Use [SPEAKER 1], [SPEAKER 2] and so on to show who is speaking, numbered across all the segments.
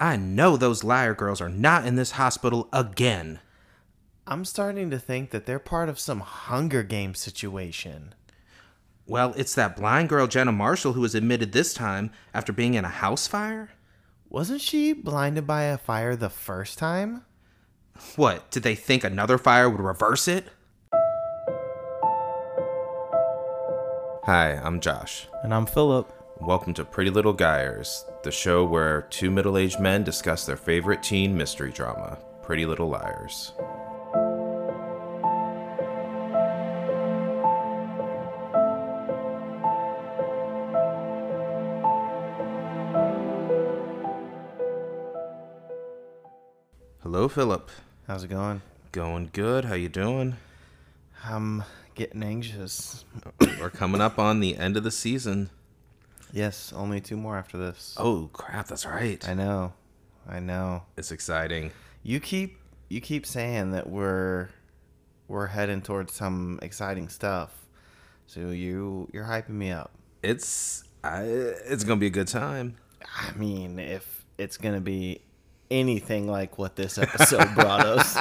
[SPEAKER 1] I know those liar girls are not in this hospital again.
[SPEAKER 2] I'm starting to think that they're part of some Hunger Game situation.
[SPEAKER 1] Well, it's that blind girl Jenna Marshall who was admitted this time after being in a house fire.
[SPEAKER 2] Wasn't she blinded by a fire the first time?
[SPEAKER 1] What, did they think another fire would reverse it? Hi, I'm Josh.
[SPEAKER 3] And I'm Philip.
[SPEAKER 1] Welcome to Pretty Little Guires, the show where two middle aged men discuss their favorite teen mystery drama, Pretty Little Liars. Hello, Philip.
[SPEAKER 2] How's it going?
[SPEAKER 1] Going good. How you doing?
[SPEAKER 2] I'm getting anxious.
[SPEAKER 1] We're coming up on the end of the season.
[SPEAKER 2] Yes, only two more after this.
[SPEAKER 1] Oh crap, that's right.
[SPEAKER 2] I know. I know.
[SPEAKER 1] It's exciting.
[SPEAKER 2] You keep you keep saying that we're we're heading towards some exciting stuff. So you you're hyping me up.
[SPEAKER 1] It's I, it's gonna be a good time.
[SPEAKER 2] I mean, if it's going to be anything like what this episode brought us,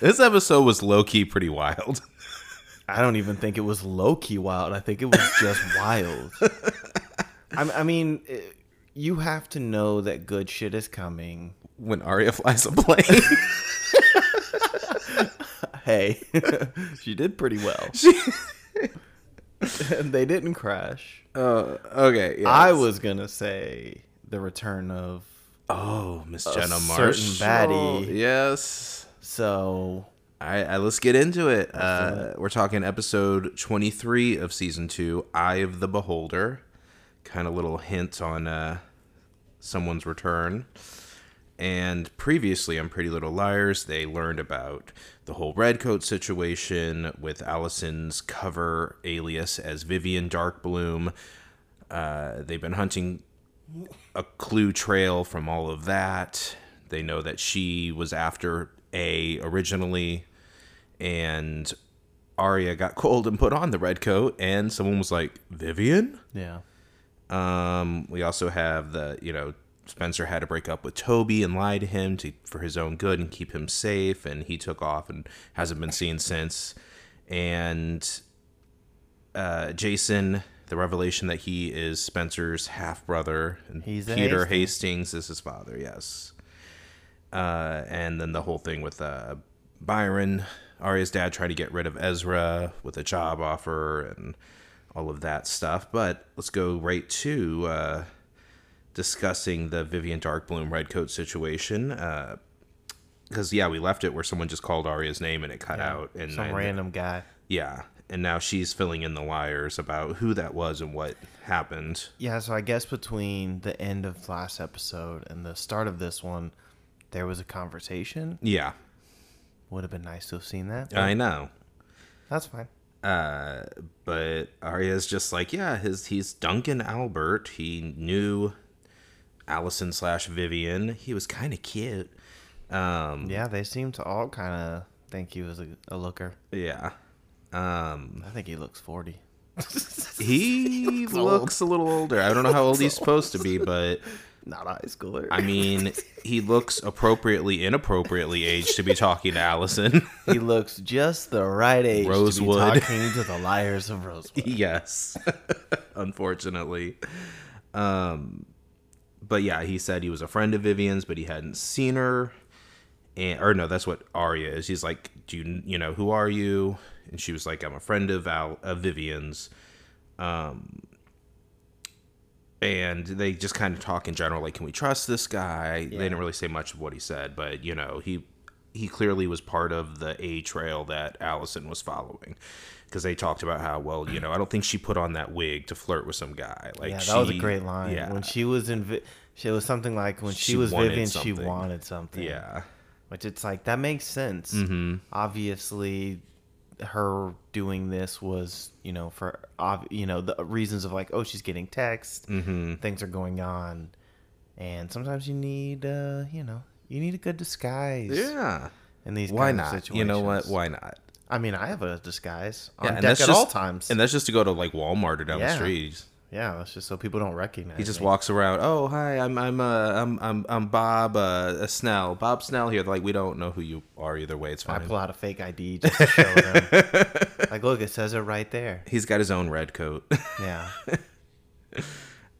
[SPEAKER 1] This episode was low key pretty wild.
[SPEAKER 2] I don't even think it was low key wild. I think it was just wild. I, I mean, it, you have to know that good shit is coming.
[SPEAKER 1] when Arya flies a plane,
[SPEAKER 2] Hey, she did pretty well. they didn't crash.
[SPEAKER 1] uh, okay. yes.
[SPEAKER 2] I was gonna say the return of
[SPEAKER 1] Oh, Miss Jenna
[SPEAKER 2] certain
[SPEAKER 1] Marshall.
[SPEAKER 2] baddie.
[SPEAKER 1] Yes.
[SPEAKER 2] so
[SPEAKER 1] All right, uh, let's get into it. Uh, we're talking episode 23 of season two, Eye of the Beholder. Kind of little hint on uh, someone's return. And previously on Pretty Little Liars, they learned about the whole redcoat situation with Allison's cover alias as Vivian Darkbloom. Uh, they've been hunting a clue trail from all of that. They know that she was after A originally, and Arya got cold and put on the red coat, and someone was like, Vivian?
[SPEAKER 2] yeah,
[SPEAKER 1] Um, we also have the, you know, Spencer had to break up with Toby and lie to him to, for his own good and keep him safe, and he took off and hasn't been seen since. And uh, Jason, the revelation that he is Spencer's half brother, and
[SPEAKER 2] He's a
[SPEAKER 1] Peter Hastings. is his father, yes. Uh, and then the whole thing with uh, Byron, Arya's dad trying to get rid of Ezra with a job offer and all of that stuff. But let's go right to uh, discussing the Vivian Darkbloom redcoat situation. Because yeah, we left it where someone just called Arya's name and it cut out. And
[SPEAKER 2] some
[SPEAKER 1] and-
[SPEAKER 2] random guy.
[SPEAKER 1] yeah. And now she's filling in the wires about who that was and what happened.
[SPEAKER 2] Yeah, so I guess between the end of last episode and the start of this one, there was a conversation.
[SPEAKER 1] Yeah,
[SPEAKER 2] Would have been nice to have seen that. but
[SPEAKER 1] I know.
[SPEAKER 2] That's fine.
[SPEAKER 1] Uh, but Arya's just like, yeah, his he's Duncan Albert. He knew Allison slash Vivian. He was kind of cute. Um,
[SPEAKER 2] Yeah, they seem to all kind of think he was a, a looker.
[SPEAKER 1] yeah. Um,
[SPEAKER 2] I think he looks 40.
[SPEAKER 1] he, looks, a little older. I don't know how old he's supposed to be, but
[SPEAKER 2] Not a high schooler.
[SPEAKER 1] I mean, he looks appropriately inappropriately aged to be talking to Allison.
[SPEAKER 2] he looks just the right age
[SPEAKER 1] Rosewood.
[SPEAKER 2] to be talking to the liars of Rosewood.
[SPEAKER 1] yes unfortunately um but yeah he said he was a friend of vivian's but he hadn't seen her and or no that's what Arya is he's like do you you know who are you and she was like i'm a friend of Al, of vivian's um and they just kind of talk in general like can we trust this guy they didn't really say much of what he said but you know he he clearly was part of the A trail that Allison was following because they talked about how well you know I don't think she put on that wig to flirt with some guy like
[SPEAKER 2] Yeah, that was a
[SPEAKER 1] she-
[SPEAKER 2] great line.
[SPEAKER 1] yeah
[SPEAKER 2] When she was in, Vi- she was something like when she,
[SPEAKER 1] She
[SPEAKER 2] was
[SPEAKER 1] wanted
[SPEAKER 2] Vivian, she
[SPEAKER 1] something.
[SPEAKER 2] wanted something.
[SPEAKER 1] yeah
[SPEAKER 2] which it's like that makes sense.
[SPEAKER 1] Mm-hmm.
[SPEAKER 2] Obviously, her doing this was you know for ob- you know the reasons of like oh she's getting texts,
[SPEAKER 1] Mm-hmm.
[SPEAKER 2] things are going on, and sometimes you need uh you know you need a good disguise.
[SPEAKER 1] yeah
[SPEAKER 2] In these
[SPEAKER 1] why
[SPEAKER 2] kind
[SPEAKER 1] not
[SPEAKER 2] Of situations.
[SPEAKER 1] you know what why not
[SPEAKER 2] I mean, I have a disguise on
[SPEAKER 1] yeah,
[SPEAKER 2] deck at all times.
[SPEAKER 1] and that's just to go to like Walmart or down the
[SPEAKER 2] Yeah.
[SPEAKER 1] street
[SPEAKER 2] Yeah, that's just so people don't recognize.
[SPEAKER 1] He just
[SPEAKER 2] me.
[SPEAKER 1] walks around. Oh, hi, I'm I'm uh, I'm I'm I'm Bob uh, uh, Snell. Bob Snell here. Like we don't know who you are either way. It's
[SPEAKER 2] I
[SPEAKER 1] fine.
[SPEAKER 2] pull out a fake ID just to show them. like, look, it says it right there.
[SPEAKER 1] He's got his own red coat.
[SPEAKER 2] Yeah.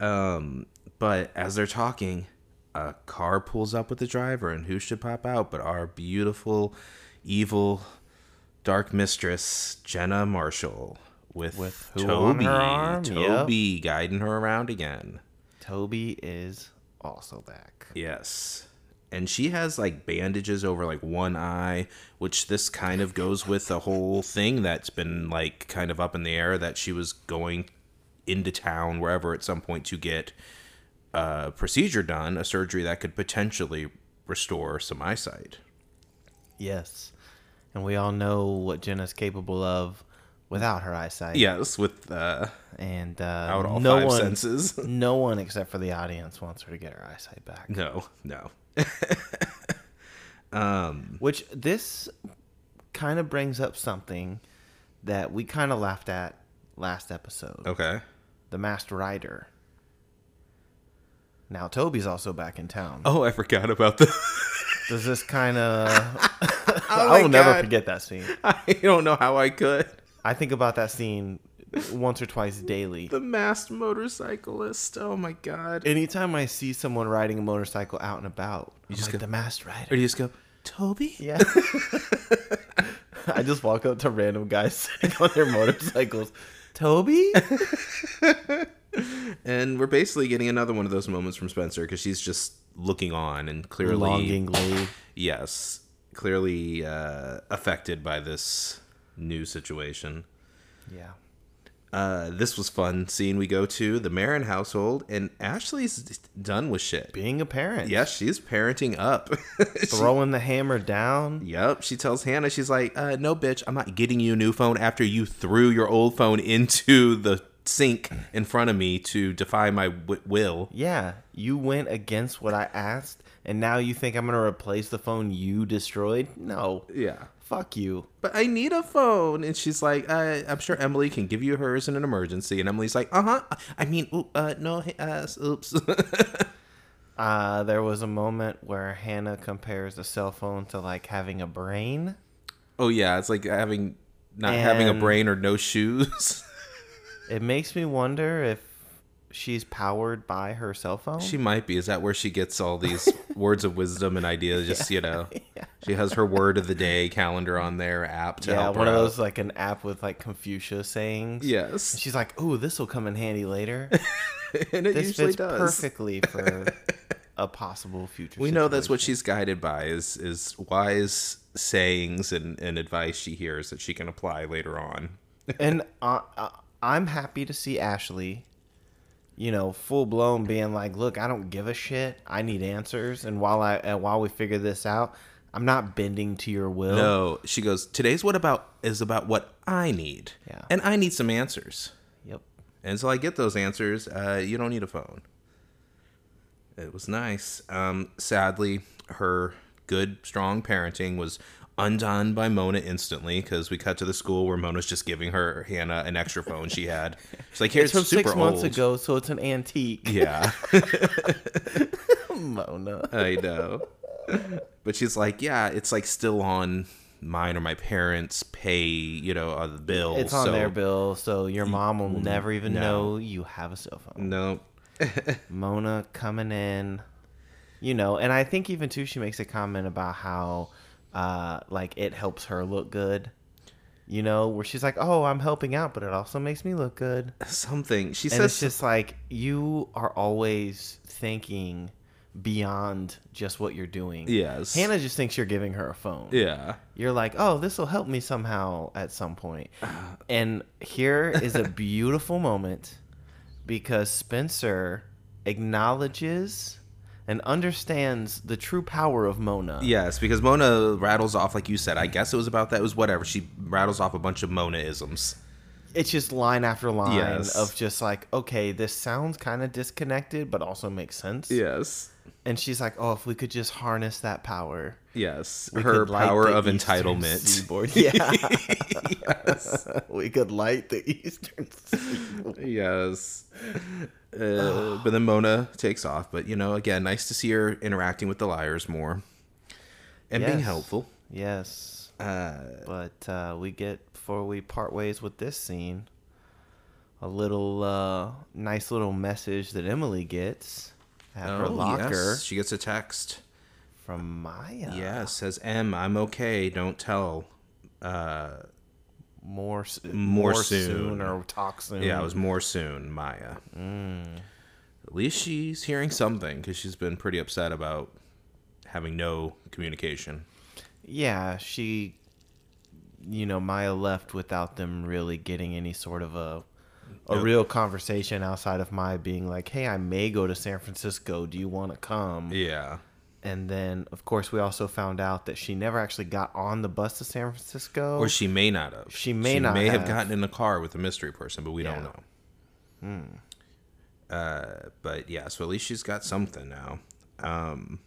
[SPEAKER 1] but as they're talking, a car pulls up with the driver, and who should pop out but our beautiful, evil, dark mistress Jenna Marshall with,
[SPEAKER 2] With who on
[SPEAKER 1] Toby.
[SPEAKER 2] her arm? Yep.
[SPEAKER 1] Toby guiding her around again.
[SPEAKER 2] Toby is also back.
[SPEAKER 1] Yes. And she has like bandages over like one eye, which this kind of goes with the whole thing that's been like kind of up in the air that she was going into town wherever at some point to get a procedure done, a surgery that could potentially restore some eyesight.
[SPEAKER 2] Yes. And we all know what Jenna's capable of without her eyesight.
[SPEAKER 1] Yes, with uh,
[SPEAKER 2] And uh,
[SPEAKER 1] out all
[SPEAKER 2] no
[SPEAKER 1] five
[SPEAKER 2] one,
[SPEAKER 1] senses.
[SPEAKER 2] no one except for the audience wants her to get her eyesight back.
[SPEAKER 1] No, no. Mm-hmm.
[SPEAKER 2] Which this kind of brings up something that we kind of laughed at last episode.
[SPEAKER 1] Okay.
[SPEAKER 2] The Masked Rider. Now Toby's also back in town.
[SPEAKER 1] Oh, I forgot about the.
[SPEAKER 2] Does this kind of?
[SPEAKER 1] Oh my
[SPEAKER 2] I will never
[SPEAKER 1] God.
[SPEAKER 2] forget that scene.
[SPEAKER 1] I don't know how I could.
[SPEAKER 2] I think about that scene once or twice daily.
[SPEAKER 1] The masked motorcyclist. Oh my god.
[SPEAKER 2] Anytime I see someone riding a motorcycle out and about, I'm
[SPEAKER 1] just
[SPEAKER 2] like
[SPEAKER 1] go-
[SPEAKER 2] the masked
[SPEAKER 1] Or
[SPEAKER 2] rider.
[SPEAKER 1] do you just go, Toby?
[SPEAKER 2] Yeah. I just walk up to random guys sitting on their motorcycles. Toby?
[SPEAKER 1] And we're basically getting another one of those moments from Spencer because she's just looking on and clearly,
[SPEAKER 2] Longingly.
[SPEAKER 1] yes, clearly uh, affected by this new situation.
[SPEAKER 2] Yeah.
[SPEAKER 1] Uh, this was fun seeing we go to the Marin household, and Ashley's done with shit.
[SPEAKER 2] Being a parent.
[SPEAKER 1] Yeah, she's parenting up. She-
[SPEAKER 2] Throwing the hammer down.
[SPEAKER 1] Yep, she tells Hannah, she's like, uh, no, bitch, I'm not getting you a new phone after you threw your old phone into the sink in front of me to defy my w- will.
[SPEAKER 2] Yeah. You went against what I asked, and now you think I'm going to replace the phone you destroyed? No.
[SPEAKER 1] Yeah.
[SPEAKER 2] Fuck you.
[SPEAKER 1] But I need a phone. And she's like, uh, I'm sure Emily can give you hers in an emergency. And Emily's like, uh huh. I mean, oop, uh, no, hey, uh, oops.
[SPEAKER 2] Uh, there was a moment where Hannah compares a cell phone to like having a brain.
[SPEAKER 1] oh, yeah. It's like having not having a
[SPEAKER 2] And-
[SPEAKER 1] brain or no shoes.
[SPEAKER 2] It makes me wonder if she's powered by her cell phone.
[SPEAKER 1] she might be. Is that where she gets all these words of wisdom and ideas? Just, you know, she has her word of the day calendar on there, app to
[SPEAKER 2] yeah,
[SPEAKER 1] help
[SPEAKER 2] one
[SPEAKER 1] her
[SPEAKER 2] of
[SPEAKER 1] out.
[SPEAKER 2] those like an app with like Confucius sayings. And
[SPEAKER 1] Yes.
[SPEAKER 2] She's like, "Ooh, this will come in handy later.
[SPEAKER 1] And it
[SPEAKER 2] This
[SPEAKER 1] usually
[SPEAKER 2] fits
[SPEAKER 1] does.
[SPEAKER 2] perfectly for a possible future."
[SPEAKER 1] We know that's what she's guided by is is wise sayings and, and advice she hears that she can apply later on.
[SPEAKER 2] situation. and uh, uh, I'm happy to see Ashley, you know, full blown being like, "Look, I don't give a shit. I need answers, and while I uh, while we figure this out, I'm not bending to your will."
[SPEAKER 1] No, she goes, Today's what about is about what I need.
[SPEAKER 2] Yeah.
[SPEAKER 1] And I need some answers.
[SPEAKER 2] Yep.
[SPEAKER 1] And until I get those answers, uh, you don't need a phone. It was nice. Um, sadly, her good, strong parenting was undone by Mona instantly because we cut to the school where Mona's just giving her Hannah an extra phone she had. She's like, here's
[SPEAKER 2] It's from
[SPEAKER 1] super
[SPEAKER 2] six
[SPEAKER 1] old.
[SPEAKER 2] months ago, so it's an antique.
[SPEAKER 1] Yeah,
[SPEAKER 2] Mona.
[SPEAKER 1] I know. But she's like, yeah, it's like still on mine or my parents' pay, you know, uh, the bill.
[SPEAKER 2] It's on
[SPEAKER 1] so-
[SPEAKER 2] their bill, so your mom will never even know you have a cell phone.
[SPEAKER 1] No.
[SPEAKER 2] Mona coming in, you know, and I think even too, she makes a comment about how, uh, like it helps her look good, you know, where she's like, "Oh, I'm helping out, but it also makes me look good,"
[SPEAKER 1] Something. She
[SPEAKER 2] and it's
[SPEAKER 1] says,
[SPEAKER 2] just like you are always thinking beyond just what you're doing.
[SPEAKER 1] yes.
[SPEAKER 2] Hannah just thinks you're giving her a phone.
[SPEAKER 1] Yeah.
[SPEAKER 2] you're like, oh, this will help me somehow at some point. And here is a beautiful moment because Spencer acknowledges and understands the true power of Mona.
[SPEAKER 1] Yes, because Mona rattles off, like you said, I guess it was about that. It was whatever. She rattles off a bunch of Monaisms.
[SPEAKER 2] It's just line after line
[SPEAKER 1] Yes.
[SPEAKER 2] of just like, okay, this sounds kind of disconnected, but also makes sense.
[SPEAKER 1] Yes.
[SPEAKER 2] and she's like, "Oh, if we could just harness that power."
[SPEAKER 1] Yes,
[SPEAKER 2] we
[SPEAKER 1] her
[SPEAKER 2] could light
[SPEAKER 1] power
[SPEAKER 2] the
[SPEAKER 1] of
[SPEAKER 2] eastern
[SPEAKER 1] entitlement.
[SPEAKER 2] seaboard. Yeah. we could light the eastern seaboard.
[SPEAKER 1] Yes. Uh, but then Mona takes off. But, you know, again, nice to see her interacting with the liars more and being
[SPEAKER 2] Yes.
[SPEAKER 1] helpful.
[SPEAKER 2] Yes.
[SPEAKER 1] Uh,
[SPEAKER 2] But uh, we get before we part ways with this scene, a little uh, nice little message that Emily gets at her
[SPEAKER 1] oh,
[SPEAKER 2] locker Uh,
[SPEAKER 1] yes, She gets a text.
[SPEAKER 2] from Maya.
[SPEAKER 1] Yeah, says, M, I'm okay. Don't tell. Uh,
[SPEAKER 2] more s-
[SPEAKER 1] More soon.
[SPEAKER 2] or talk soon.
[SPEAKER 1] Yeah, it was more soon, Maya. At least she's hearing something because she's been pretty upset about having no communication.
[SPEAKER 2] Yeah, she, you know, Maya left without them really getting any sort of a a
[SPEAKER 1] Yep.
[SPEAKER 2] real conversation outside of Maya being like, "Hey, I may go to San Francisco. Do you want to come?"
[SPEAKER 1] Yeah.
[SPEAKER 2] And then, of course, we also found out that she never actually got on the bus to San Francisco.
[SPEAKER 1] Or she may not have.
[SPEAKER 2] She may not
[SPEAKER 1] may have.
[SPEAKER 2] have.
[SPEAKER 1] gotten in a car with a mystery person, but we
[SPEAKER 2] Yeah. Hmm.
[SPEAKER 1] don't know. Uh, but yeah, so at least she's got something now. Um,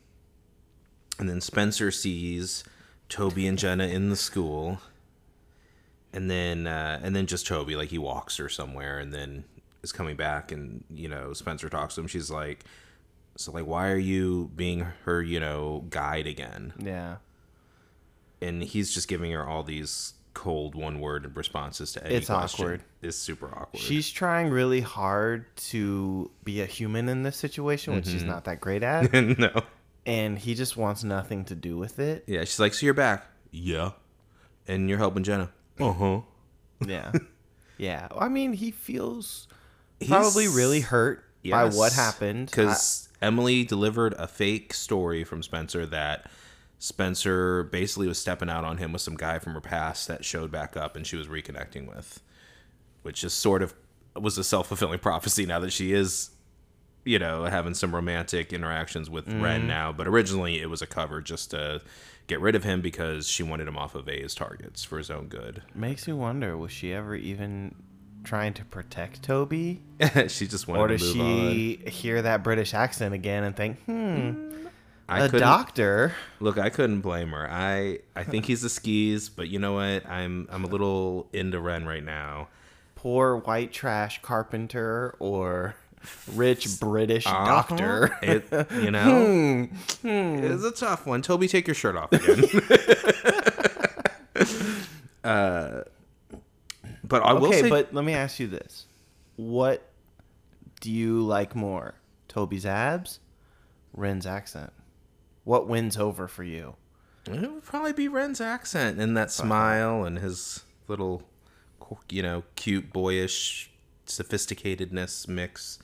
[SPEAKER 1] and then Spencer sees Toby and Jenna in the school, and then uh, and then just Toby, like he walks her somewhere, and then is coming back, and you know Spencer talks to him. She's like, "So like, why are you being her, you know, guide again?"
[SPEAKER 2] yeah,
[SPEAKER 1] and he's just giving her all these cold one word responses to any
[SPEAKER 2] It's
[SPEAKER 1] question.
[SPEAKER 2] awkward.
[SPEAKER 1] It's super awkward.
[SPEAKER 2] she's trying really hard to be a human in this situation, which
[SPEAKER 1] Mm-hmm.
[SPEAKER 2] she's not that great at.
[SPEAKER 1] no.
[SPEAKER 2] and he just wants nothing to do with it.
[SPEAKER 1] Yeah, she's like, so you're back. Yeah. And you're helping Jenna. Uh huh.
[SPEAKER 2] Yeah. yeah. I mean, he feels probably really hurt by what happened.
[SPEAKER 1] Because Emily delivered a fake story from Spencer that Spencer basically was stepping out on him with some guy from her past that showed back up and she was reconnecting with, which is sort of was a self fulfilling prophecy now that she is, you know, having some romantic interactions with
[SPEAKER 2] Mm-hmm.
[SPEAKER 1] Ren now. But originally it was a cover just to get rid of him because she wanted him off of A's targets for his own good.
[SPEAKER 2] I- makes me wonder was she ever even trying to protect Toby?
[SPEAKER 1] she just
[SPEAKER 2] Or
[SPEAKER 1] wanted
[SPEAKER 2] does
[SPEAKER 1] to move
[SPEAKER 2] she hear that British accent again and think, hmm,
[SPEAKER 1] on.
[SPEAKER 2] a
[SPEAKER 1] I couldn't-
[SPEAKER 2] doctor?
[SPEAKER 1] Look, I couldn't blame her. I I think he's the skis, but you know what? I'm I'm a little into Ren right now.
[SPEAKER 2] Poor white trash carpenter or rich British doctor?
[SPEAKER 1] Uh-huh.
[SPEAKER 2] Hmm.
[SPEAKER 1] it you know it's a tough one. Toby, take your shirt off again. uh, Uh, but I will
[SPEAKER 2] okay,
[SPEAKER 1] say,
[SPEAKER 2] but let me ask you this: What do you like more, Toby's abs, Ren's accent? What wins over for you?
[SPEAKER 1] it would probably be Ren's accent and that smile and his little, you know, cute boyish sophisticatedness mix.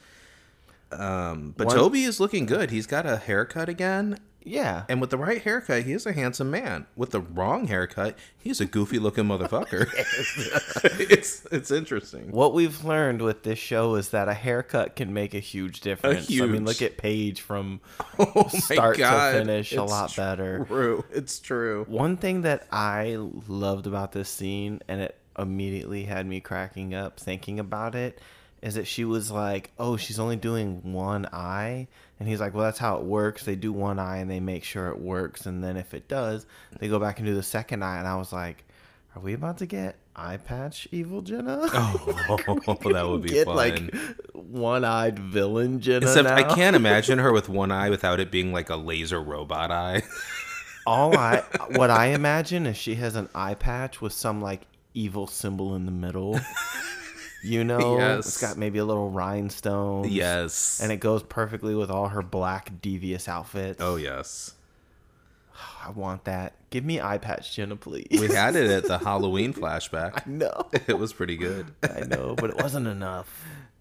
[SPEAKER 1] Um, but
[SPEAKER 2] One-
[SPEAKER 1] Toby is looking good. He's got a haircut again,
[SPEAKER 2] Yeah,
[SPEAKER 1] And with the right haircut, he is a handsome man. With the wrong haircut, he's a goofy looking motherfucker. it's it's interesting.
[SPEAKER 2] what we've learned with this show is that a haircut can make a huge difference. I mean,
[SPEAKER 1] huge-
[SPEAKER 2] look at Paige from
[SPEAKER 1] Oh my
[SPEAKER 2] start
[SPEAKER 1] God,
[SPEAKER 2] to finish, a
[SPEAKER 1] it's
[SPEAKER 2] lot better.
[SPEAKER 1] True. It's true.
[SPEAKER 2] One thing that I loved about this scene, and it immediately had me cracking up thinking about it, is that she was like, "Oh, she's only doing one eye," and he's like, "Well, that's how it works. They do one eye and they make sure it works, and then if it does, they go back and do the second eye." And I was like, "Are we about to get eye patch evil Jenna?
[SPEAKER 1] Oh, that would be
[SPEAKER 2] get
[SPEAKER 1] fun.
[SPEAKER 2] like one-eyed villain Jenna?"
[SPEAKER 1] Except I
[SPEAKER 2] now?
[SPEAKER 1] can't imagine her with one eye without it being like a laser robot eye.
[SPEAKER 2] All I what I imagine is she has an eye patch with some like evil symbol in the middle. You know, it's
[SPEAKER 1] Yes.
[SPEAKER 2] got maybe a little rhinestone.
[SPEAKER 1] yes.
[SPEAKER 2] And it goes perfectly with all her black devious outfits.
[SPEAKER 1] oh yes.
[SPEAKER 2] I want that. Give me eye patch, Jenna, please.
[SPEAKER 1] We had it at the Halloween flashback.
[SPEAKER 2] no.
[SPEAKER 1] It was pretty good.
[SPEAKER 2] I know, but it wasn't enough.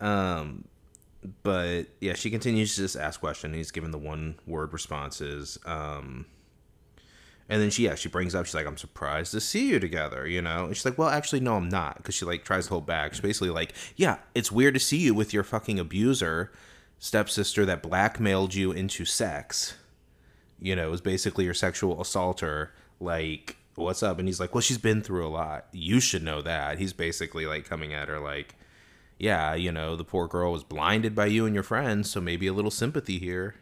[SPEAKER 1] Um, but yeah, she continues to just ask questions. He's given the one word responses. Um, and then she yeah she brings up she's like I'm surprised to see you together you know and she's like well actually no I'm not because she like tries to hold back she's basically like yeah it's weird to see you with your fucking abuser stepsister that blackmailed you into sex you know is basically your sexual assaulter like what's up and he's like well she's been through a lot you should know that he's basically like coming at her like yeah, you know, the poor girl was blinded by you and your friends, so maybe a little sympathy here.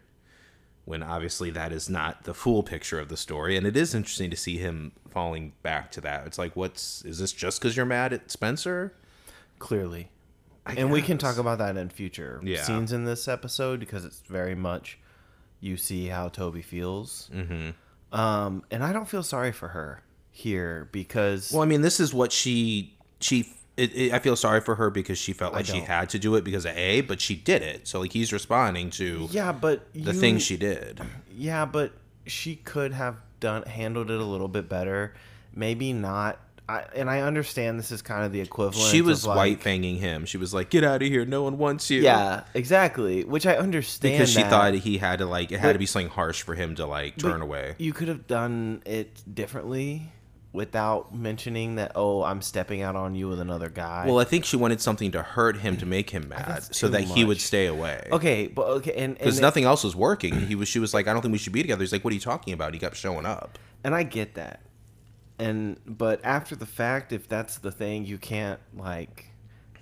[SPEAKER 1] when obviously that is not the full picture of the story and it is interesting to see him falling back to that it's like what's is this just because you're mad at spencer
[SPEAKER 2] clearly. and we can talk about that in future
[SPEAKER 1] Yeah.
[SPEAKER 2] scenes in this episode because it's very much you see how Toby feels. Mm-hmm. Um, and I don't feel sorry for her here because
[SPEAKER 1] well i mean this is what she she it, it, i feel sorry for her because she felt like she
[SPEAKER 2] don't.
[SPEAKER 1] had to do it because of a but she did it so like he's responding to
[SPEAKER 2] yeah, but
[SPEAKER 1] the
[SPEAKER 2] you-
[SPEAKER 1] thing she did
[SPEAKER 2] yeah, but she could have done handled it a little bit better. Maybe not. I, and I understand this is kind of the equivalent.
[SPEAKER 1] she was
[SPEAKER 2] of like,
[SPEAKER 1] white fanging him she was like get out of here no one wants you
[SPEAKER 2] Yeah, exactly. Which I understand
[SPEAKER 1] because she
[SPEAKER 2] that.
[SPEAKER 1] thought he had to like it had
[SPEAKER 2] But-
[SPEAKER 1] to be something harsh for him to like
[SPEAKER 2] But
[SPEAKER 1] turn away
[SPEAKER 2] You could have done it differently without mentioning that. Oh, I'm stepping out on you with another guy.
[SPEAKER 1] well i think she wanted something to hurt him to make him mad
[SPEAKER 2] that's
[SPEAKER 1] so
[SPEAKER 2] too
[SPEAKER 1] that he would
[SPEAKER 2] much.
[SPEAKER 1] stay away
[SPEAKER 2] okay, but okay, and and,
[SPEAKER 1] because nothing else was working he was she was like i don't think we should be together he's like what are you talking about he kept showing up
[SPEAKER 2] and I get that, and but after the fact, if that's the thing, you can't like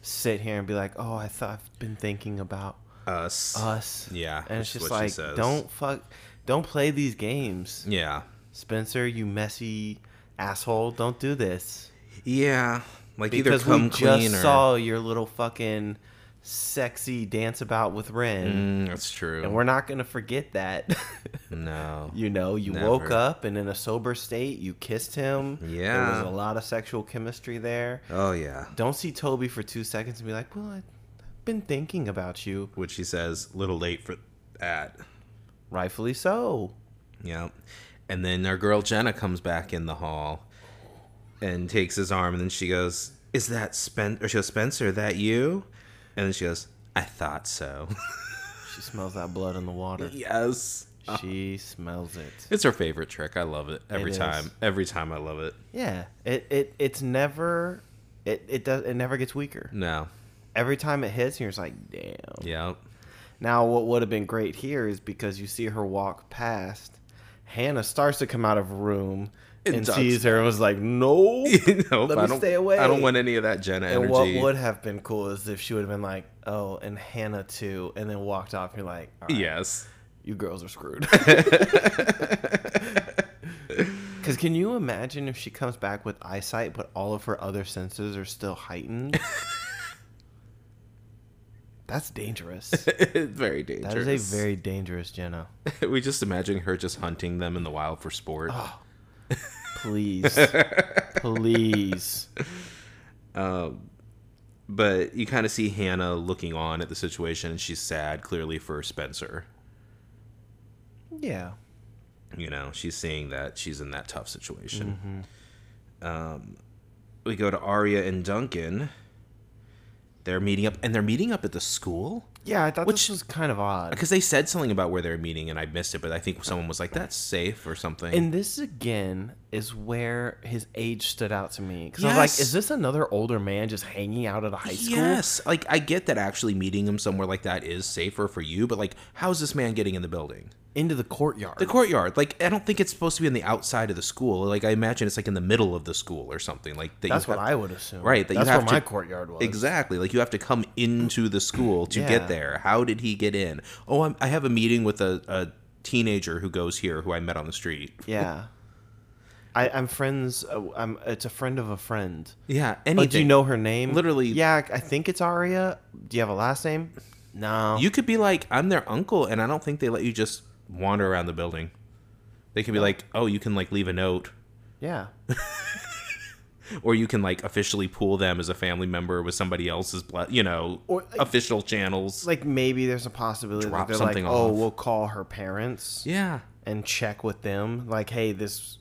[SPEAKER 2] sit here and be like, oh, I thought I've been thinking about
[SPEAKER 1] us
[SPEAKER 2] us.
[SPEAKER 1] Yeah,
[SPEAKER 2] and it's
[SPEAKER 1] which is
[SPEAKER 2] just
[SPEAKER 1] what she
[SPEAKER 2] like,
[SPEAKER 1] says.
[SPEAKER 2] don't fuck, don't play these games,
[SPEAKER 1] yeah
[SPEAKER 2] Spencer. You messy asshole. Don't do this.
[SPEAKER 1] yeah like either
[SPEAKER 2] because
[SPEAKER 1] come
[SPEAKER 2] we
[SPEAKER 1] clean
[SPEAKER 2] just
[SPEAKER 1] or
[SPEAKER 2] saw your little fucking sexy dance about with Ren,
[SPEAKER 1] Mm, that's true
[SPEAKER 2] and we're not gonna forget that.
[SPEAKER 1] no
[SPEAKER 2] you know, you
[SPEAKER 1] Never.
[SPEAKER 2] woke up and in a sober state, you kissed him. there
[SPEAKER 1] Yeah.
[SPEAKER 2] was a lot of sexual chemistry there.
[SPEAKER 1] oh yeah
[SPEAKER 2] Don't see Toby for two seconds and be like, "Well, I've been thinking about you."
[SPEAKER 1] which she says little late for that
[SPEAKER 2] Rightfully so.
[SPEAKER 1] Yeah. And then our girl Jenna comes back in the hall and takes his arm and then she goes, Is that Spencer? Or she goes, Spencer, that you? And then she goes, I thought so.
[SPEAKER 2] She smells that blood in the water.
[SPEAKER 1] yes.
[SPEAKER 2] She smells it.
[SPEAKER 1] It's her favorite trick. I love it every
[SPEAKER 2] It is.
[SPEAKER 1] time. Every time I love it.
[SPEAKER 2] Yeah. It it it's never it it does it never gets weaker.
[SPEAKER 1] No.
[SPEAKER 2] Every time it hits, you're just like, "Damn."
[SPEAKER 1] Yep.
[SPEAKER 2] Now, what would have been great here is because you see her walk past, Hannah starts to come out of room
[SPEAKER 1] It
[SPEAKER 2] and
[SPEAKER 1] does.
[SPEAKER 2] sees her and was like, "No,
[SPEAKER 1] Nope,
[SPEAKER 2] let
[SPEAKER 1] I
[SPEAKER 2] me
[SPEAKER 1] don't,
[SPEAKER 2] stay away."
[SPEAKER 1] I don't want any of that Jenna
[SPEAKER 2] And
[SPEAKER 1] energy.
[SPEAKER 2] what would have been cool is if she would have been like, "Oh," and Hannah too, and then walked off. And you're like, "All right,
[SPEAKER 1] yes.
[SPEAKER 2] you girls are screwed." Because can you imagine if she comes back with eyesight, but all of her other senses are still heightened? That's dangerous.
[SPEAKER 1] it's very dangerous.
[SPEAKER 2] That is a very dangerous Jenna.
[SPEAKER 1] we just imagine her just hunting them in the wild for
[SPEAKER 2] Oh,
[SPEAKER 1] sport.
[SPEAKER 2] Please. Please.
[SPEAKER 1] but you kind of see Hannah looking on at the situation and she's sad clearly for Spencer.
[SPEAKER 2] Yeah.
[SPEAKER 1] You know, she's seeing that she's in that tough situation. Um, we go to Arya and Duncan. They're meeting up and they're meeting up at the school
[SPEAKER 2] Yeah, I thought
[SPEAKER 1] Which-
[SPEAKER 2] this was kind of odd.
[SPEAKER 1] because they said something about where they're meeting and I missed it, but I think someone was like that's safe or something.
[SPEAKER 2] And this again is where his age stood out to me because I was
[SPEAKER 1] Yes.
[SPEAKER 2] like, "Is this another older man just hanging out at a high school?"
[SPEAKER 1] yes, like I get that actually meeting him somewhere like that is safer for you, but like how is this man getting in the building?
[SPEAKER 2] Into the courtyard.
[SPEAKER 1] the courtyard. Like I don't think it's supposed to be on the outside of the school. Like I imagine it's like in the middle of the school or something. Like that
[SPEAKER 2] That's
[SPEAKER 1] you
[SPEAKER 2] what
[SPEAKER 1] have-
[SPEAKER 2] I would assume.
[SPEAKER 1] Right, that you
[SPEAKER 2] That's
[SPEAKER 1] have
[SPEAKER 2] where
[SPEAKER 1] to-
[SPEAKER 2] my courtyard was.
[SPEAKER 1] exactly. Like you have to come into the school to
[SPEAKER 2] Yeah.
[SPEAKER 1] get there. How did he get in? Oh, I'm, I have a meeting with a, a teenager who goes here who I met on the street.
[SPEAKER 2] Yeah. I, I'm friends. uh, I'm. It's a friend of a friend.
[SPEAKER 1] Yeah, anything.
[SPEAKER 2] But do you know her name?
[SPEAKER 1] Literally-
[SPEAKER 2] Yeah, I I think it's Aria. Do you have a last name? No.
[SPEAKER 1] You could be like, I'm their uncle, and I don't think they let you just wander around the building. They could be like, oh, you can like leave a note,
[SPEAKER 2] yeah.
[SPEAKER 1] or you can like officially pool them as a family member with somebody else's, ble- you know,
[SPEAKER 2] Or, like-
[SPEAKER 1] official channels.
[SPEAKER 2] Like maybe there's a possibility
[SPEAKER 1] Drop
[SPEAKER 2] that they're
[SPEAKER 1] something
[SPEAKER 2] like, oh,
[SPEAKER 1] off.
[SPEAKER 2] we'll call her parents
[SPEAKER 1] yeah,
[SPEAKER 2] and check with them. Like, hey, this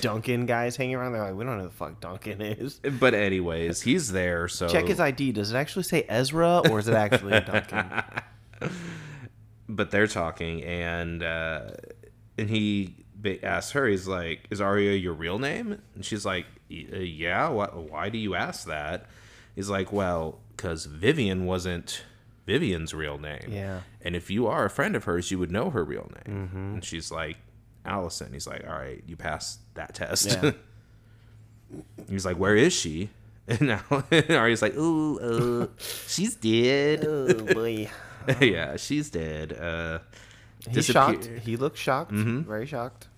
[SPEAKER 2] Duncan guy's hanging around. They're like, we don't know who the fuck Duncan is.
[SPEAKER 1] But anyways, he's there, so
[SPEAKER 2] Check his ID. Does it actually say Ezra or is it actually Duncan?
[SPEAKER 1] but they're talking, and uh, and he ba- asks her, he's like, "Is Arya your real name?" And she's like, "Y- uh, "Yeah. Why, why do you ask that?" He's like, "Well, because Vivian wasn't Vivian's real name.
[SPEAKER 2] Yeah. Mm-hmm.
[SPEAKER 1] And if you are a friend of hers, you would know her real name." And she's like, "Allison." He's like, "All right, you passed that test."
[SPEAKER 2] Yeah.
[SPEAKER 1] He's like, "Where is she?" And now Arya's like, "Ooh, uh, she's dead."
[SPEAKER 2] oh boy.
[SPEAKER 1] yeah, she's dead. Uh,
[SPEAKER 2] He's shocked. He looked shocked.
[SPEAKER 1] Mhm.
[SPEAKER 2] Very shocked.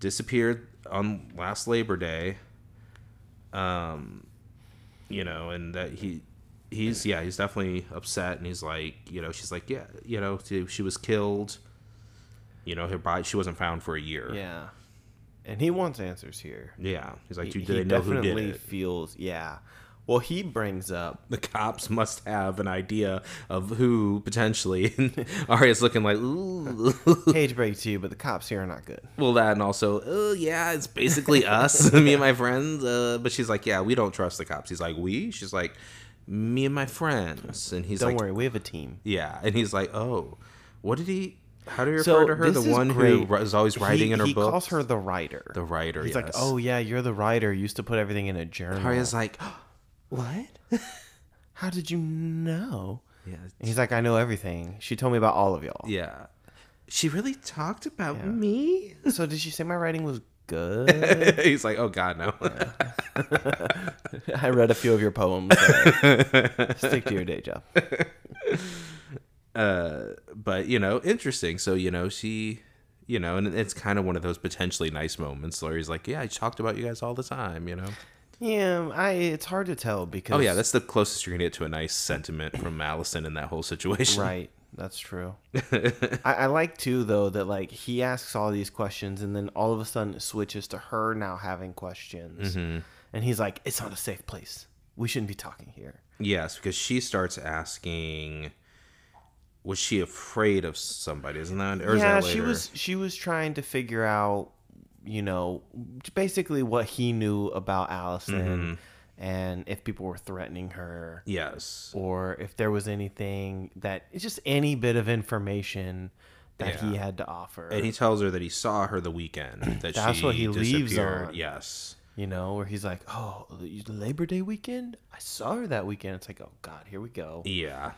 [SPEAKER 1] disappeared on last Labor Day. Um, you know, and that he, he's yeah, he's definitely upset, and he's like, you know, she's like, yeah, you know, she, she was killed. You know, her body she wasn't found for a year.
[SPEAKER 2] Yeah. And he wants answers here.
[SPEAKER 1] Yeah. He's like,
[SPEAKER 2] He-
[SPEAKER 1] do do
[SPEAKER 2] he
[SPEAKER 1] they know who did it?
[SPEAKER 2] feels, yeah. Well, he brings up
[SPEAKER 1] The cops must have an idea of who potentially. And Arya's looking like, ooh.
[SPEAKER 2] Page break to you, but the cops here are not good.
[SPEAKER 1] well, that and also, oh yeah, it's basically us, me and my friends. Uh, but she's like, yeah, we don't trust the cops. He's like, we. She's like, me and my friends. And he's
[SPEAKER 2] Don't
[SPEAKER 1] like,
[SPEAKER 2] worry, we have a team.
[SPEAKER 1] yeah. And he's like, oh, what did he? How do you
[SPEAKER 2] So
[SPEAKER 1] refer to her?
[SPEAKER 2] this
[SPEAKER 1] The
[SPEAKER 2] is
[SPEAKER 1] one who
[SPEAKER 2] great.
[SPEAKER 1] wri- is always
[SPEAKER 2] He-
[SPEAKER 1] writing in her
[SPEAKER 2] he
[SPEAKER 1] book.
[SPEAKER 2] calls her the writer.
[SPEAKER 1] the writer.
[SPEAKER 2] He's like,
[SPEAKER 1] yes.
[SPEAKER 2] oh yeah, you're the writer. You used to put everything in a journal.
[SPEAKER 1] Arya's like,
[SPEAKER 2] what? How did you know?
[SPEAKER 1] yeah,
[SPEAKER 2] And he's like, I know everything. She told me about all of y'all.
[SPEAKER 1] yeah. She really talked about me.
[SPEAKER 2] So did she say my writing was good?
[SPEAKER 1] he's like, oh god, no.
[SPEAKER 2] I read a few of your poems. but Stick to your day job.
[SPEAKER 1] but you know, interesting. So you know, she, you know, and it's kind of one of those potentially nice moments. Laurie's like, yeah, I talked about you guys all the time. You know,
[SPEAKER 2] Yeah, I. It's hard to tell because.
[SPEAKER 1] oh yeah, that's the closest you're gonna get to a nice sentiment from Allison in that whole situation.
[SPEAKER 2] Right. That's true. I, I like too though that like he asks all these questions and then all of a sudden it switches to her now having questions. And he's like, It's not a safe place. We shouldn't be talking here.
[SPEAKER 1] Yes, because she starts asking, was she afraid of somebody? Isn't that or is
[SPEAKER 2] yeah,
[SPEAKER 1] that later?
[SPEAKER 2] she was she was trying to figure out, you know, basically what he knew about Allison
[SPEAKER 1] Mm-hmm.
[SPEAKER 2] and if people were threatening her.
[SPEAKER 1] Yes.
[SPEAKER 2] or if there was anything that it's just any bit of information that he had to offer.
[SPEAKER 1] And he tells her that he saw her the weekend. That
[SPEAKER 2] That's
[SPEAKER 1] she
[SPEAKER 2] what he leaves
[SPEAKER 1] disappeared.
[SPEAKER 2] on.
[SPEAKER 1] Yes.
[SPEAKER 2] you know, where he's like, "Oh, the Labor Day weekend, I saw her that weekend." It's like, "Oh God, here we go."
[SPEAKER 1] Yeah.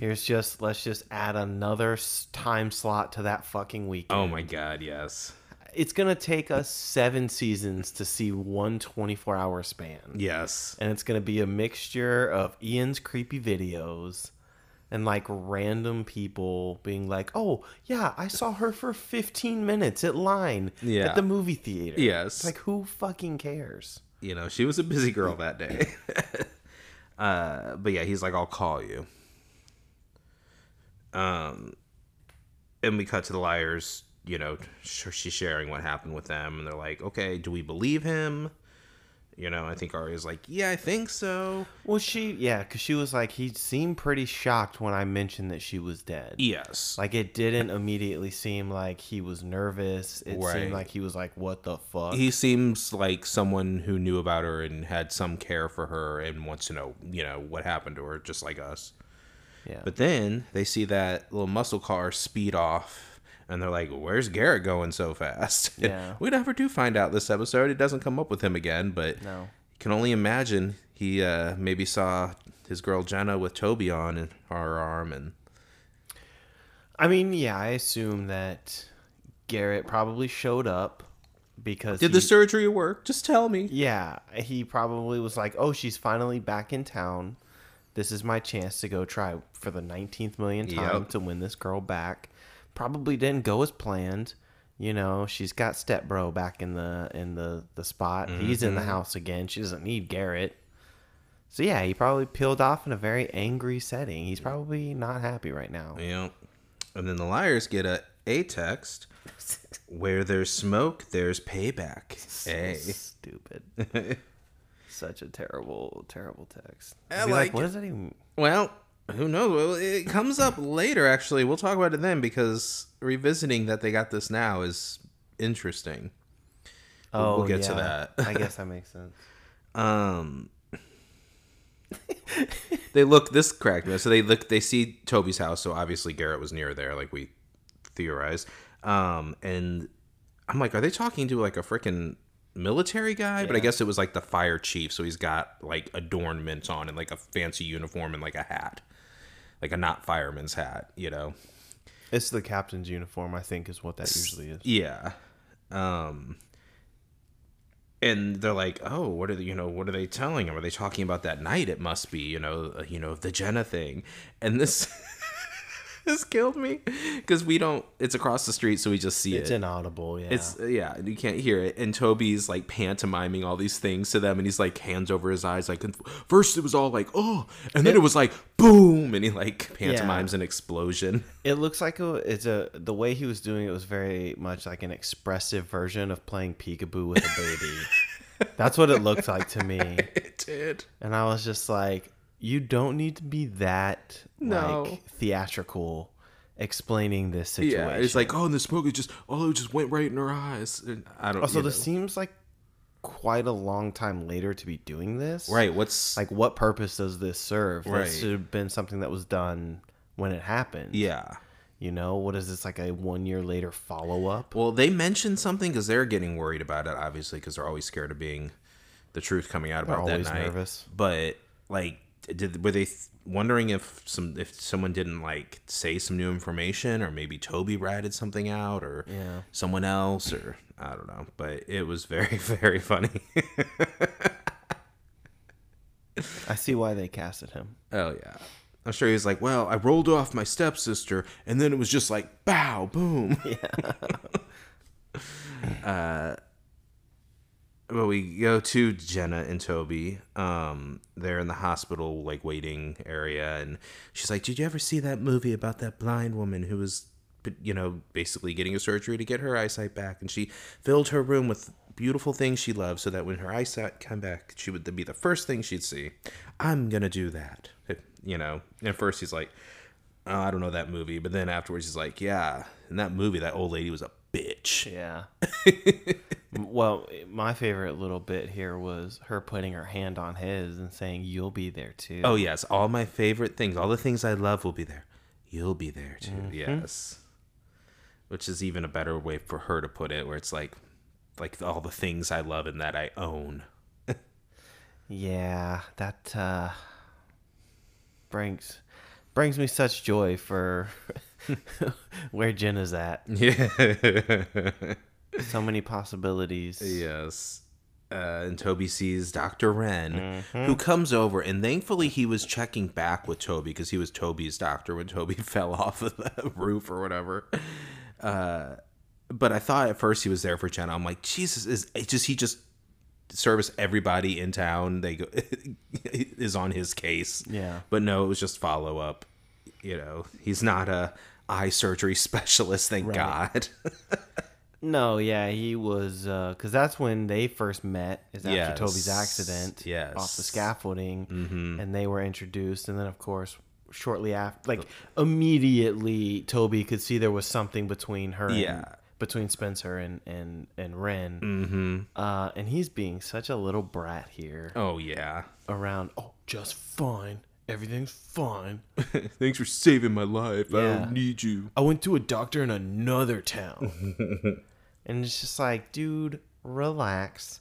[SPEAKER 2] Here's just let's just add another s- time slot to that fucking weekend.
[SPEAKER 1] Oh my God. Yes.
[SPEAKER 2] It's gonna take us seven seasons to see one 24 hour span,
[SPEAKER 1] Yes.
[SPEAKER 2] and it's gonna be a mixture of Ian's creepy videos. And like random people being like, "Oh yeah, I saw her for 15 minutes at line
[SPEAKER 1] Yeah.
[SPEAKER 2] at the movie theater."
[SPEAKER 1] Yes.
[SPEAKER 2] it's like who fucking cares?
[SPEAKER 1] you know she was a busy girl that day uh but yeah he's like i'll call you um and we cut to the liars you know sh- she's sharing what happened with them and they're like okay do we believe him you know i think Arya's like yeah i think so
[SPEAKER 2] Well, she yeah, because she was like he seemed pretty shocked when I mentioned that she was dead.
[SPEAKER 1] E yes
[SPEAKER 2] Like it didn't immediately seem like he was nervous. It
[SPEAKER 1] Right. E
[SPEAKER 2] seemed like he was like, "What the fuck?"
[SPEAKER 1] he seems like someone who knew about her and had some care for her and wants to know you know what happened to her just like us
[SPEAKER 2] yeah,
[SPEAKER 1] But then they see that little muscle car speed off, and they're like, "Where's Garrett going so fast?"
[SPEAKER 2] Yeah.
[SPEAKER 1] we never do find out this episode. It doesn't come up with him again, but
[SPEAKER 2] No.
[SPEAKER 1] you can only imagine he uh, maybe saw his girl Jenna with Toby on in her arm, and
[SPEAKER 2] I mean, yeah, I assume that Garrett probably showed up because
[SPEAKER 1] did
[SPEAKER 2] he,
[SPEAKER 1] the surgery work? Just tell me.
[SPEAKER 2] Yeah, he probably was like, "Oh, she's finally back in town. This is my chance to go try for the 19th million time
[SPEAKER 1] Yep.
[SPEAKER 2] to win this girl back." Probably didn't go as planned. You know, she's got stepbro back in the in the the spot. He's
[SPEAKER 1] Mm-hmm.
[SPEAKER 2] in the house again. She doesn't need Garrett. So yeah, he probably peeled off in a very angry setting. He's probably not happy right now.
[SPEAKER 1] Yeah, and then the liars get a a text. Where there's smoke, there's payback. Hey,
[SPEAKER 2] Stupid. Such a terrible, terrible text.
[SPEAKER 1] I
[SPEAKER 2] Be
[SPEAKER 1] like
[SPEAKER 2] what
[SPEAKER 1] it.
[SPEAKER 2] does that even?
[SPEAKER 1] Well, who knows? Well, it comes up later. Actually, we'll talk about it then because revisiting that they got this now is interesting. We'll- we'll get to that.
[SPEAKER 2] Oh, I guess that makes sense.
[SPEAKER 1] Um, they look this cracked me. up. So they look. They see Toby's house. So obviously Garrett was near there, like we theorized. Um, and I'm like, are they talking to like a freaking military guy? But I guess it was like the fire chief. So he's got like adornments on and like a fancy uniform and like a hat, like a not fireman's hat, you know.
[SPEAKER 2] It's the captain's uniform, I think, is what that usually is.
[SPEAKER 1] Yeah. Um and they're like, "Oh, what are the, you know, what are they telling him? Are they talking about that night? It must be, you know, uh, you know, the Jenna thing." And this has killed me because we don't. It's across the street, so we just see
[SPEAKER 2] It's
[SPEAKER 1] it.
[SPEAKER 2] inaudible, yeah.
[SPEAKER 1] It's uh, yeah, you can't hear it. And Toby's like pantomiming all these things to them, and he's like hands over his eyes. Like and first, it was all like oh, and then it was like boom, and he like pantomimes an explosion.
[SPEAKER 2] it looks like a, it's a the way he was doing it was very much like an expressive version of playing peekaboo with a baby. That's what it looked like to me.
[SPEAKER 1] It did.
[SPEAKER 2] And I was just like, you don't need to be that
[SPEAKER 1] No.
[SPEAKER 2] like theatrical explaining this situation.
[SPEAKER 1] Yeah, it's like oh, and the smoke it just oh, it just went right in her eyes. And I don't.
[SPEAKER 2] also
[SPEAKER 1] you know.
[SPEAKER 2] this seems like quite a long time later to be doing this.
[SPEAKER 1] right. What's like
[SPEAKER 2] Like what purpose does this serve?
[SPEAKER 1] Right.
[SPEAKER 2] This should have been something that was done when it happened.
[SPEAKER 1] yeah.
[SPEAKER 2] You know, what is this like a one year later follow up?
[SPEAKER 1] Well, they mentioned something because they're getting worried about it, obviously, because they're always scared of being the truth coming out about that
[SPEAKER 2] always
[SPEAKER 1] night.
[SPEAKER 2] nervous.
[SPEAKER 1] But like, did were they th- wondering if some if someone didn't like say some new information, or maybe Toby ratted something out, or
[SPEAKER 2] Yeah.
[SPEAKER 1] someone else, or I don't know. But it was very very funny.
[SPEAKER 2] I see why they casted him.
[SPEAKER 1] oh yeah. I'm sure he was like, well, I rolled off my stepsister, and then it was just like, bow, boom. But we go to Jenna and Toby. Um, they're in the hospital, like waiting area, and she's like, "Did you ever see that movie about that blind woman who was, b- you know, basically getting a surgery to get her eyesight back?" And she filled her room with beautiful things she loved, so that when her eyesight come back, she would be the first thing she'd see. I'm gonna do that, eh, you know. And at first, he's like, oh, "I don't know that movie," but then afterwards, he's like, "Yeah, in that movie, that old lady was a bitch."
[SPEAKER 2] Yeah. well, my favorite little bit here was her putting her hand on his and saying, You'll be there too.
[SPEAKER 1] Oh yes, all my favorite things, all the things I love will be there. You'll be there too. Yes. Which is even a better way for her to put it where it's like like all the things I love and that I own.
[SPEAKER 2] Yeah, that uh, brings brings me such joy for where Jen is at.
[SPEAKER 1] Yeah.
[SPEAKER 2] So many possibilities.
[SPEAKER 1] yes. Uh, and Toby sees Dr. Wren, who comes over, and thankfully he was checking back with Toby because he was Toby's doctor when Toby fell off of the roof or whatever. Uh, but I thought at first he was there for Jenna. I'm like, Jesus, is it just he just service everybody in town? They go is on his case.
[SPEAKER 2] Yeah.
[SPEAKER 1] But no, it was just follow up. You know, he's not a eye surgery specialist. Thank God.
[SPEAKER 2] No, yeah, he was because that's when they first met. Is after
[SPEAKER 1] Yes,
[SPEAKER 2] Toby's accident. Off the
[SPEAKER 1] yes. Mm-hmm.
[SPEAKER 2] scaffolding, and they were introduced, and then of course. Shortly after, like immediately, Toby could see there was something between her, and,
[SPEAKER 1] Yeah.
[SPEAKER 2] between Spencer and and and Ren, mm-hmm. uh, and he's being such a little brat here.
[SPEAKER 1] oh yeah.
[SPEAKER 2] around. Oh, just fine. Everything's fine.
[SPEAKER 1] Thanks for saving my life. I
[SPEAKER 2] Yeah.
[SPEAKER 1] don't need you.
[SPEAKER 2] I went to a doctor in another town. and it's just like, dude, relax.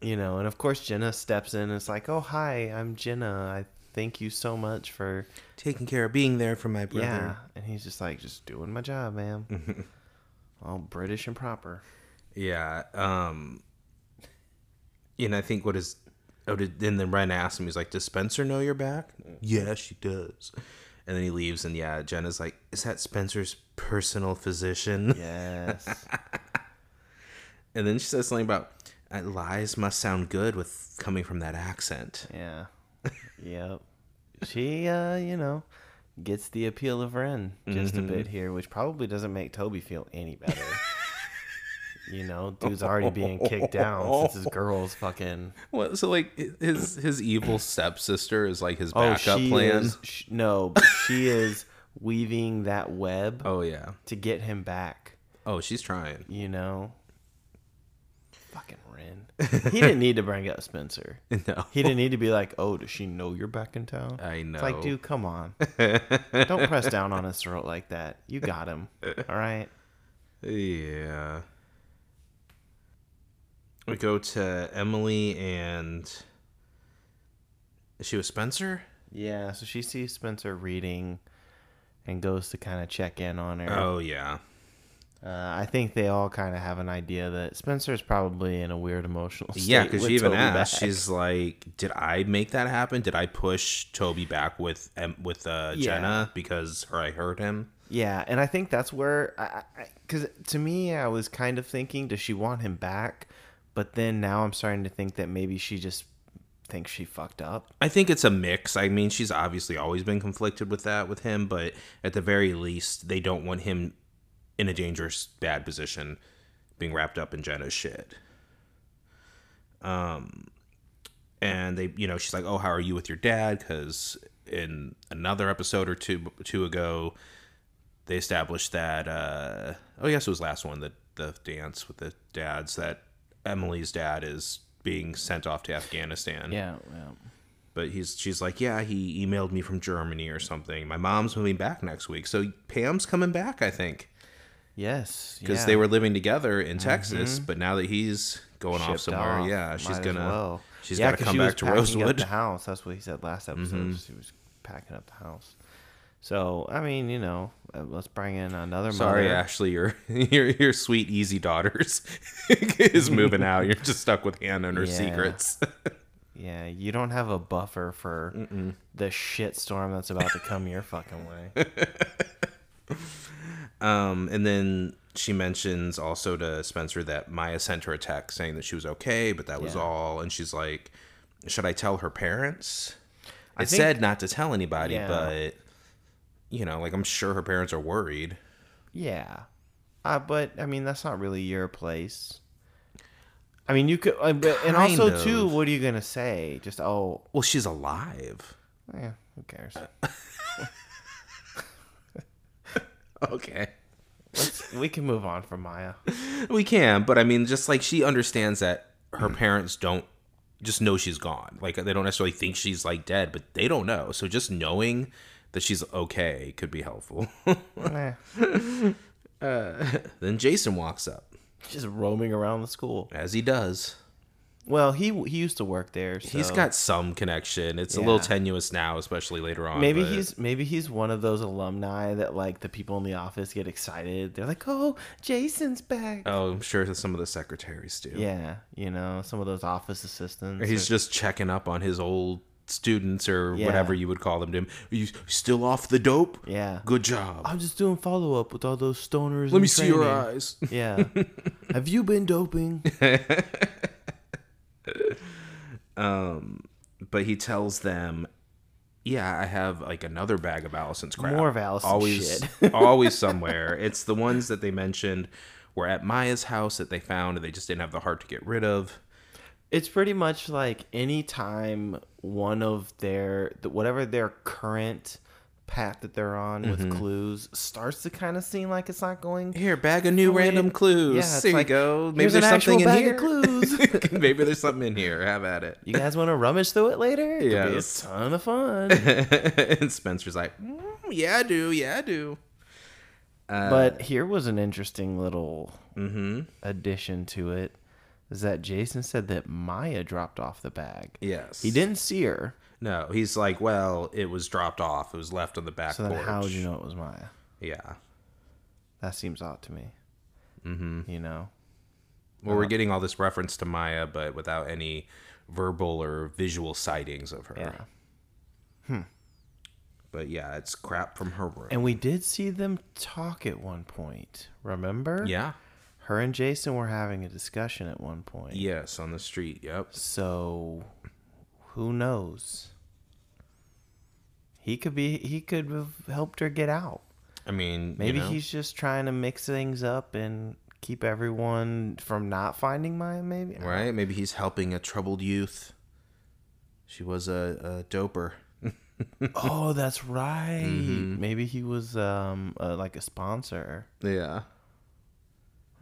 [SPEAKER 2] You know, and of course Jenna steps in and it's like, "Oh, hi, I'm Jenna. I thank you so much for
[SPEAKER 1] Taking care of being there for my brother.
[SPEAKER 2] yeah." And he's just like, "Just doing my job, ma'am." All British and proper.
[SPEAKER 1] Yeah. Um and I think what is oh did and then Ren asked him, he's like, Does Spencer know you're back? Yeah, she does. And then he leaves and yeah, Jenna's like, Is that Spencer's personal physician?
[SPEAKER 2] Yes.
[SPEAKER 1] And then she says something about "Uh, lies must sound good with coming from that accent.
[SPEAKER 2] yeah. Yep. She uh, you know, gets the appeal of Ren just a bit here, which probably doesn't make Toby feel any better. you know, dude's already being kicked down since his girl's fucking
[SPEAKER 1] Well, so like his his evil stepsister Oh, is like his backup plan.
[SPEAKER 2] is sh- no, but she is weaving that web
[SPEAKER 1] Oh yeah.
[SPEAKER 2] to get him back,
[SPEAKER 1] Oh, she's trying.
[SPEAKER 2] you know. Fucking Ren. He didn't need to bring up Spencer.
[SPEAKER 1] No.
[SPEAKER 2] He didn't need to be like, "Oh, does she know you're back in town?"
[SPEAKER 1] I know.
[SPEAKER 2] It's like, dude, come on. Don't press down on his throat like that. You got him. All right.
[SPEAKER 1] Yeah. We go to Emily and is she with Spencer?
[SPEAKER 2] Yeah, so she sees Spencer reading and goes to kind of check in on her.
[SPEAKER 1] Oh yeah.
[SPEAKER 2] Uh, I think they all kind of have an idea that Spencer's probably in a weird emotional state.
[SPEAKER 1] Yeah, because
[SPEAKER 2] with
[SPEAKER 1] she even
[SPEAKER 2] Toby
[SPEAKER 1] asked.
[SPEAKER 2] back.
[SPEAKER 1] She's like, "Did I make that happen? Did I push Toby back with um, with uh,
[SPEAKER 2] Yeah.
[SPEAKER 1] Jenna because her I hurt him?"
[SPEAKER 2] Yeah, and I think that's where, because to me, I was kind of thinking, does she want him back? But then now I'm starting to think that maybe she just thinks she fucked up.
[SPEAKER 1] I think it's a mix. I mean, she's obviously always been conflicted with that with him, but at the very least, they don't want him in a dangerous bad position, being wrapped up in Jenna's shit. Um, and they, you know, she's like, "Oh, how are you with your dad?" Because in another episode or two two ago, they established that uh oh yes it was last one the the dance with the dads that Emily's dad is being sent off to Afghanistan.
[SPEAKER 2] Yeah, yeah.
[SPEAKER 1] But he's she's like, Yeah, he emailed me from Germany or something. My mom's moving back next week. So Pam's coming back, I think.
[SPEAKER 2] Yes,
[SPEAKER 1] Because
[SPEAKER 2] yeah. Mm-hmm.
[SPEAKER 1] they were living together in Texas, but now that he's going off
[SPEAKER 2] Shipped
[SPEAKER 1] somewhere,
[SPEAKER 2] off.
[SPEAKER 1] yeah, she's
[SPEAKER 2] Might as
[SPEAKER 1] gonna
[SPEAKER 2] well.
[SPEAKER 1] she's
[SPEAKER 2] Yeah,
[SPEAKER 1] gotta
[SPEAKER 2] 'cause
[SPEAKER 1] come
[SPEAKER 2] she was
[SPEAKER 1] back to
[SPEAKER 2] packing up
[SPEAKER 1] Rosewood. Mm-hmm.
[SPEAKER 2] the house. That's what he said last episode. She was packing up the house. So I mean, you know, uh, let's bring in another.
[SPEAKER 1] Sorry,
[SPEAKER 2] mother.
[SPEAKER 1] Ashley, your your your sweet easy daughters is moving out. You're just stuck with Hannah and her
[SPEAKER 2] Yeah.
[SPEAKER 1] secrets.
[SPEAKER 2] Yeah, you don't have a buffer for the shitstorm that's about to come your fucking way.
[SPEAKER 1] Um, and then she mentions also to Spencer that Maya sent her a text saying that she was okay, but that was
[SPEAKER 2] Yeah.
[SPEAKER 1] all. And she's like, "Should I tell her parents?" I
[SPEAKER 2] think-
[SPEAKER 1] said not to tell anybody,
[SPEAKER 2] Yeah.
[SPEAKER 1] but you know, like I'm sure her parents are worried.
[SPEAKER 2] Yeah, uh, but I mean, that's not really your place. I mean, you could, uh, but, and
[SPEAKER 1] Kind
[SPEAKER 2] also too,
[SPEAKER 1] of.
[SPEAKER 2] what are you gonna say? Just oh,
[SPEAKER 1] Well, she's alive.
[SPEAKER 2] eh, who cares?
[SPEAKER 1] Okay.
[SPEAKER 2] Let's, we can move on from Maya.
[SPEAKER 1] We can, but I mean, just like she understands that
[SPEAKER 2] Mm.
[SPEAKER 1] her parents don't just know she's gone. Like they don't necessarily think she's like dead, but they don't know. So just knowing that she's okay could be helpful.
[SPEAKER 2] Eh,
[SPEAKER 1] then Jason walks up,
[SPEAKER 2] just roaming around the school.
[SPEAKER 1] as he does.
[SPEAKER 2] Well, he he used to work there. So
[SPEAKER 1] He's got some connection. It's a little
[SPEAKER 2] Yeah.
[SPEAKER 1] tenuous now, especially later on.
[SPEAKER 2] Maybe
[SPEAKER 1] but-
[SPEAKER 2] he's maybe he's one of those alumni that like the people in the office get excited. They're like, "Oh, Jason's back!"
[SPEAKER 1] Oh, I'm sure that some of the secretaries do.
[SPEAKER 2] Yeah, you know, some of those office assistants.
[SPEAKER 1] Or
[SPEAKER 2] or-
[SPEAKER 1] He's just checking up on his old students or
[SPEAKER 2] Yeah.
[SPEAKER 1] whatever you would call them. To him, are you still off the dope?
[SPEAKER 2] yeah.
[SPEAKER 1] Good job.
[SPEAKER 2] I'm just doing follow up with all those stoners.
[SPEAKER 1] Let me see your eyes.
[SPEAKER 2] Yeah. Have you been doping?
[SPEAKER 1] But he tells them, "Yeah, I have like another bag of Allison's crap.
[SPEAKER 2] More of Allison's
[SPEAKER 1] always, always somewhere. It's the ones that they mentioned were at Maya's house that they found and they just didn't have the heart to get rid of.
[SPEAKER 2] It's pretty much like any time one of their th- whatever their current path that they're on with clues starts to kind of seem like it's not going
[SPEAKER 1] Here, bag of new
[SPEAKER 2] Wait,
[SPEAKER 1] random clues.
[SPEAKER 2] yeah, it's
[SPEAKER 1] there
[SPEAKER 2] like,
[SPEAKER 1] you go. Maybe
[SPEAKER 2] here's an
[SPEAKER 1] there's something in here.
[SPEAKER 2] actual bag of
[SPEAKER 1] Maybe there's something in here. Have at it.
[SPEAKER 2] You guys want to rummage through it later? It could be a
[SPEAKER 1] Yes.
[SPEAKER 2] ton of fun.
[SPEAKER 1] and Spencer's like, mm, yeah, I do. Yeah, I do. Uh,
[SPEAKER 2] but here was an interesting little
[SPEAKER 1] mm-hmm.
[SPEAKER 2] addition to it is that Jason said that Maya dropped off the bag.
[SPEAKER 1] Yes.
[SPEAKER 2] He didn't see her.
[SPEAKER 1] No, he's like, well, it was dropped off. It was left on the back
[SPEAKER 2] So then
[SPEAKER 1] porch.
[SPEAKER 2] how would you know it was Maya?
[SPEAKER 1] Yeah.
[SPEAKER 2] That seems odd to me. Mm-hmm. You know? Uh-huh.
[SPEAKER 1] Well, we're getting all this reference to Maya, but without any verbal or visual sightings of her.
[SPEAKER 2] Yeah. Hmm.
[SPEAKER 1] But yeah, it's crap from her room.
[SPEAKER 2] And we did see them talk at one point. Remember?
[SPEAKER 1] yeah.
[SPEAKER 2] Her and Jason were having a discussion at one point.
[SPEAKER 1] Yes, on the street. Yep.
[SPEAKER 2] So who knows? He could be he could have helped her get out.
[SPEAKER 1] I mean,
[SPEAKER 2] Maybe
[SPEAKER 1] you know,
[SPEAKER 2] he's just trying to mix things up and keep everyone from not finding Maya, maybe.
[SPEAKER 1] right. Maybe he's helping a troubled youth. She was a, a doper.
[SPEAKER 2] oh, that's right. Mm-hmm. Maybe he was um uh, like a sponsor.
[SPEAKER 1] Yeah.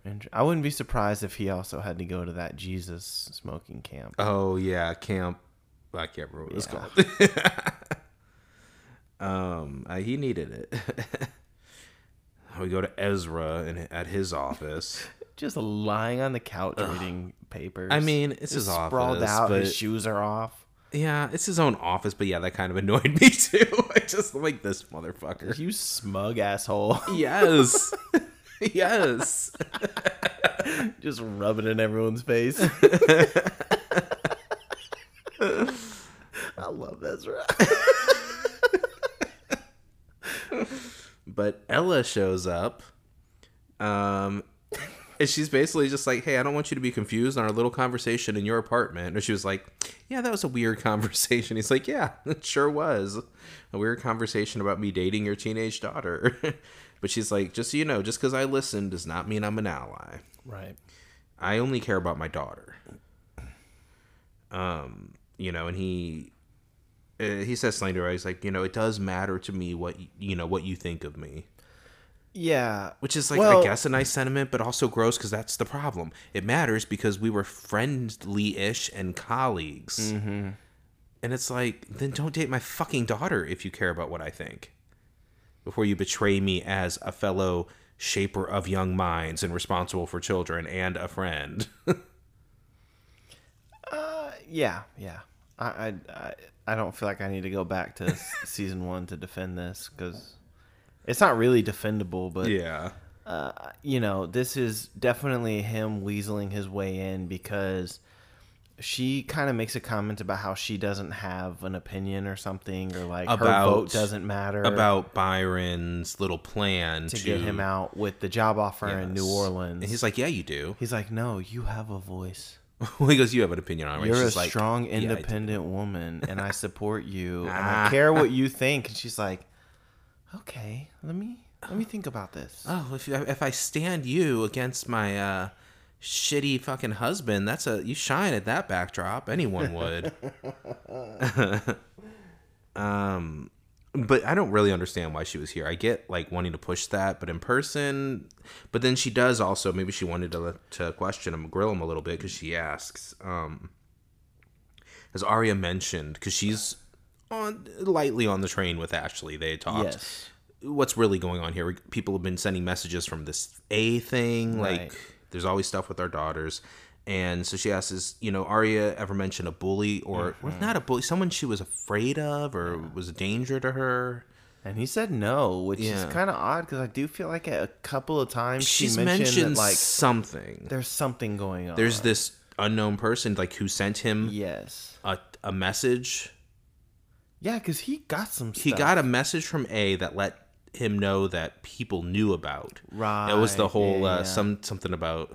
[SPEAKER 2] Inter- I wouldn't be surprised if he also had to go to that Jesus smoking camp.
[SPEAKER 1] Oh yeah, camp. I can't remember what it's
[SPEAKER 2] Yeah.
[SPEAKER 1] called. um, uh, he needed it. we go to Ezra and at his office.
[SPEAKER 2] Just lying on the couch reading papers.
[SPEAKER 1] I mean, it's his
[SPEAKER 2] Just
[SPEAKER 1] office,
[SPEAKER 2] sprawled out.
[SPEAKER 1] but
[SPEAKER 2] His shoes are off.
[SPEAKER 1] yeah, it's his own office. But yeah, that kind of annoyed me too. I just like this motherfucker.
[SPEAKER 2] You smug asshole.
[SPEAKER 1] Yes. yes.
[SPEAKER 2] Just rub it in everyone's face. I love Ezra.
[SPEAKER 1] But Ella shows up. Um and she's basically just like, "Hey, I don't want you to be confused on our little conversation in your apartment." And she was like, "Yeah, that was a weird conversation." He's like, "Yeah, it sure was. A weird conversation about me dating your teenage daughter." but she's like, "Just so you know, just cuz I listened does not mean I'm an ally.
[SPEAKER 2] Right.
[SPEAKER 1] I only care about my daughter." Um, you know, and he uh, he says something to her. He's like, "You know, it does matter to me what y- you know what you think of me."
[SPEAKER 2] Yeah.
[SPEAKER 1] Which is like, I
[SPEAKER 2] Well-
[SPEAKER 1] guess, a nice sentiment, but also gross because that's the problem. It matters because we were friendly ish and colleagues.
[SPEAKER 2] Mm-hmm.
[SPEAKER 1] And it's like, then don't date my fucking daughter if you care about what I think before you betray me as a fellow shaper of young minds and responsible for children and a friend.
[SPEAKER 2] Uh, yeah. Yeah. I, I I I don't feel like I need to go back to s- season one to defend this because it's not really defendable. But
[SPEAKER 1] yeah.
[SPEAKER 2] uh, you know, this is definitely him weaseling his way in because she kind of makes a comment about how she doesn't have an opinion or something, or like
[SPEAKER 1] About-
[SPEAKER 2] her vote doesn't matter
[SPEAKER 1] About Byron's little plan to,
[SPEAKER 2] to get him out with the job offer in New
[SPEAKER 1] Yes.
[SPEAKER 2] Orleans.
[SPEAKER 1] And he's like, Yeah, you do.
[SPEAKER 2] he's like, no, you have a voice.
[SPEAKER 1] well, he goes, You have an opinion on it. right?"
[SPEAKER 2] You're a
[SPEAKER 1] She's like,
[SPEAKER 2] strong,
[SPEAKER 1] I do."
[SPEAKER 2] independent woman, and I support you, and
[SPEAKER 1] Ah.
[SPEAKER 2] I care what you think. And she's like, okay, let me let me think about this.
[SPEAKER 1] oh if, if i stand you against my uh shitty fucking husband that's a you shine at that backdrop anyone would um but i don't really understand why she was here i get like wanting to push that but in person but then she does also maybe she wanted to to question him grill him a little bit because she asks um as aria mentioned because she's on lightly on the train with ashley they had talked
[SPEAKER 2] Yes.
[SPEAKER 1] what's really going on here. People have been sending messages from this A thing. Like,
[SPEAKER 2] Right.
[SPEAKER 1] there's always stuff with our daughters. And so she asks, is, you know, Arya ever mentioned a bully or well,
[SPEAKER 2] Mm-hmm.
[SPEAKER 1] not a bully, someone she was afraid of or was a danger to her?
[SPEAKER 2] And he said no, which is
[SPEAKER 1] Yeah.
[SPEAKER 2] kind of odd because I do feel like a couple of times she
[SPEAKER 1] She's
[SPEAKER 2] mentioned,
[SPEAKER 1] mentioned
[SPEAKER 2] that, like
[SPEAKER 1] something.
[SPEAKER 2] there's something going on.
[SPEAKER 1] There's this unknown person, like, who sent him
[SPEAKER 2] yes,
[SPEAKER 1] a, a message.
[SPEAKER 2] yeah, because he got some. Stuff.
[SPEAKER 1] He got a message from A that let him know that people knew about.
[SPEAKER 2] right.
[SPEAKER 1] It was the whole
[SPEAKER 2] yeah,
[SPEAKER 1] uh,
[SPEAKER 2] yeah.
[SPEAKER 1] some something about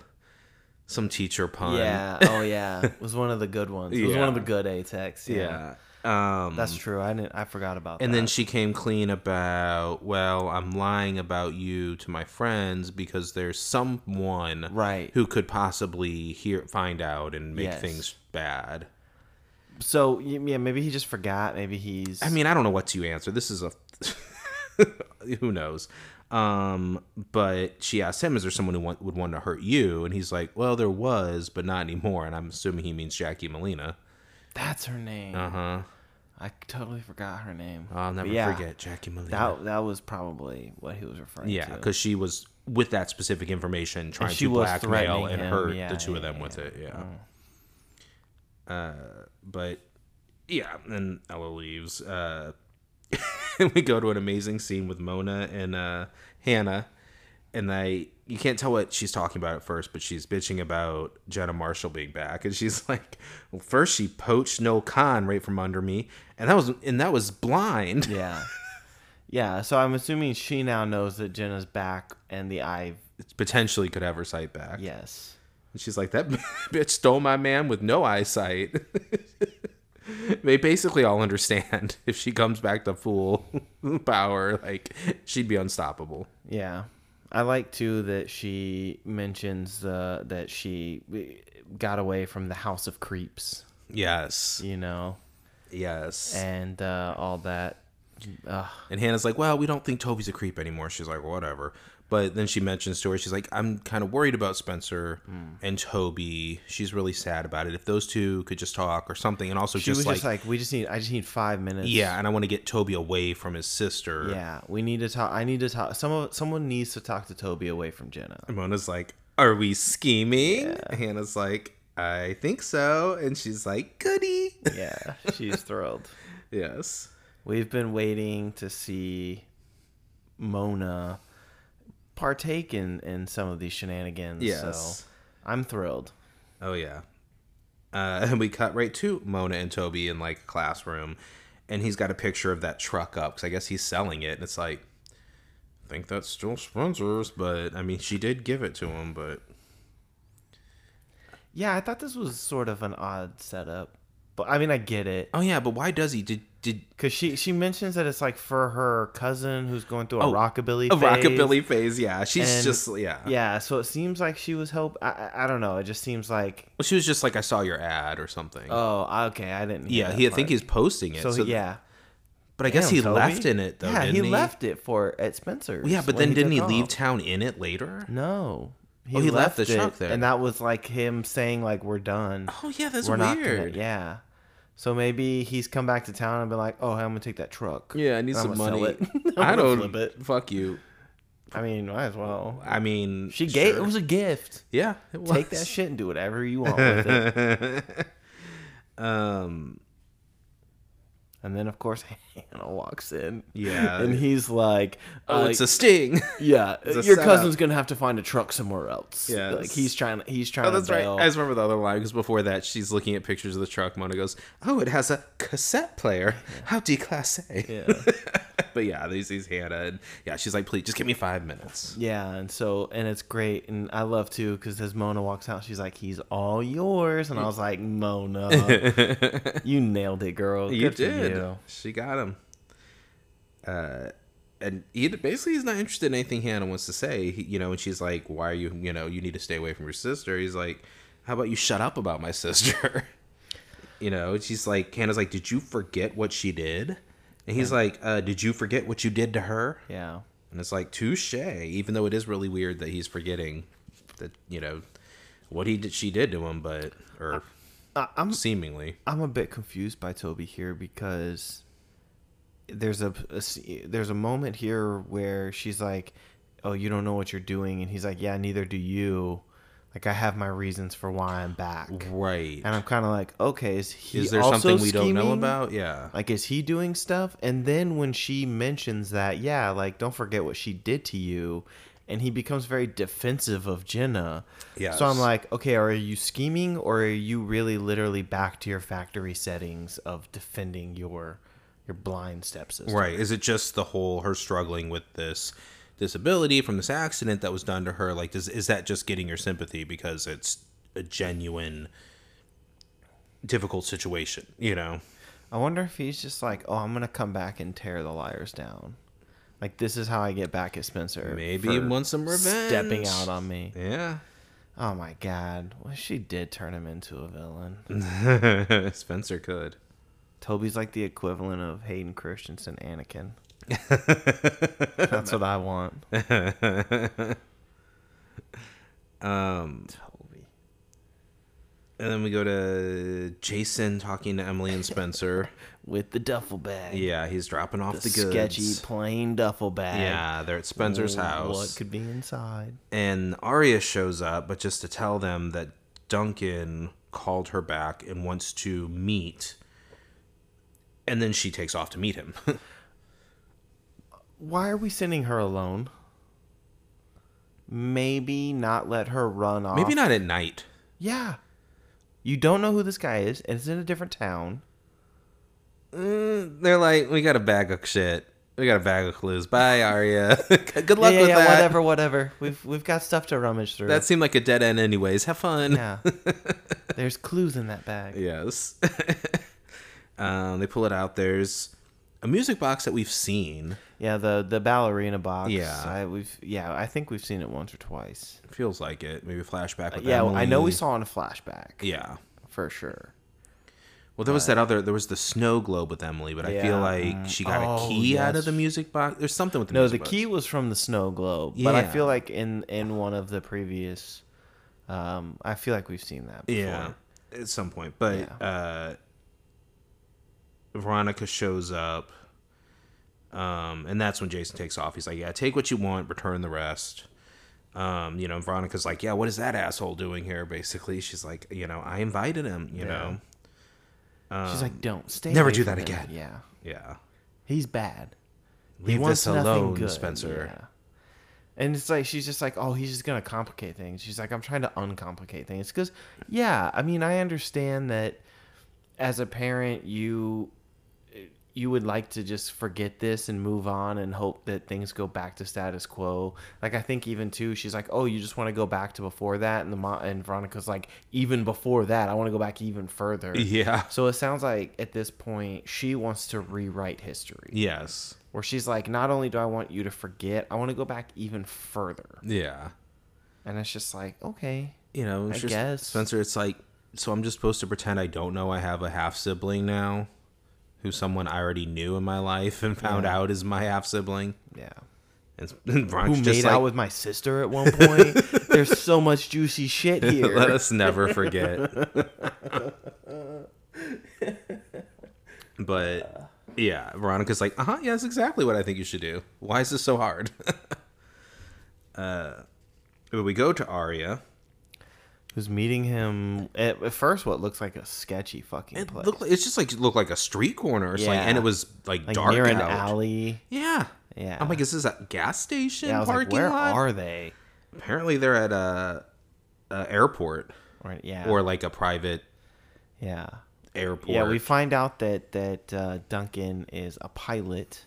[SPEAKER 1] some teacher pun.
[SPEAKER 2] Yeah. Oh yeah. It was one of the good ones. It was
[SPEAKER 1] Yeah.
[SPEAKER 2] one of the good A texts. Yeah.
[SPEAKER 1] Yeah. Um,
[SPEAKER 2] That's true. I didn't. I forgot about
[SPEAKER 1] and
[SPEAKER 2] that.
[SPEAKER 1] then she came clean about, well, I'm lying about you to my friends because there's someone
[SPEAKER 2] Right.
[SPEAKER 1] who could possibly hear, find out, and make
[SPEAKER 2] Yes.
[SPEAKER 1] things bad.
[SPEAKER 2] So y- yeah, maybe he just forgot. Maybe he's.
[SPEAKER 1] I mean, I don't know what to answer. This is a who knows. Um, but she asked him, "Is there someone who want, would want to hurt you?" And he's like, "Well, there was, but not anymore." And I'm assuming he means Jackie Molina.
[SPEAKER 2] that's her name.
[SPEAKER 1] Uh huh.
[SPEAKER 2] I totally forgot her name.
[SPEAKER 1] I'll
[SPEAKER 2] But
[SPEAKER 1] never
[SPEAKER 2] yeah,
[SPEAKER 1] forget Jackie Molina.
[SPEAKER 2] That that was probably what he was referring
[SPEAKER 1] Yeah,
[SPEAKER 2] to.
[SPEAKER 1] because she was with that specific information trying
[SPEAKER 2] she
[SPEAKER 1] to
[SPEAKER 2] was
[SPEAKER 1] blackmail
[SPEAKER 2] threatening
[SPEAKER 1] and
[SPEAKER 2] him,
[SPEAKER 1] hurt
[SPEAKER 2] yeah,
[SPEAKER 1] the two of
[SPEAKER 2] yeah, Mm.
[SPEAKER 1] them with it. Yeah. Uh, but yeah, and Ella leaves. Uh, and we go to an amazing scene with Mona and uh, Hannah, and they you can't tell what she's talking about at first, but she's bitching about Jenna Marshall being back, and she's like, well, first she poached Noel Khan right from under me, and that was and that was blind.
[SPEAKER 2] Yeah. Yeah, so I'm assuming she now knows that Jenna's back and the eye.
[SPEAKER 1] Potentially could have her sight back.
[SPEAKER 2] Yes.
[SPEAKER 1] And she's like, that bitch stole my man with no eyesight. they basically all understand if she comes back to full power, like she'd be unstoppable.
[SPEAKER 2] Yeah. I like too that she mentions uh, that she eh, got away from the House of Creeps,
[SPEAKER 1] Yes.
[SPEAKER 2] you know,
[SPEAKER 1] Yes. And,
[SPEAKER 2] and uh, all that. Ugh.
[SPEAKER 1] Hannah's like, well, we don't think Toby's a creep anymore. She's like, whatever. But then she mentions to her, she's like, I'm kind of worried about Spencer and Toby. She's really sad about it. If those two could just talk or something. And also
[SPEAKER 2] She
[SPEAKER 1] just
[SPEAKER 2] was
[SPEAKER 1] like,
[SPEAKER 2] just like, we just need, I just need five minutes.
[SPEAKER 1] yeah, and I want to get Toby away from his sister.
[SPEAKER 2] Yeah, we need to talk. I need to talk. Someone, someone needs to talk to Toby away from Jenna.
[SPEAKER 1] And Mona's like, Are we scheming? Hannah's like, I think so. And she's like, Goody.
[SPEAKER 2] Yeah, she's thrilled.
[SPEAKER 1] yes.
[SPEAKER 2] We've been waiting to see Mona partake in in some of these shenanigans.
[SPEAKER 1] Yes.
[SPEAKER 2] So I'm thrilled.
[SPEAKER 1] Oh yeah. Uh, and we cut right to Mona and Toby in like a classroom, and he's got a picture of that truck up because I guess he's selling it, and it's like, I think that's still Spencer's, but I mean she did give it to him, but
[SPEAKER 2] Yeah, I thought this was sort of an odd setup, but I mean, I get it
[SPEAKER 1] oh yeah, but why does he did did
[SPEAKER 2] because she she mentions that it's like for her cousin who's going through a
[SPEAKER 1] Oh,
[SPEAKER 2] rockabilly
[SPEAKER 1] a
[SPEAKER 2] phase.
[SPEAKER 1] rockabilly phase? Yeah, she's
[SPEAKER 2] And-
[SPEAKER 1] just yeah.
[SPEAKER 2] Yeah, so it seems like she was help. I, I I don't know. It just seems like
[SPEAKER 1] Well, she was just like I saw your ad or something.
[SPEAKER 2] oh okay, I didn't. Hear
[SPEAKER 1] yeah,
[SPEAKER 2] that
[SPEAKER 1] he I
[SPEAKER 2] part.
[SPEAKER 1] think he's posting it.
[SPEAKER 2] so,
[SPEAKER 1] So,
[SPEAKER 2] yeah.
[SPEAKER 1] but I guess
[SPEAKER 2] Damn,
[SPEAKER 1] he
[SPEAKER 2] Toby.
[SPEAKER 1] left in it though.
[SPEAKER 2] yeah,
[SPEAKER 1] didn't
[SPEAKER 2] he left it for at Spencer's.
[SPEAKER 1] Yeah, but
[SPEAKER 2] when
[SPEAKER 1] then didn't he
[SPEAKER 2] took
[SPEAKER 1] leave
[SPEAKER 2] off.
[SPEAKER 1] town in it later?
[SPEAKER 2] no,
[SPEAKER 1] Oh, he left the truck there.
[SPEAKER 2] and that was like him saying like we're done.
[SPEAKER 1] Oh yeah, that's
[SPEAKER 2] we're not gonna-"
[SPEAKER 1] weird.
[SPEAKER 2] yeah. So maybe he's come back to town and been like, "Oh, hey, I'm gonna take that truck."
[SPEAKER 1] Yeah, I need
[SPEAKER 2] I'm
[SPEAKER 1] some
[SPEAKER 2] gonna sell
[SPEAKER 1] money.
[SPEAKER 2] it. I'm
[SPEAKER 1] I
[SPEAKER 2] gonna
[SPEAKER 1] don't.
[SPEAKER 2] flip it.
[SPEAKER 1] Fuck you.
[SPEAKER 2] I mean, might as well.
[SPEAKER 1] I mean,
[SPEAKER 2] She gave
[SPEAKER 1] sure.
[SPEAKER 2] it was a gift.
[SPEAKER 1] Yeah, it was.
[SPEAKER 2] Take that shit and do whatever you want with it.
[SPEAKER 1] um.
[SPEAKER 2] And then of course Hannah walks in.
[SPEAKER 1] Yeah.
[SPEAKER 2] And he's like,
[SPEAKER 1] Oh,
[SPEAKER 2] uh,
[SPEAKER 1] it's a sting.
[SPEAKER 2] yeah,
[SPEAKER 1] a
[SPEAKER 2] your
[SPEAKER 1] setup."
[SPEAKER 2] cousin's gonna have to find a truck somewhere else.
[SPEAKER 1] Yes.
[SPEAKER 2] like he's trying. He's trying.
[SPEAKER 1] oh, that's
[SPEAKER 2] to
[SPEAKER 1] right.
[SPEAKER 2] bail.
[SPEAKER 1] I just remember the other line because before that, she's looking at pictures of the truck. Mona goes, "Oh, it has a cassette player. How déclassé." Yeah. but yeah, they sees Hannah, and yeah, she's like, "Please, just give me five minutes."
[SPEAKER 2] Yeah, and so and it's great, and I love too because as Mona walks out, she's like, "He's all yours," and I was like, "Mona, you nailed it, girl.
[SPEAKER 1] you
[SPEAKER 2] Good for
[SPEAKER 1] did.
[SPEAKER 2] you."
[SPEAKER 1] She got him. Uh, and he basically is not interested in anything Hannah wants to say. He, you know, and she's like, "Why are you? You know, you need to stay away from your sister." He's like, "How about you shut up about my sister?" you know, and she's like, Hannah's like, "Did you forget what she did?" And he's like, uh, "Did you forget what you did to her?"
[SPEAKER 2] Yeah,
[SPEAKER 1] And it's like, "Touche." Even though it is really weird that he's forgetting that you know what he did, she did to him, but or
[SPEAKER 2] I, I'm
[SPEAKER 1] seemingly.
[SPEAKER 2] I'm a bit confused by Toby here because there's a, a s- there's a moment here where she's like, "Oh, you don't know what you're doing," and he's like, "Yeah, neither do you." Like I have my reasons for why I'm back,
[SPEAKER 1] Right.
[SPEAKER 2] and I'm kind of like, "Okay, is he
[SPEAKER 1] is there
[SPEAKER 2] also
[SPEAKER 1] something we don't know
[SPEAKER 2] scheming?
[SPEAKER 1] about yeah
[SPEAKER 2] Like, is he doing stuff? And then when she mentions that, yeah, like, don't forget what she did to you. And he becomes very defensive of Jenna.
[SPEAKER 1] Yes.
[SPEAKER 2] So I'm like, okay, are you scheming or are you really literally back to your factory settings of defending your your blind stepsister?
[SPEAKER 1] right is it just the whole her struggling with this disability from this accident that was done to her like does is that just getting your sympathy because it's a genuine difficult situation you know
[SPEAKER 2] I wonder if he's just like, oh, I'm gonna come back and tear the liars down. Like this is how I get back at Spencer.
[SPEAKER 1] Maybe he
[SPEAKER 2] for
[SPEAKER 1] wants some revenge.
[SPEAKER 2] Stepping out on me.
[SPEAKER 1] yeah
[SPEAKER 2] Oh my god. Well, she did turn him into a villain.
[SPEAKER 1] spencer could
[SPEAKER 2] Toby's like the equivalent of Hayden Christensen Anakin. That's what I want.
[SPEAKER 1] um
[SPEAKER 2] Toby.
[SPEAKER 1] and then we go to jason talking to emily and spencer
[SPEAKER 2] With the duffel bag.
[SPEAKER 1] yeah he's dropping off the,
[SPEAKER 2] The,
[SPEAKER 1] goods
[SPEAKER 2] sketchy plain duffel bag.
[SPEAKER 1] yeah they're at spencer's
[SPEAKER 2] Ooh,
[SPEAKER 1] house
[SPEAKER 2] What could be inside?
[SPEAKER 1] and Arya shows up, but just to tell them that Duncan called her back and wants to meet, and then she takes off to meet him.
[SPEAKER 2] Why are we sending her alone? Maybe not let her run off.
[SPEAKER 1] Maybe not at night.
[SPEAKER 2] Yeah. You don't know who this guy is, and it's in a different town.
[SPEAKER 1] Mm, they're like, we got a bag of shit. We got a bag of clues. Bye, Arya. Good luck
[SPEAKER 2] yeah,
[SPEAKER 1] with
[SPEAKER 2] yeah,
[SPEAKER 1] that.
[SPEAKER 2] whatever, whatever. We've we've got stuff to rummage through.
[SPEAKER 1] That seemed like a dead end, anyways. Have fun.
[SPEAKER 2] yeah. There's clues in that bag.
[SPEAKER 1] Yes. um, they pull it out. There's a music box that we've seen.
[SPEAKER 2] Yeah, the the ballerina box.
[SPEAKER 1] Yeah.
[SPEAKER 2] I, we've yeah, I think we've seen it once or twice.
[SPEAKER 1] Feels like it. Maybe a flashback. With
[SPEAKER 2] yeah, I know we
[SPEAKER 1] Emily.
[SPEAKER 2] saw it in a flashback
[SPEAKER 1] Yeah.
[SPEAKER 2] for sure.
[SPEAKER 1] Well, there was that other. There was the snow globe with Emily, but I feel
[SPEAKER 2] Yeah.
[SPEAKER 1] like she got a
[SPEAKER 2] Oh,
[SPEAKER 1] key out of
[SPEAKER 2] yes.
[SPEAKER 1] the music box. There's something with the
[SPEAKER 2] No,
[SPEAKER 1] music
[SPEAKER 2] the
[SPEAKER 1] box.
[SPEAKER 2] key was from the snow globe, but I
[SPEAKER 1] Yeah.
[SPEAKER 2] feel like in in one of the previous, um, I feel like we've seen that. Before.
[SPEAKER 1] Yeah, at some point, but
[SPEAKER 2] Yeah.
[SPEAKER 1] uh, Veronica shows up, um, and that's when Jason takes off. He's like, "Yeah, take what you want, return the rest." Um, you know, and Veronica's like, "Yeah, what is that asshole doing here?" Basically, she's like, "You know, I invited him." You know,
[SPEAKER 2] she's like, "Don't stay."
[SPEAKER 1] um, never
[SPEAKER 2] away
[SPEAKER 1] do
[SPEAKER 2] from
[SPEAKER 1] that
[SPEAKER 2] him."
[SPEAKER 1] again.
[SPEAKER 2] Yeah,
[SPEAKER 1] yeah,
[SPEAKER 2] he's bad. He
[SPEAKER 1] leave
[SPEAKER 2] wants
[SPEAKER 1] this
[SPEAKER 2] nothing
[SPEAKER 1] alone,
[SPEAKER 2] good.
[SPEAKER 1] Spencer.
[SPEAKER 2] Yeah. And it's like she's just like, oh, he's just gonna complicate things. She's like, I'm trying to uncomplicate things because, yeah, I mean, I understand that as a parent, you you would like to just forget this and move on and hope that things go back to status quo. Like I think even too, she's like, "Oh, you just want to go back to before that," and the mo- and Veronica's like, "Even before that, I want to go back even further."
[SPEAKER 1] Yeah.
[SPEAKER 2] So it sounds like at this point she wants to rewrite history,
[SPEAKER 1] Yes.
[SPEAKER 2] where she's like, "Not only do I want you to forget, I want to go back even further."
[SPEAKER 1] Yeah.
[SPEAKER 2] And it's just like, okay,
[SPEAKER 1] You know, it's
[SPEAKER 2] I
[SPEAKER 1] just-
[SPEAKER 2] guess.
[SPEAKER 1] Spencer, it's like, so I'm just supposed to pretend I don't know I have a half sibling now, who's someone I already knew in my life and found out is my half sibling.
[SPEAKER 2] yeah.
[SPEAKER 1] And, and
[SPEAKER 2] Who
[SPEAKER 1] Veronica's
[SPEAKER 2] made
[SPEAKER 1] just
[SPEAKER 2] out
[SPEAKER 1] like,
[SPEAKER 2] with my sister at one point? There's so much juicy shit here.
[SPEAKER 1] let us never forget. but yeah, Veronica's like, uh huh, yeah, that's exactly what I think you should do. Why is this so hard? uh, but we go to Arya.
[SPEAKER 2] who's meeting him at, at first what looks like a sketchy fucking
[SPEAKER 1] It
[SPEAKER 2] place.
[SPEAKER 1] looked like, it's just like looked like a street corner or something,
[SPEAKER 2] Yeah.
[SPEAKER 1] and it was like,
[SPEAKER 2] like
[SPEAKER 1] dark
[SPEAKER 2] near an
[SPEAKER 1] out.
[SPEAKER 2] alley.
[SPEAKER 1] Yeah,
[SPEAKER 2] Yeah.
[SPEAKER 1] I'm like, is this a gas station
[SPEAKER 2] Yeah, I was
[SPEAKER 1] parking
[SPEAKER 2] like, where
[SPEAKER 1] lot?
[SPEAKER 2] are they?
[SPEAKER 1] Apparently, they're at a, a airport
[SPEAKER 2] Right, yeah.
[SPEAKER 1] or like a private
[SPEAKER 2] yeah.
[SPEAKER 1] airport.
[SPEAKER 2] Yeah, we find out that that uh, Duncan is a pilot.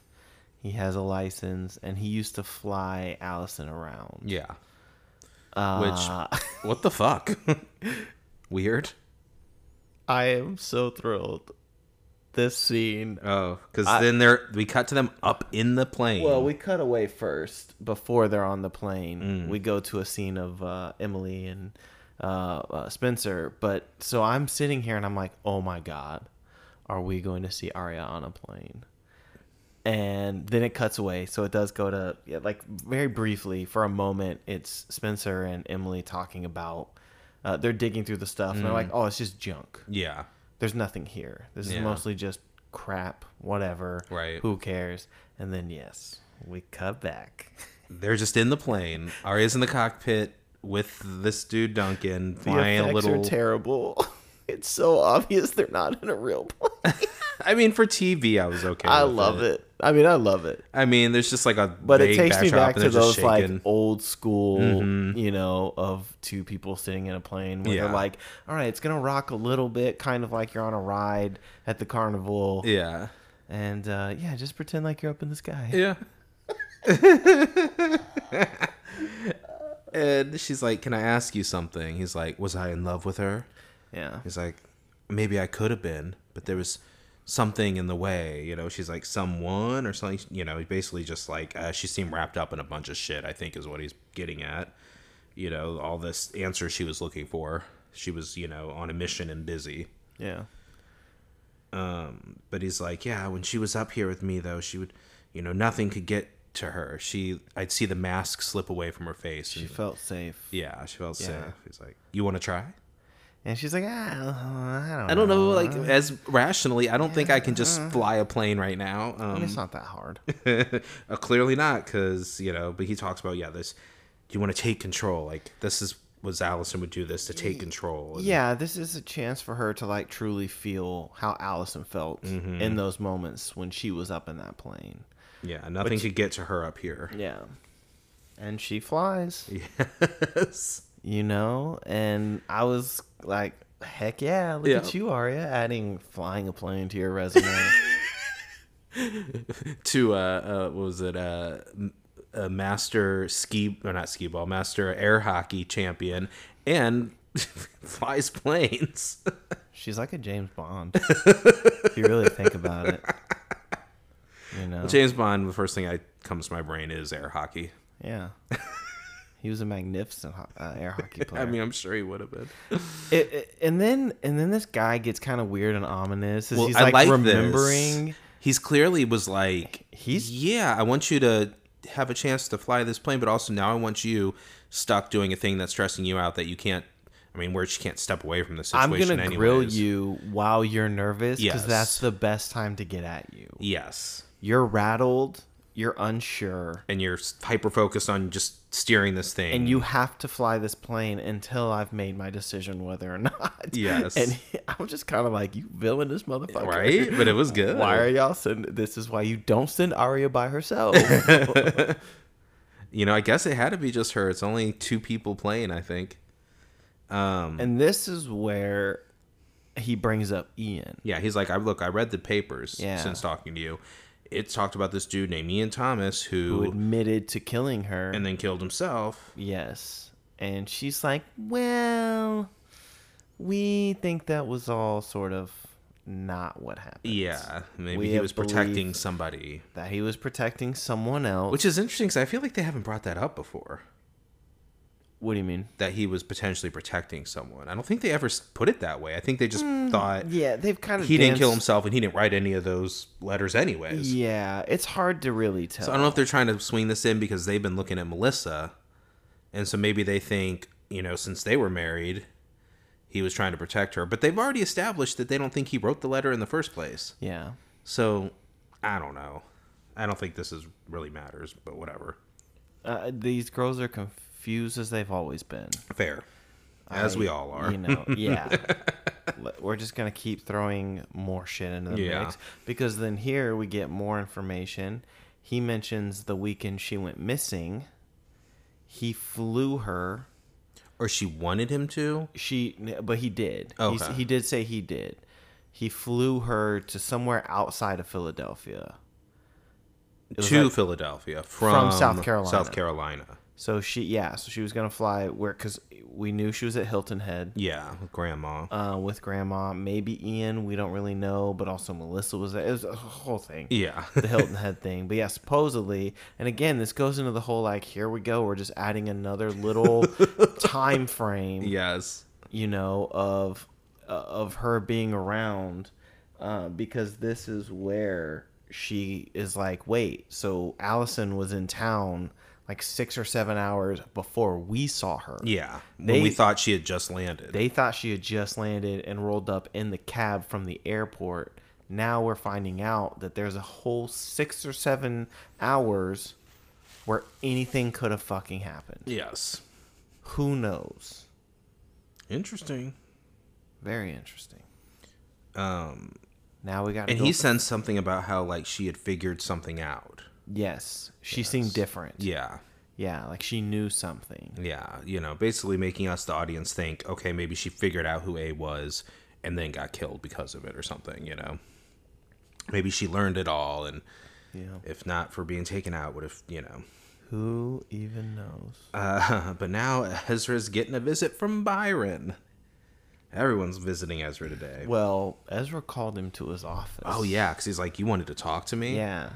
[SPEAKER 2] He has a license and he used to fly Allison around.
[SPEAKER 1] yeah.
[SPEAKER 2] Uh,
[SPEAKER 1] Which what the fuck? Weird.
[SPEAKER 2] I am so thrilled. This scene.
[SPEAKER 1] Oh, because then they're we cut to them up in the plane.
[SPEAKER 2] Well, we cut away first before they're on the plane. We go to a scene of uh, Emily and uh, uh, Spencer. But so I'm sitting here and I'm like, oh my God, are we going to see Arya on a plane? And then it cuts away. So it does go to, yeah, like, very briefly for a moment, it's Spencer and Emily talking about. Uh, they're digging through the stuff and they're like, oh, it's just junk
[SPEAKER 1] yeah,
[SPEAKER 2] there's nothing here. This
[SPEAKER 1] Yeah.
[SPEAKER 2] is mostly just crap, whatever.
[SPEAKER 1] Right.
[SPEAKER 2] Who cares? And then yes, we cut back.
[SPEAKER 1] they're just in the plane. Arya's in the cockpit with this dude Duncan
[SPEAKER 2] The
[SPEAKER 1] flying a
[SPEAKER 2] effects
[SPEAKER 1] little.
[SPEAKER 2] are terrible. It's so obvious they're not in a real plane.
[SPEAKER 1] I mean, for TV, I was okay.
[SPEAKER 2] I
[SPEAKER 1] with
[SPEAKER 2] love it. I mean, I love it.
[SPEAKER 1] I mean, there's just like a
[SPEAKER 2] But
[SPEAKER 1] vague
[SPEAKER 2] it takes me
[SPEAKER 1] backdrop
[SPEAKER 2] back
[SPEAKER 1] and
[SPEAKER 2] to
[SPEAKER 1] they're just
[SPEAKER 2] those like
[SPEAKER 1] shaking. Mm-hmm.
[SPEAKER 2] old school, you know, of two people sitting in a plane where
[SPEAKER 1] Yeah.
[SPEAKER 2] they're like, "All right, it's gonna rock a little bit, kind of like you're on a ride at the carnival."
[SPEAKER 1] yeah,
[SPEAKER 2] And uh, yeah, just pretend like you're up in the sky.
[SPEAKER 1] yeah. and she's like, "Can I ask you something?" He's like, "Was I in love with her?"
[SPEAKER 2] yeah.
[SPEAKER 1] He's like, maybe I could have been, but there was something in the way. You know, she's like, someone or something. You know, he's basically just like, uh, she seemed wrapped up in a bunch of shit, I think is what he's getting at. You know, all this answer she was looking for. She was, you know, on a mission and busy.
[SPEAKER 2] Yeah.
[SPEAKER 1] But he's like, yeah, when she was up here with me, though, she would, you know, nothing could get to her. She, I'd see the mask slip away from her face.
[SPEAKER 2] She
[SPEAKER 1] and,
[SPEAKER 2] felt safe.
[SPEAKER 1] yeah, she felt
[SPEAKER 2] Yeah.
[SPEAKER 1] safe. He's like, you want to try?
[SPEAKER 2] And she's like, ah, I don't know.
[SPEAKER 1] I don't know, like as rationally, I don't think I can just fly a plane right now. Um,
[SPEAKER 2] It's not that hard.
[SPEAKER 1] uh, clearly not, because you know. But he talks about yeah, this. You want to take control. Like this is was Allison would do this to take control. and-
[SPEAKER 2] yeah, this is a chance for her to like truly feel how Allison felt in those moments when she was up in that plane.
[SPEAKER 1] yeah. Nothing could get to her up here.
[SPEAKER 2] Yeah. And she flies,
[SPEAKER 1] Yes.
[SPEAKER 2] you know? And I was like, heck yeah, look
[SPEAKER 1] Yeah.
[SPEAKER 2] at you, Arya, adding flying a plane to your resume.
[SPEAKER 1] to uh, uh, what was it? Uh, m- a master ski or not ski ball, master air hockey champion, and flies planes.
[SPEAKER 2] she's like a James Bond. if you really think about it. You know?
[SPEAKER 1] James Bond. The first thing I comes to my brain is air hockey.
[SPEAKER 2] Yeah. he was a magnificent ho- uh, air hockey player.
[SPEAKER 1] I mean, I'm sure he would have been.
[SPEAKER 2] It- it- and then and then this guy gets kind of weird and ominous. as
[SPEAKER 1] Well,
[SPEAKER 2] he's
[SPEAKER 1] I
[SPEAKER 2] like,
[SPEAKER 1] like
[SPEAKER 2] remembering.
[SPEAKER 1] This. He's clearly was like,
[SPEAKER 2] He's-
[SPEAKER 1] yeah. I want you to have a chance to fly this plane, but also now I want you stuck doing a thing that's stressing you out that you can't. I mean, where she can't step away from the
[SPEAKER 2] I'm
[SPEAKER 1] situation.
[SPEAKER 2] gonna
[SPEAKER 1] anyways.
[SPEAKER 2] grill you while you're nervous because
[SPEAKER 1] Yes.
[SPEAKER 2] that's the best time to get at you.
[SPEAKER 1] Yes,
[SPEAKER 2] You're rattled. You're unsure.
[SPEAKER 1] and you're hyper focused on just steering this thing.
[SPEAKER 2] And you have to fly this plane until I've made my decision whether or not.
[SPEAKER 1] Yes.
[SPEAKER 2] And I'm just kind of like, you villainous motherfucker.
[SPEAKER 1] right? But it was good.
[SPEAKER 2] Why are y'all send? This is why you don't send Arya by herself.
[SPEAKER 1] You know, I guess it had to be just her. It's only two people playing, I think. Um,
[SPEAKER 2] And this is where he brings up Ian.
[SPEAKER 1] yeah, he's like, I look, I read the papers
[SPEAKER 2] Yeah.
[SPEAKER 1] since talking to you. It's talked about this dude named Ian Thomas who,
[SPEAKER 2] who admitted to killing her.
[SPEAKER 1] and then killed himself.
[SPEAKER 2] yes. And she's like, well, we think that was all sort of not what happened.
[SPEAKER 1] Yeah, maybe
[SPEAKER 2] We
[SPEAKER 1] he
[SPEAKER 2] have
[SPEAKER 1] was protecting
[SPEAKER 2] believed-
[SPEAKER 1] somebody,
[SPEAKER 2] That he was protecting someone else.
[SPEAKER 1] which is interesting because I feel like they haven't brought that up before.
[SPEAKER 2] what do you mean?
[SPEAKER 1] That he was potentially protecting someone. I don't think they ever s- put it that way. I think they just
[SPEAKER 2] Hmm.
[SPEAKER 1] thought
[SPEAKER 2] Yeah, they've kind of
[SPEAKER 1] he didn't kill himself and he didn't write any of those letters, anyways.
[SPEAKER 2] Yeah, it's hard to really tell.
[SPEAKER 1] So I don't know if they're trying to swing this in because they've been looking at Melissa, and so maybe they think you know since they were married, he was trying to protect her. But they've already established that they don't think he wrote the letter in the first place.
[SPEAKER 2] yeah.
[SPEAKER 1] So I don't know. I don't think this is really matters, but whatever.
[SPEAKER 2] Uh, these girls are confused as they've always been.
[SPEAKER 1] Fair, as
[SPEAKER 2] I-
[SPEAKER 1] we all are.
[SPEAKER 2] You know, yeah. L- We're just gonna keep throwing more shit into the
[SPEAKER 1] Yeah.
[SPEAKER 2] mix because then here we get more information. He mentions the weekend she went missing. He flew her.
[SPEAKER 1] Or she wanted him to.
[SPEAKER 2] She, n- but he did. He's-
[SPEAKER 1] Okay.
[SPEAKER 2] he did say he did. He flew her to somewhere outside of Philadelphia. was
[SPEAKER 1] to
[SPEAKER 2] like-
[SPEAKER 1] Philadelphia from,
[SPEAKER 2] South Carolina.
[SPEAKER 1] South Carolina.
[SPEAKER 2] So she, yeah, so she was gonna fly where because we knew she was at Hilton Head.
[SPEAKER 1] Yeah, with grandma.
[SPEAKER 2] uh, with grandma, maybe Ian, we don't really know, but also Melissa was there. It was a whole thing.
[SPEAKER 1] yeah.
[SPEAKER 2] The Hilton Head thing. But yeah, supposedly, and again, this goes into the whole like, here we go, we're just adding another little time frame,
[SPEAKER 1] yes.
[SPEAKER 2] you know, of uh, of her being around, uh, because this is where she is like, wait, so Allison was in town like six or seven hours before we saw her.
[SPEAKER 1] Yeah. When
[SPEAKER 2] They-
[SPEAKER 1] we thought she had just landed.
[SPEAKER 2] They thought she had just landed and rolled up in the cab from the airport. Now we're finding out that there's a whole six or seven hours where anything could have fucking happened.
[SPEAKER 1] yes.
[SPEAKER 2] Who knows?
[SPEAKER 1] Interesting.
[SPEAKER 2] Very interesting.
[SPEAKER 1] Um,
[SPEAKER 2] Now we got.
[SPEAKER 1] and he said something about how like she had figured something out.
[SPEAKER 2] yes, she seemed different. Yeah.
[SPEAKER 1] Yeah,
[SPEAKER 2] like she knew something.
[SPEAKER 1] yeah. You know, basically making us the audience think, okay, maybe she figured out who A was, and then got killed because of it or something. You know, maybe she learned it all, and
[SPEAKER 2] Yeah.
[SPEAKER 1] if not for being taken out, would have you know.
[SPEAKER 2] Who even knows?
[SPEAKER 1] Uh, but now Ezra's getting a visit from Byron. Everyone's visiting Ezra today.
[SPEAKER 2] Well, Ezra called him to his office.
[SPEAKER 1] Oh yeah, because he's like, you wanted to talk to me.
[SPEAKER 2] Yeah.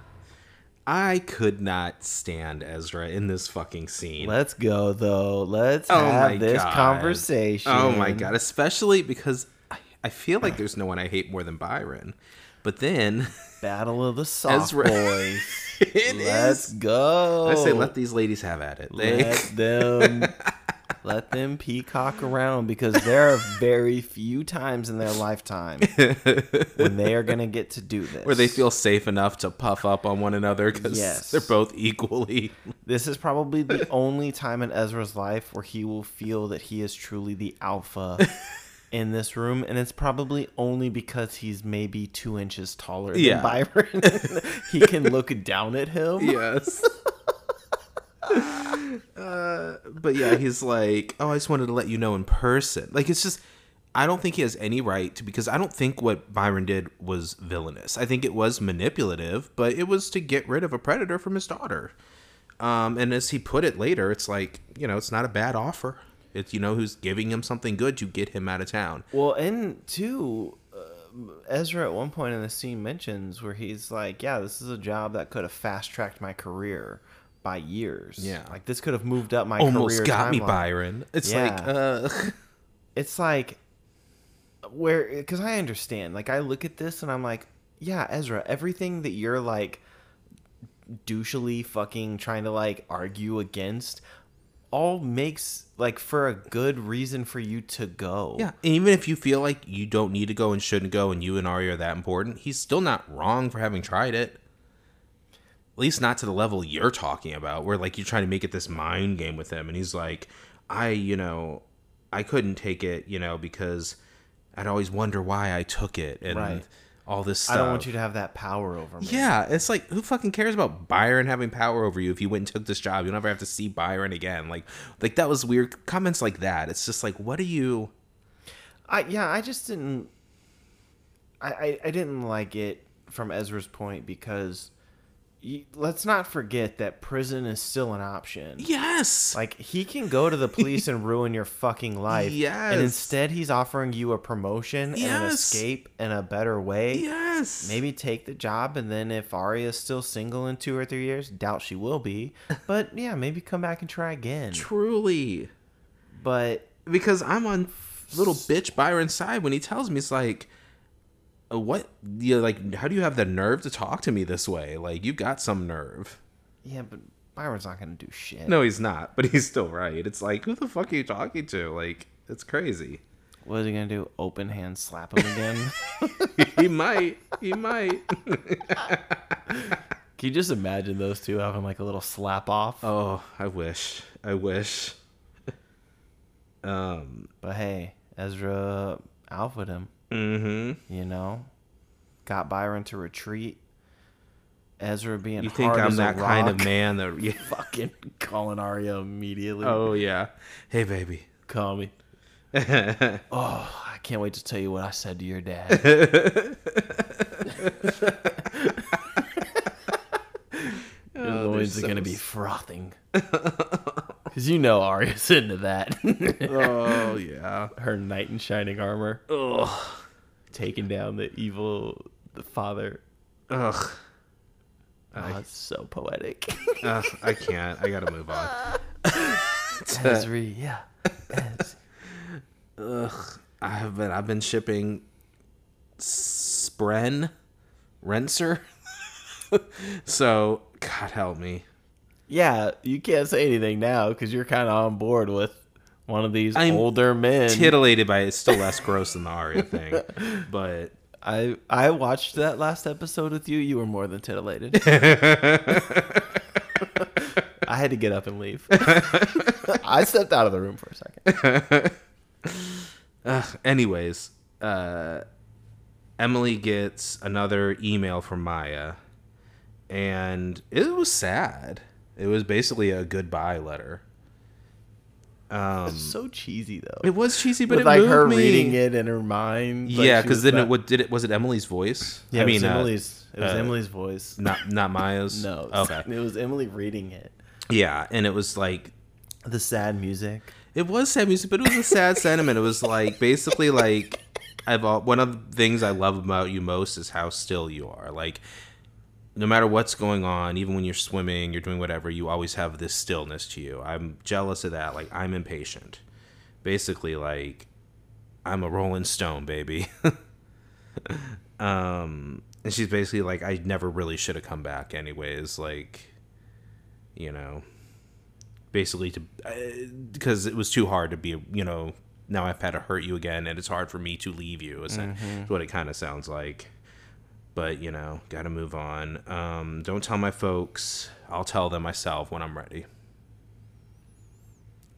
[SPEAKER 1] I could not stand Ezra in this fucking scene.
[SPEAKER 2] Let's go though. Let's
[SPEAKER 1] Oh my
[SPEAKER 2] have this
[SPEAKER 1] God.
[SPEAKER 2] conversation.
[SPEAKER 1] Oh my god, especially because I, I feel like there's no one I hate more than Byron. But then
[SPEAKER 2] Battle of the Soft
[SPEAKER 1] Ezra.
[SPEAKER 2] Boys.
[SPEAKER 1] it
[SPEAKER 2] Let's
[SPEAKER 1] is-
[SPEAKER 2] go.
[SPEAKER 1] I say let these ladies have at it. They,
[SPEAKER 2] Let them let them peacock around because there are very few times in their lifetime when they are gonna get to do this.
[SPEAKER 1] where they feel safe enough to puff up on one another because
[SPEAKER 2] Yes.
[SPEAKER 1] they're both equally.
[SPEAKER 2] this is probably the only time in Ezra's life where he will feel that he is truly the alpha in this room, and it's probably only because he's maybe two inches taller than
[SPEAKER 1] Yeah.
[SPEAKER 2] Byron. he can look down at him.
[SPEAKER 1] Yes. uh, but yeah, he's like, oh, I just wanted to let you know in person. Like, it's just, I don't think he has any right to, because I don't think what Byron did was villainous. I think it was manipulative, but it was to get rid of a predator from his daughter. Um, and as he put it later, it's like, you know, it's not a bad offer. It's, you know, who's giving him something good to get him out of town.
[SPEAKER 2] Well, and two, uh, Ezra at one point in the scene mentions where he's like, "Yeah, this is a job that could have fast tracked my career by years.
[SPEAKER 1] Yeah.
[SPEAKER 2] like this could have moved up my
[SPEAKER 1] Almost
[SPEAKER 2] career
[SPEAKER 1] got me,
[SPEAKER 2] timeline."
[SPEAKER 1] Byron. It's like,
[SPEAKER 2] Yeah.
[SPEAKER 1] uh,
[SPEAKER 2] It's like where because I understand. Like I look at this and I'm like, "Yeah, Ezra, everything that you're like douchily fucking trying to like argue against." All makes like for a good reason for you to go.
[SPEAKER 1] Yeah, and even if you feel like you don't need to go and shouldn't go, and you and Ari are that important, he's still not wrong for having tried it. At least not to the level you're talking about, where like you're trying to make it this mind game with him, and he's like, I, you know, I couldn't take it, you know, because I'd always wonder why I took it, and
[SPEAKER 2] Right.
[SPEAKER 1] all this
[SPEAKER 2] I
[SPEAKER 1] stuff.
[SPEAKER 2] don't want you to have that power over me.
[SPEAKER 1] Yeah, it's like who fucking cares about Byron having power over you if you went and took this job? You'll never have to see Byron again. Like, like that was weird comments like that. It's just like, what are you?
[SPEAKER 2] I yeah, I just didn't. I I, I didn't like it from Ezra's point because. You, let's not forget that prison is still an option.
[SPEAKER 1] Yes,
[SPEAKER 2] Like he can go to the police and ruin your fucking life.
[SPEAKER 1] Yes.
[SPEAKER 2] And instead he's offering you a promotion and an
[SPEAKER 1] Yes.
[SPEAKER 2] escape and a better way.
[SPEAKER 1] yes,
[SPEAKER 2] Maybe take the job and then if Arya's still single in two or three years, doubt she will be. But yeah, maybe come back and try again.
[SPEAKER 1] truly.
[SPEAKER 2] But
[SPEAKER 1] because I'm on little bitch Byron's side when he tells me it's like, uh, what? Yeah, like how do you have the nerve to talk to me this way? Like you got some nerve.
[SPEAKER 2] yeah, but Byron's not gonna do shit.
[SPEAKER 1] No, he's not, but he's still right. It's like who the fuck are you talking to? Like it's crazy.
[SPEAKER 2] What is he gonna do? Open hand slap him again?
[SPEAKER 1] he might. He might.
[SPEAKER 2] can you just imagine those two having like a little slap off?
[SPEAKER 1] oh, I wish. I wish.
[SPEAKER 2] But hey, Ezra outwit him. Mm-hmm. You know, got Byron to retreat. Ezra being
[SPEAKER 1] You think I'm that kind of man that? Yeah.
[SPEAKER 2] fucking calling Arya immediately.
[SPEAKER 1] Oh yeah. Hey baby.
[SPEAKER 2] Call me. oh, I can't wait to tell you what I said to your dad. Your loins are
[SPEAKER 1] Oh, so
[SPEAKER 2] gonna be frothing. Cause you know Arya's into that.
[SPEAKER 1] Oh yeah.
[SPEAKER 2] her knight in shining armor.
[SPEAKER 1] Ugh.
[SPEAKER 2] taking down the evil the father.
[SPEAKER 1] Ugh.
[SPEAKER 2] Oh, it's so poetic.
[SPEAKER 1] Ugh. I can't. I gotta move on.
[SPEAKER 2] Ezri, yeah. Ez-
[SPEAKER 1] Ugh, I have been. I've been shipping Spren Renser. so God help me.
[SPEAKER 2] yeah, you can't say anything now because you're kind of on board with one of these
[SPEAKER 1] I'm
[SPEAKER 2] older men.
[SPEAKER 1] Titillated by it. it's still less gross than the Aria thing, but
[SPEAKER 2] I I watched that last episode with you. You were more than titillated. I had to get up and leave. I stepped out of the room for a second.
[SPEAKER 1] ugh, anyways, uh, Emily gets another email from Maya, and it was sad. It was basically a goodbye letter. Um,
[SPEAKER 2] so cheesy though.
[SPEAKER 1] it was cheesy, but
[SPEAKER 2] With
[SPEAKER 1] it
[SPEAKER 2] like
[SPEAKER 1] moved
[SPEAKER 2] her
[SPEAKER 1] me.
[SPEAKER 2] reading it in her mind. like
[SPEAKER 1] yeah,
[SPEAKER 2] she
[SPEAKER 1] because
[SPEAKER 2] was
[SPEAKER 1] then
[SPEAKER 2] about-
[SPEAKER 1] it what did it was it Emily's voice?
[SPEAKER 2] Yeah,
[SPEAKER 1] I mean
[SPEAKER 2] it was
[SPEAKER 1] uh,
[SPEAKER 2] Emily's. It was
[SPEAKER 1] uh,
[SPEAKER 2] Emily's voice.
[SPEAKER 1] not not Maya's.
[SPEAKER 2] No.
[SPEAKER 1] okay,
[SPEAKER 2] It was Emily reading it.
[SPEAKER 1] yeah, and it was like
[SPEAKER 2] The sad music.
[SPEAKER 1] it was sad music, but it was a sad sentiment. It was like basically like I've all, one of the things I love about you most is how still you are. Like no matter what's going on, even when you're swimming, you're doing whatever, you always have this stillness to you. I'm jealous of that. Like I'm impatient. Basically, like I'm a Rolling Stone, baby. um, and she's basically like, I never really should have come back, anyways. Like, you know, basically to because it was too hard to be, you know. Now I've had to hurt you again, and it's hard for me to leave you. Is that- is what it kind of sounds like but you know, gotta move on. Um, don't tell my folks. I'll tell them myself when I'm ready.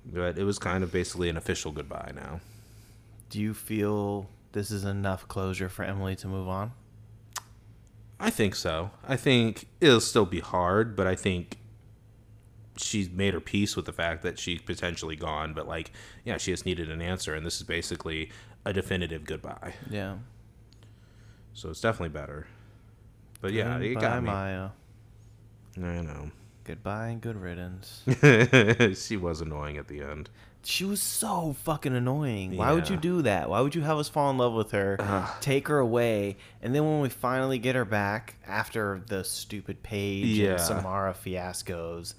[SPEAKER 1] But it was kind of basically an official goodbye now.
[SPEAKER 2] Do you feel this is enough closure for Emily to move on?
[SPEAKER 1] I think so. I think it'll still be hard, but I think she's made her peace with the fact that she's potentially gone. But like, yeah, she just needed an answer, and this is basically a definitive goodbye.
[SPEAKER 2] Yeah.
[SPEAKER 1] So it's definitely better. But yeah, it
[SPEAKER 2] Goodbye,
[SPEAKER 1] got me.
[SPEAKER 2] Maya.
[SPEAKER 1] I know.
[SPEAKER 2] Goodbye and good riddance.
[SPEAKER 1] she was annoying at the end.
[SPEAKER 2] she was so fucking annoying. Why would you
[SPEAKER 1] Yeah.
[SPEAKER 2] do that? Why would you have us fall in love with her, take her away, and then when we finally get her back after the stupid Paige
[SPEAKER 1] Yeah.
[SPEAKER 2] and Samara fiascos,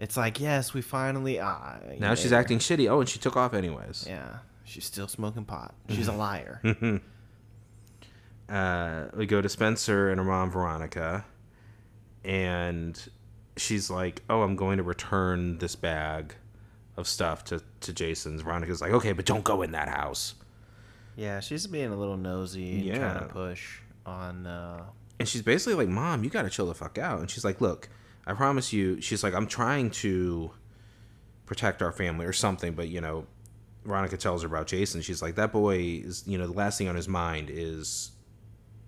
[SPEAKER 2] it's like, yes, we finally. Ah, you
[SPEAKER 1] Now
[SPEAKER 2] know,
[SPEAKER 1] she's acting shitty. Oh, and she took off anyways.
[SPEAKER 2] Yeah. She's still smoking pot. She's a liar.
[SPEAKER 1] Uh, we go to Spencer and her mom Veronica, and she's like, "Oh, I'm going to return this bag of stuff to to Jason's." Veronica's like, "Okay, but don't go in that house."
[SPEAKER 2] Yeah, she's being a little nosy and trying
[SPEAKER 1] Yeah.
[SPEAKER 2] to push on. Uh,
[SPEAKER 1] And she's basically like, "Mom, you gotta chill the fuck out." And she's like, "Look, I promise you." She's like, "I'm trying to protect our family or something," but you know, Veronica tells her about Jason. She's like, "That boy is, you know, the last thing on his mind is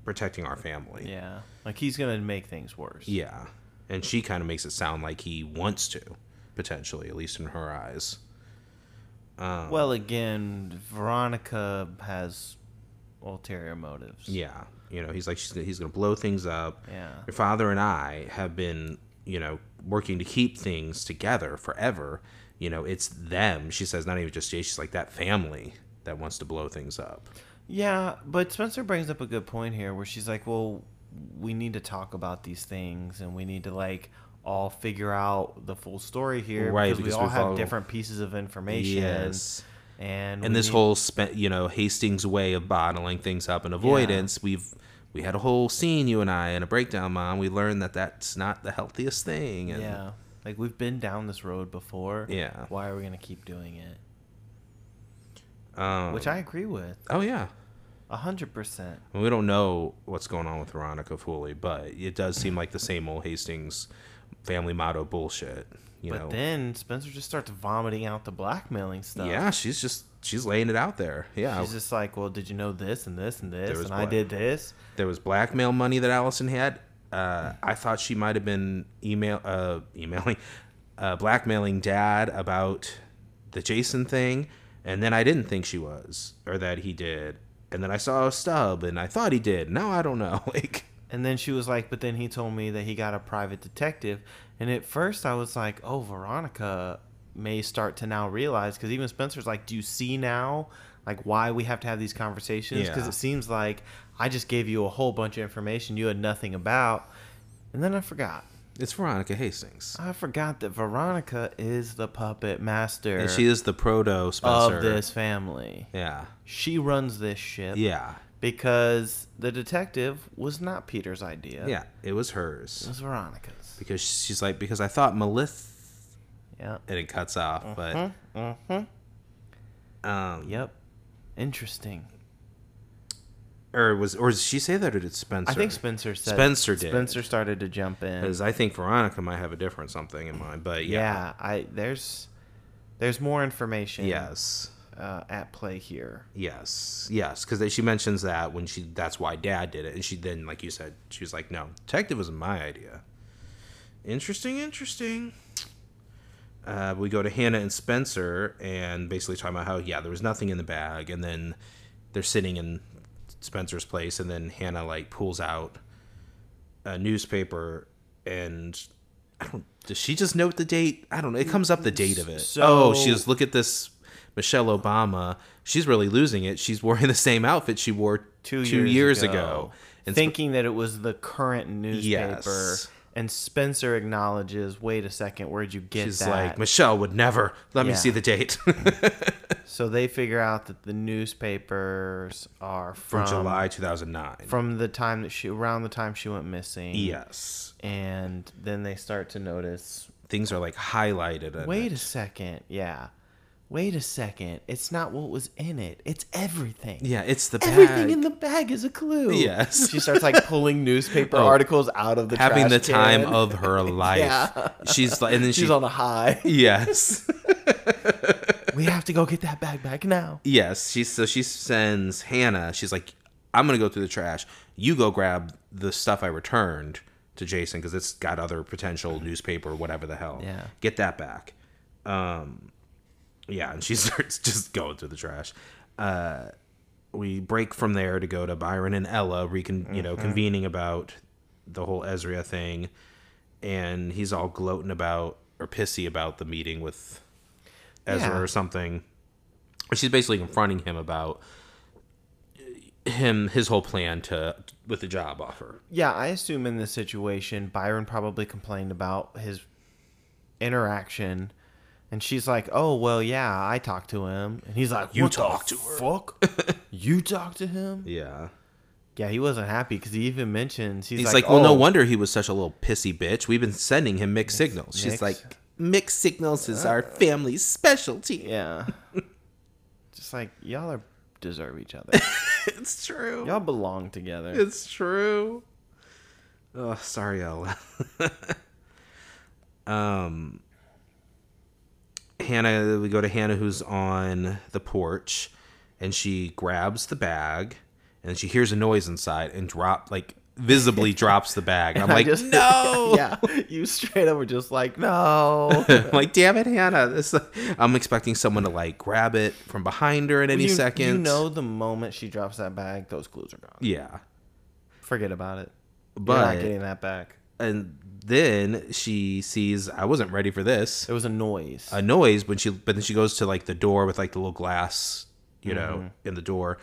[SPEAKER 1] protecting our family.
[SPEAKER 2] Yeah. Like he's gonna make things worse.
[SPEAKER 1] Yeah. And she kind of makes it sound like he wants to, potentially, at least in her eyes.
[SPEAKER 2] Well, again, Veronica has ulterior motives.
[SPEAKER 1] Yeah. You know, he's like, she's, he's going to blow things up.
[SPEAKER 2] Yeah.
[SPEAKER 1] Your father and I have been, you know, working to keep things together forever. You know, it's them. She says, not even just Jay. She's like, that family that wants to blow things up.
[SPEAKER 2] Yeah, but Spencer brings up a good point here where she's like, well, we need to talk about these things and we need to like all figure out the full story here
[SPEAKER 1] Right,
[SPEAKER 2] because,
[SPEAKER 1] because
[SPEAKER 2] we all
[SPEAKER 1] we
[SPEAKER 2] have
[SPEAKER 1] follow-
[SPEAKER 2] different pieces of information.
[SPEAKER 1] Yes.
[SPEAKER 2] And
[SPEAKER 1] and
[SPEAKER 2] we
[SPEAKER 1] this
[SPEAKER 2] need-
[SPEAKER 1] whole spe- you know Hastings way of bottling things up and avoidance we've we had a whole scene you and I in a breakdown mom we learned that that's not the healthiest thing and
[SPEAKER 2] Yeah. Like we've been down this road before.
[SPEAKER 1] Yeah.
[SPEAKER 2] Why are we going to keep doing it?
[SPEAKER 1] um,
[SPEAKER 2] Which I agree with.
[SPEAKER 1] oh yeah
[SPEAKER 2] A 100%.
[SPEAKER 1] Well, we don't know what's going on with Veronica fully but it does seem like the same old Hastings family motto bullshit you
[SPEAKER 2] But
[SPEAKER 1] know
[SPEAKER 2] then Spencer just starts vomiting out the blackmailing stuff.
[SPEAKER 1] yeah she's just she's laying it out there yeah
[SPEAKER 2] She's just like, well, did you know this and this and this?
[SPEAKER 1] was
[SPEAKER 2] And I
[SPEAKER 1] black-
[SPEAKER 2] did this.
[SPEAKER 1] there was blackmail money that Allison had. Uh, I thought she might have been email uh, emailing, uh, blackmailing dad about the Jason thing, and then I didn't think she was or that he did, and then I saw a stub and I thought he did. Now I don't know. Like,
[SPEAKER 2] And then she was like, but then he told me that he got a private detective. And at first I was like, oh, Veronica may start to now realize because even Spencer's like, do you see now? Like why we have to have these conversations? Because
[SPEAKER 1] Yeah.
[SPEAKER 2] it seems like I just gave you a whole bunch of information you had nothing about. And then I forgot.
[SPEAKER 1] it's Veronica Hastings,
[SPEAKER 2] I forgot that Veronica is the puppet master
[SPEAKER 1] and she is the proto Spencer.
[SPEAKER 2] of this family.
[SPEAKER 1] Yeah,
[SPEAKER 2] She runs this ship
[SPEAKER 1] yeah,
[SPEAKER 2] because the detective was not Peter's idea.
[SPEAKER 1] yeah. It was
[SPEAKER 2] It
[SPEAKER 1] hers
[SPEAKER 2] was Veronica's.
[SPEAKER 1] because she's like because I thought Melith,
[SPEAKER 2] Yeah.
[SPEAKER 1] and it cuts off, but
[SPEAKER 2] Mm-hmm.
[SPEAKER 1] um,
[SPEAKER 2] Yep. Interesting.
[SPEAKER 1] or was or did she say that or did Spencer?
[SPEAKER 2] I think Spencer said
[SPEAKER 1] Spencer did.
[SPEAKER 2] Spencer started to jump in.
[SPEAKER 1] because I think Veronica might have a different something in mind. But
[SPEAKER 2] Yeah.
[SPEAKER 1] yeah,
[SPEAKER 2] I there's there's more information
[SPEAKER 1] yes,
[SPEAKER 2] uh, at play here.
[SPEAKER 1] yes, yes, because she mentions that when she that's why Dad did it, and she then like you said, she was like, no, detective was my idea. Interesting, interesting. Uh, we go to Hannah and Spencer, and basically talking about how yeah, there was nothing in the bag, and then they're sitting in Spencer's place, and then Hannah like pulls out a newspaper, and I don't. Does she just note the date? I don't know. It comes up the date of it.
[SPEAKER 2] So-
[SPEAKER 1] oh, she's look at this Michelle Obama. She's really losing it. She's wearing the same outfit she wore
[SPEAKER 2] Two,
[SPEAKER 1] two, years, ago. And Sp-
[SPEAKER 2] thinking that it was the current newspaper.
[SPEAKER 1] Yes.
[SPEAKER 2] And Spencer acknowledges, wait a second, where'd you get
[SPEAKER 1] she's
[SPEAKER 2] that?
[SPEAKER 1] like, Michelle would never let
[SPEAKER 2] Yeah.
[SPEAKER 1] me see the date.
[SPEAKER 2] so they figure out that the newspapers are from,
[SPEAKER 1] from July 2009.
[SPEAKER 2] from the time that she around the time she went missing.
[SPEAKER 1] yes.
[SPEAKER 2] And then they start to notice
[SPEAKER 1] Things are like highlighted. in
[SPEAKER 2] Wait
[SPEAKER 1] it.
[SPEAKER 2] a second. Yeah. Wait a second. It's not what was in it. It's everything.
[SPEAKER 1] Yeah, it's the
[SPEAKER 2] Everything
[SPEAKER 1] bag.
[SPEAKER 2] in the bag is a clue.
[SPEAKER 1] Yes.
[SPEAKER 2] She starts like pulling newspaper
[SPEAKER 1] Oh.
[SPEAKER 2] articles out of the
[SPEAKER 1] having the
[SPEAKER 2] trash
[SPEAKER 1] time
[SPEAKER 2] can.
[SPEAKER 1] of her life.
[SPEAKER 2] Yeah.
[SPEAKER 1] She's like, and then
[SPEAKER 2] She's
[SPEAKER 1] she,
[SPEAKER 2] on a high.
[SPEAKER 1] yes.
[SPEAKER 2] we have to go get that bag back now.
[SPEAKER 1] Yes, she so she sends Hannah. She's like, "I'm gonna go through the trash. You go grab the stuff I returned to Jason because it's got other potential newspaper, whatever the hell.
[SPEAKER 2] Yeah.
[SPEAKER 1] get that back." Um, yeah, and she starts just going through the trash. Uh, we break from there to go to Byron and Ella, recon you know convening about the whole Ezria thing, and he's all gloating about or pissy about the meeting with Ezra
[SPEAKER 2] Yeah.
[SPEAKER 1] or something she's basically confronting him about him his whole plan to with the job offer.
[SPEAKER 2] Yeah, I assume in this situation, Byron probably complained about his interaction. And she's like, "Oh well, yeah, I talked to him." And he's like,
[SPEAKER 1] You
[SPEAKER 2] "What the
[SPEAKER 1] talked to her."
[SPEAKER 2] Fuck, you talked to him?
[SPEAKER 1] Yeah.
[SPEAKER 2] Yeah, he wasn't happy because he even mentions he's,
[SPEAKER 1] He's
[SPEAKER 2] like,
[SPEAKER 1] like, "Well, no
[SPEAKER 2] "Oh,
[SPEAKER 1] wonder he was such a little pissy bitch. We've been sending him mixed signals."
[SPEAKER 2] mixed.
[SPEAKER 1] She's like, "Mixed signals is our family's specialty."
[SPEAKER 2] Yeah, just like y'all are deserve each other.
[SPEAKER 1] It's true.
[SPEAKER 2] y'all belong together.
[SPEAKER 1] It's true. Oh, sorry, Ella. um, Hannah, we go to Hannah, who's on the porch, and she grabs the bag and she hears a noise inside and drop like visibly drops the bag. And I'm
[SPEAKER 2] I
[SPEAKER 1] like,
[SPEAKER 2] just-
[SPEAKER 1] no.
[SPEAKER 2] yeah, you straight up were just like, no.
[SPEAKER 1] I'm like, damn it, Hannah. This, I'm expecting someone to like grab it from behind her in any
[SPEAKER 2] you,
[SPEAKER 1] second.
[SPEAKER 2] You know, the moment she drops that bag, those clues are gone.
[SPEAKER 1] Yeah.
[SPEAKER 2] Forget about it. You're not
[SPEAKER 1] But
[SPEAKER 2] getting that back.
[SPEAKER 1] and then she sees I wasn't ready for this.
[SPEAKER 2] There was a noise.
[SPEAKER 1] A noise when she but then she goes to like the door with like the little glass, you know,
[SPEAKER 2] Mm-hmm.
[SPEAKER 1] in the door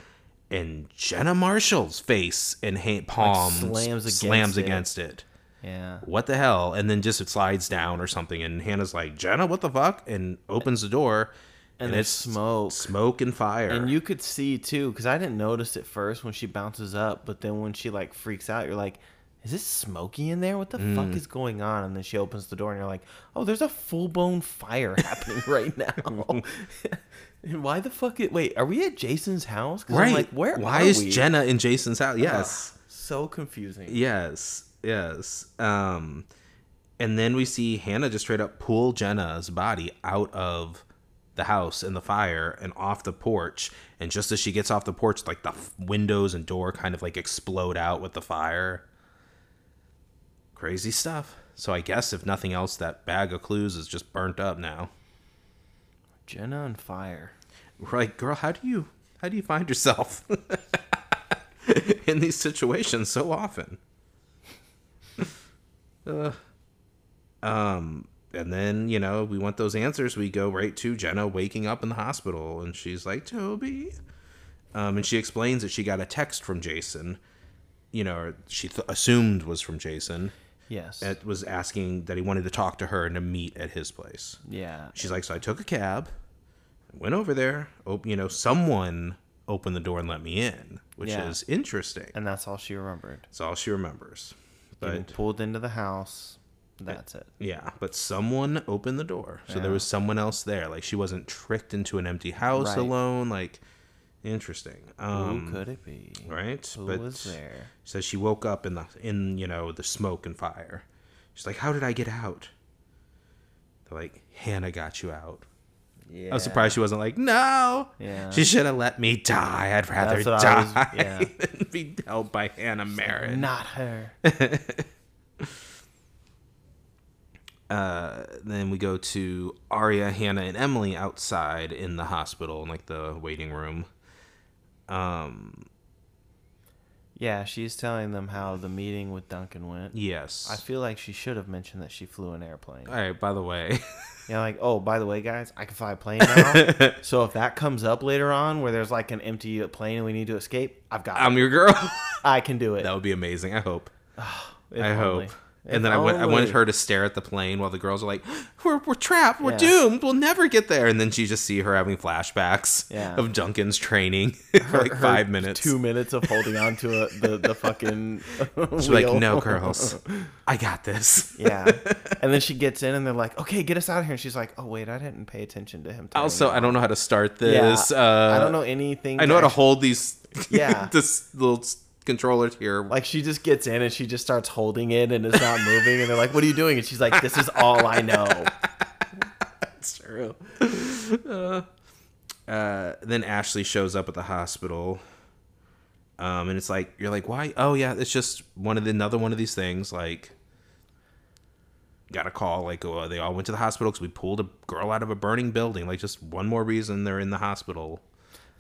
[SPEAKER 1] and Jenna Marshall's face and hand, palms
[SPEAKER 2] slams against
[SPEAKER 1] slams
[SPEAKER 2] it.
[SPEAKER 1] against it.
[SPEAKER 2] yeah.
[SPEAKER 1] What the hell? And then just it slides down or something and Hannah's like, "Jenna, what the fuck?" and opens the door
[SPEAKER 2] And there's smoke.
[SPEAKER 1] smoke and fire.
[SPEAKER 2] And you could see too, because I didn't notice at first when she bounces up, but then when she like freaks out, you're like, "Is this smoky in there? What the
[SPEAKER 1] Mm.
[SPEAKER 2] fuck is going on?" And then she opens the door, and you're like, "Oh, there's a full blown fire happening right now." and why the fuck? It, wait, are we at Jason's house? 'Cause I'm
[SPEAKER 1] right.
[SPEAKER 2] like, where?
[SPEAKER 1] Why
[SPEAKER 2] are
[SPEAKER 1] is
[SPEAKER 2] we?
[SPEAKER 1] Jenna in Jason's house? Yes.
[SPEAKER 2] So confusing.
[SPEAKER 1] Yes, yes. Um, and then we see Hannah just straight up pull Jenna's body out of the house and the fire and off the porch. And just as she gets off the porch, like the f- windows and door kind of like explode out with the fire. Crazy stuff. So I guess if nothing else, that bag of clues is just burnt up now.
[SPEAKER 2] Jenna on fire.
[SPEAKER 1] Right, girl, how do you how do you find yourself in these situations so often? Ugh. um, and then you know we want those answers. We go right to Jenna waking up in the hospital, and she's like, "Toby," um, and she explains that she got a text from Jason. You know, or she th- assumed was from Jason.
[SPEAKER 2] Yes.
[SPEAKER 1] It was asking that he wanted to talk to her and to meet at his place.
[SPEAKER 2] yeah.
[SPEAKER 1] She's like, so I took a cab, went over there. Op- you know, someone opened the door and let me in, which
[SPEAKER 2] Yeah.
[SPEAKER 1] is interesting.
[SPEAKER 2] And that's all she remembered.
[SPEAKER 1] That's all she remembers.
[SPEAKER 2] Getting
[SPEAKER 1] But
[SPEAKER 2] pulled into the house. That's it.
[SPEAKER 1] yeah, but someone opened the door, so there
[SPEAKER 2] Yeah.
[SPEAKER 1] was someone else there. Like she wasn't tricked into an empty house
[SPEAKER 2] Right.
[SPEAKER 1] alone. Like interesting, um,
[SPEAKER 2] Who could it be?
[SPEAKER 1] right?
[SPEAKER 2] Who
[SPEAKER 1] but
[SPEAKER 2] was there?
[SPEAKER 1] says she woke up in the in you know the smoke and fire. She's like, how did I get out? They're like, Hannah got you out.
[SPEAKER 2] Yeah.
[SPEAKER 1] I was surprised she wasn't like, no.
[SPEAKER 2] Yeah.
[SPEAKER 1] She should have let me die. I'd rather
[SPEAKER 2] That's what I was-
[SPEAKER 1] die
[SPEAKER 2] yeah.
[SPEAKER 1] than be held by Hannah Merritt.
[SPEAKER 2] Not her.
[SPEAKER 1] Uh, then we go to Arya, Hannah, and Emily outside in the hospital in like the waiting room.
[SPEAKER 2] Yeah, she's telling them how the meeting with Duncan went.
[SPEAKER 1] Yes.
[SPEAKER 2] I feel like she should have mentioned that she flew an airplane.
[SPEAKER 1] All right. By the way,
[SPEAKER 2] Yeah, like, oh, by the way, guys, I can fly a plane now. so if that comes up later on where there's like an empty plane and we need to escape, I've got it.
[SPEAKER 1] I'm your girl.
[SPEAKER 2] I can do it.
[SPEAKER 1] that would be amazing. I hope.
[SPEAKER 2] If
[SPEAKER 1] I
[SPEAKER 2] only.
[SPEAKER 1] hope. And
[SPEAKER 2] If
[SPEAKER 1] then I, wa- I wanted
[SPEAKER 2] only.
[SPEAKER 1] her to stare at the plane while the girls are like, "We're, we're trapped. We're
[SPEAKER 2] Yeah.
[SPEAKER 1] doomed. We'll never get there." And then she just see her having flashbacks
[SPEAKER 2] Yeah.
[SPEAKER 1] of Duncan's training for like
[SPEAKER 2] Her
[SPEAKER 1] five minutes.
[SPEAKER 2] Two minutes of holding on to a, the, the fucking.
[SPEAKER 1] She's like,
[SPEAKER 2] wheel.
[SPEAKER 1] no, girls, I got this.
[SPEAKER 2] Yeah. And then she gets in and they're like, okay, get us out of here. And she's like, oh, wait, I didn't pay attention to him. telling
[SPEAKER 1] Also,
[SPEAKER 2] me.
[SPEAKER 1] I don't know how to start
[SPEAKER 2] yeah,
[SPEAKER 1] this. Uh,
[SPEAKER 2] I don't know anything.
[SPEAKER 1] I know how to
[SPEAKER 2] actually-
[SPEAKER 1] hold these.
[SPEAKER 2] Yeah.
[SPEAKER 1] this little s- controller here.
[SPEAKER 2] Like she just gets in and she just starts holding it and it's not moving and they're like, "What are you doing?" And she's like, "This is all I know."
[SPEAKER 1] That's true. Uh, uh, then Ashley shows up at the hospital. Um, and it's like you're like, why? Oh yeah, it's just one of the, another one of these things. Like, got a call like, oh, they all went to the hospital because we pulled a girl out of a burning building. Like, just one more reason they're in the hospital.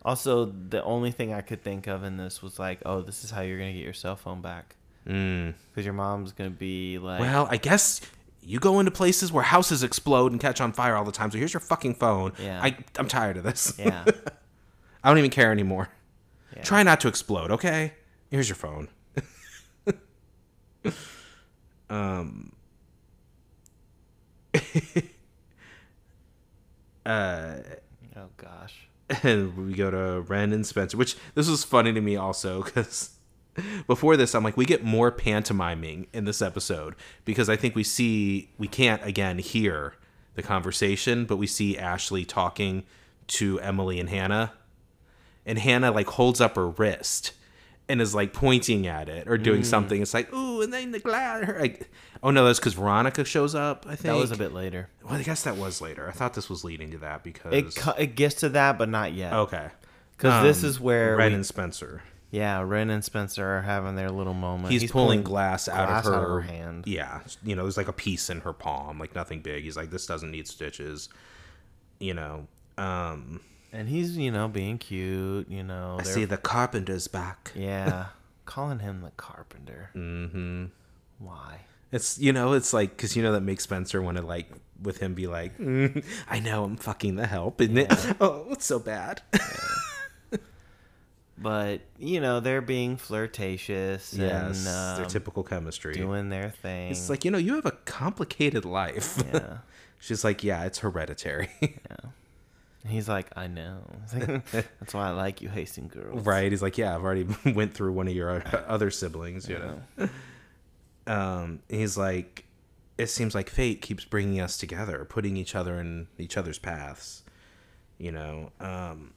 [SPEAKER 2] Also, the only thing I could think of in this was like, "Oh, this is how you're gonna get your cell phone back." Because your mom's gonna be like,
[SPEAKER 1] Mm. Well, I guess you go into places where houses explode and catch on fire all the time. So here's your fucking phone.
[SPEAKER 2] Yeah.
[SPEAKER 1] I, I'm tired of this.
[SPEAKER 2] "Yeah,
[SPEAKER 1] I don't even care anymore.
[SPEAKER 2] Yeah.
[SPEAKER 1] Try not to explode, okay? Here's your phone. um, uh,
[SPEAKER 2] oh gosh,
[SPEAKER 1] and we go to Ren and Spencer, which this was funny to me also because before this, I'm like, we get more pantomiming in this episode because I think we see we can't again hear the conversation, but we see Ashley talking to Emily and Hannah, and Hannah like holds up her wrist and is like pointing at it or
[SPEAKER 2] Mm.
[SPEAKER 1] doing something. It's like, ooh, and then the glad her. Like, oh no, that's because Veronica shows up. I think
[SPEAKER 2] that was a bit later."
[SPEAKER 1] Well, I guess that was later. I thought this was leading to that because
[SPEAKER 2] It cu- it gets to that, but not yet.
[SPEAKER 1] okay.
[SPEAKER 2] Because this
[SPEAKER 1] Oh, Um,
[SPEAKER 2] is where
[SPEAKER 1] Ren
[SPEAKER 2] we-
[SPEAKER 1] and Spencer.
[SPEAKER 2] Yeah, Ren and Spencer are having their little moment.
[SPEAKER 1] He's, pulling, glass, out,
[SPEAKER 2] glass
[SPEAKER 1] of her,
[SPEAKER 2] hand.
[SPEAKER 1] Yeah, you know, there's like a piece in her palm, like nothing big. He's like, this doesn't need stitches. You know, um,
[SPEAKER 2] And he's, you know, being cute, you know.
[SPEAKER 1] I
[SPEAKER 2] they're-
[SPEAKER 1] see the carpenter's back.
[SPEAKER 2] Yeah. Calling him the carpenter. Mm-hmm. Why?
[SPEAKER 1] It's you know, it's like because you know that makes Spencer want to like with him be like, "Mm, I know I'm fucking the help, isn't it? Oh, it's so bad.
[SPEAKER 2] But, you know, they're being flirtatious
[SPEAKER 1] yes,
[SPEAKER 2] and
[SPEAKER 1] their
[SPEAKER 2] um,
[SPEAKER 1] typical chemistry.
[SPEAKER 2] doing their thing.
[SPEAKER 1] It's like you know, you have a complicated life.
[SPEAKER 2] yeah.
[SPEAKER 1] She's like, yeah, it's hereditary,
[SPEAKER 2] And He's like, I know. It's like, That's why I like you, Hasten girls.
[SPEAKER 1] right? He's like, yeah, I've already went through one of your other siblings, you know. Um, he's like, it seems like fate keeps bringing us together, putting each other in each other's paths. You know, um,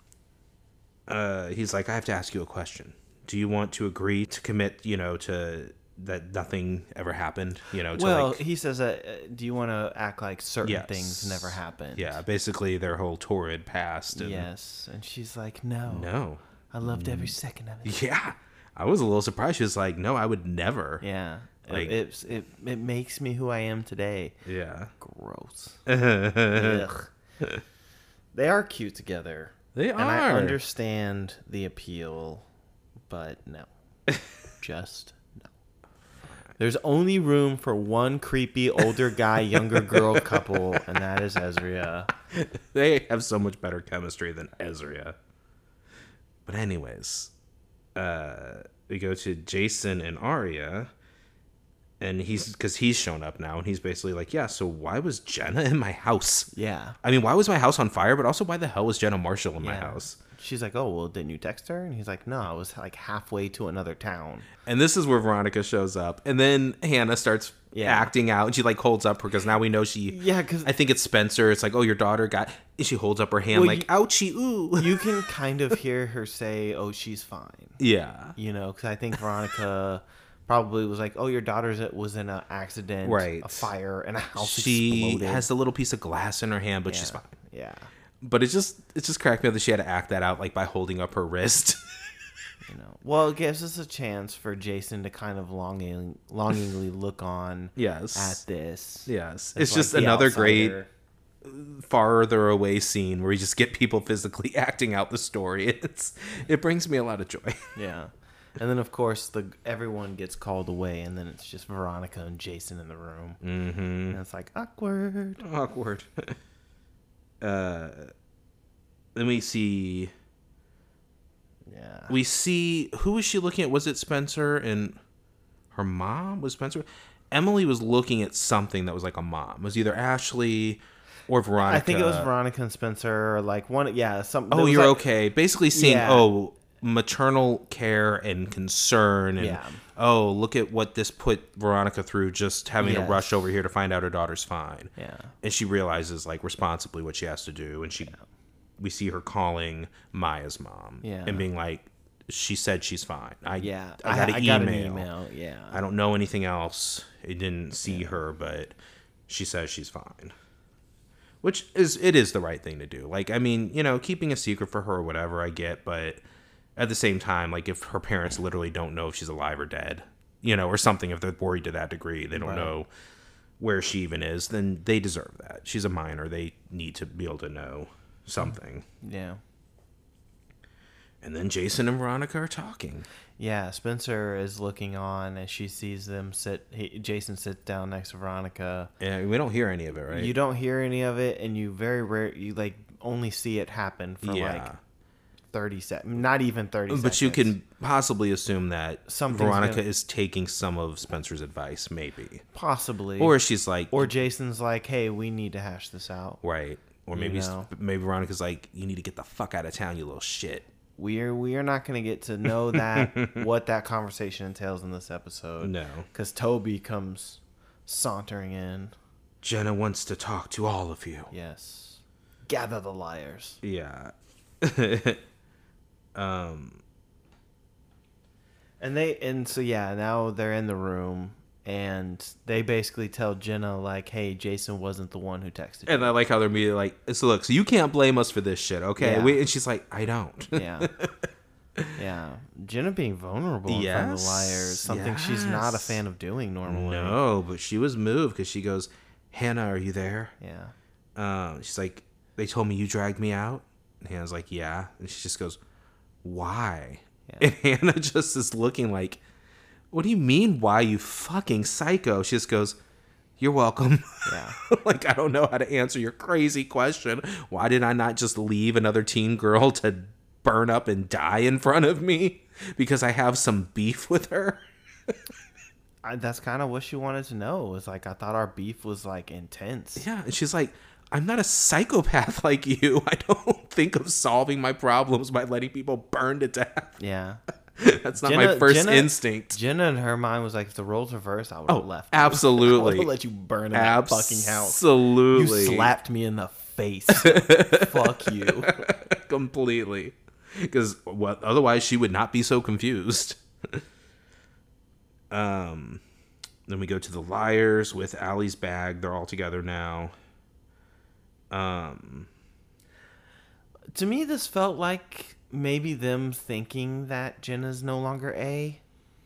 [SPEAKER 1] uh, he's like, I have to ask you a question. Do you want to agree to commit? You know, to that nothing ever happened. You know, to
[SPEAKER 2] Well,
[SPEAKER 1] like,
[SPEAKER 2] he says that. Uh, do you want to act like certain
[SPEAKER 1] Yes.
[SPEAKER 2] things never happened?
[SPEAKER 1] yeah, basically their whole torrid past. And,
[SPEAKER 2] Yes. And she's like, no.
[SPEAKER 1] No. Mm.
[SPEAKER 2] I loved every second of it.
[SPEAKER 1] Yeah, I was a little surprised. She was like, "No, I would never."
[SPEAKER 2] Yeah.
[SPEAKER 1] Like-
[SPEAKER 2] it, it's- it, it makes me who I am today.
[SPEAKER 1] Yeah.
[SPEAKER 2] Gross. Ugh. They are cute together.
[SPEAKER 1] They
[SPEAKER 2] And I
[SPEAKER 1] are.
[SPEAKER 2] understand the appeal, but no. Just no. There's only room for one creepy older guy, younger girl couple, and that is Ezria.
[SPEAKER 1] they have so much better chemistry than Ezria. But anyways, uh, we go to Jason and Arya, and he's because he's shown up now, and he's basically like, "Yeah, so why was Jenna in my house?
[SPEAKER 2] Yeah.
[SPEAKER 1] I mean, why was my house on fire? But also, why the hell was Jenna Marshall in my
[SPEAKER 2] Yeah.
[SPEAKER 1] house?"
[SPEAKER 2] She's like, oh, well, didn't you text her? And he's like, no, I was like halfway to another town.
[SPEAKER 1] And this is where Veronica shows up, and then Hannah starts
[SPEAKER 2] Yeah.
[SPEAKER 1] acting out, and she like holds up her because now we know she.
[SPEAKER 2] Yeah, because
[SPEAKER 1] I think it's Spencer. It's like, oh, your daughter got. and She holds up her hand
[SPEAKER 2] Well,
[SPEAKER 1] like, ouchie, ooh.
[SPEAKER 2] you can kind of hear her say, oh, she's fine.
[SPEAKER 1] yeah.
[SPEAKER 2] you know, because I think Veronica probably was like, "Oh, your daughter's was in an accident,
[SPEAKER 1] Right.
[SPEAKER 2] A fire and a house
[SPEAKER 1] She
[SPEAKER 2] exploded."
[SPEAKER 1] has the little piece of glass in her hand, but
[SPEAKER 2] yeah.
[SPEAKER 1] she's fine.
[SPEAKER 2] Yeah,
[SPEAKER 1] But it just it just cracked me up that she had to act that out like by holding up her wrist.
[SPEAKER 2] you know. Well, it gives us a chance for Jason to kind of longing, longingly look on
[SPEAKER 1] yes.
[SPEAKER 2] at this.
[SPEAKER 1] yes.
[SPEAKER 2] as,
[SPEAKER 1] It's
[SPEAKER 2] like,
[SPEAKER 1] just
[SPEAKER 2] the
[SPEAKER 1] another great
[SPEAKER 2] outsider.
[SPEAKER 1] farther away scene where you just get people physically acting out the story. It's it brings me a lot of joy.
[SPEAKER 2] Yeah. And then of course the everyone gets called away, and then it's just Veronica and Jason in the room, mm-hmm. and it's like awkward.
[SPEAKER 1] awkward. uh, then we see
[SPEAKER 2] Yeah,
[SPEAKER 1] we see who was she looking at? Was it Spencer and her mom? Was Spencer? Emily was looking at something that was like a mom. It was either Ashley or Veronica.
[SPEAKER 2] I think it was Veronica and Spencer, or like one. Yeah, some. there
[SPEAKER 1] Oh,
[SPEAKER 2] was,
[SPEAKER 1] you're
[SPEAKER 2] like,
[SPEAKER 1] okay. Basically, seeing
[SPEAKER 2] Yeah.
[SPEAKER 1] oh maternal care and concern and
[SPEAKER 2] Yeah.
[SPEAKER 1] oh look at what this put Veronica through just having
[SPEAKER 2] Yes.
[SPEAKER 1] to rush over here to find out her daughter's fine.
[SPEAKER 2] Yeah.
[SPEAKER 1] and she realizes like responsibly what she has to do and she we see her calling maya's mom
[SPEAKER 2] Yeah.
[SPEAKER 1] and being like she said she's fine i
[SPEAKER 2] Yeah,
[SPEAKER 1] i got, an,
[SPEAKER 2] I
[SPEAKER 1] email.
[SPEAKER 2] Yeah,
[SPEAKER 1] i don't know anything else it didn't see her but she says she's fine which is it is the right thing to do like i mean you know keeping a secret for her or whatever i get but at the same time like if her parents literally don't know if she's alive or dead you know or something if they're worried to that degree they don't know where she even is then they deserve that she's a minor they need to be able to know something
[SPEAKER 2] yeah,
[SPEAKER 1] and then jason and veronica are talking
[SPEAKER 2] yeah. Spencer is looking on as she sees them sit. He, Jason sits down next to Veronica.
[SPEAKER 1] and we don't hear any of it right
[SPEAKER 2] You don't hear any of it, and you very rare. You like only see it happen for like
[SPEAKER 1] yeah
[SPEAKER 2] thirty seconds, not even thirty.
[SPEAKER 1] but you can
[SPEAKER 2] seconds.
[SPEAKER 1] possibly assume that
[SPEAKER 2] Something's
[SPEAKER 1] veronica
[SPEAKER 2] gonna-
[SPEAKER 1] is taking some of spencer's advice maybe
[SPEAKER 2] possibly
[SPEAKER 1] or she's like
[SPEAKER 2] or Jason's like, hey, we need to hash this out.
[SPEAKER 1] Right. Or maybe s-
[SPEAKER 2] know?
[SPEAKER 1] maybe Veronica's like, you need to get the fuck out of town, you little shit.
[SPEAKER 2] We're we are not going to get to know that what that conversation entails in this episode.
[SPEAKER 1] No.
[SPEAKER 2] because Toby comes sauntering in.
[SPEAKER 1] Jenna wants to talk to all of you.
[SPEAKER 2] Yes, gather the liars.
[SPEAKER 1] Yeah.
[SPEAKER 2] And they and so yeah, now they're in the room and they basically tell Jenna like, "Hey, Jason wasn't the one who texted."
[SPEAKER 1] And I like how they're immediately like, so look, so you can't blame us for this shit, okay?
[SPEAKER 2] Yeah.
[SPEAKER 1] We, and she's like, I don't.
[SPEAKER 2] you." yeah. Yeah. Jenna being vulnerable in front of the liar is
[SPEAKER 1] Yes,
[SPEAKER 2] something she's not a
[SPEAKER 1] yes.
[SPEAKER 2] fan of doing normally.
[SPEAKER 1] No, but she was moved because she goes, Hannah, are you there?
[SPEAKER 2] Yeah.
[SPEAKER 1] Um, she's like, they told me you dragged me out. And Hannah's like, yeah. And she just goes, why? And Hannah just is looking like, what do you mean, why, you fucking psycho? She just goes, you're welcome.
[SPEAKER 2] Yeah.
[SPEAKER 1] like, I don't know how to answer your crazy question. Why did I not just leave another teen girl to burn up and die in front of me? Because I have some beef with her.
[SPEAKER 2] I, that's kind of what she wanted to know. Was like, I thought our beef was like intense.
[SPEAKER 1] Yeah, and she's like, I'm not a psychopath like you. I don't think of solving my problems by letting people burn to death.
[SPEAKER 2] Yeah.
[SPEAKER 1] That's not my
[SPEAKER 2] Jenna-
[SPEAKER 1] first
[SPEAKER 2] Jenna-
[SPEAKER 1] instinct.
[SPEAKER 2] Jenna in her mind was like, if the roles reversed, I would have left. I would
[SPEAKER 1] Oh, absolutely.
[SPEAKER 2] have let you burn in that fucking house. You
[SPEAKER 1] Absolutely.
[SPEAKER 2] slapped me in the face. Fuck you.
[SPEAKER 1] completely. Because what? Otherwise, she would not be so confused. um. Then we go to the liars with Allie's bag. They're all together now. Um.
[SPEAKER 2] To me, this felt like maybe them thinking that Jenna's no longer A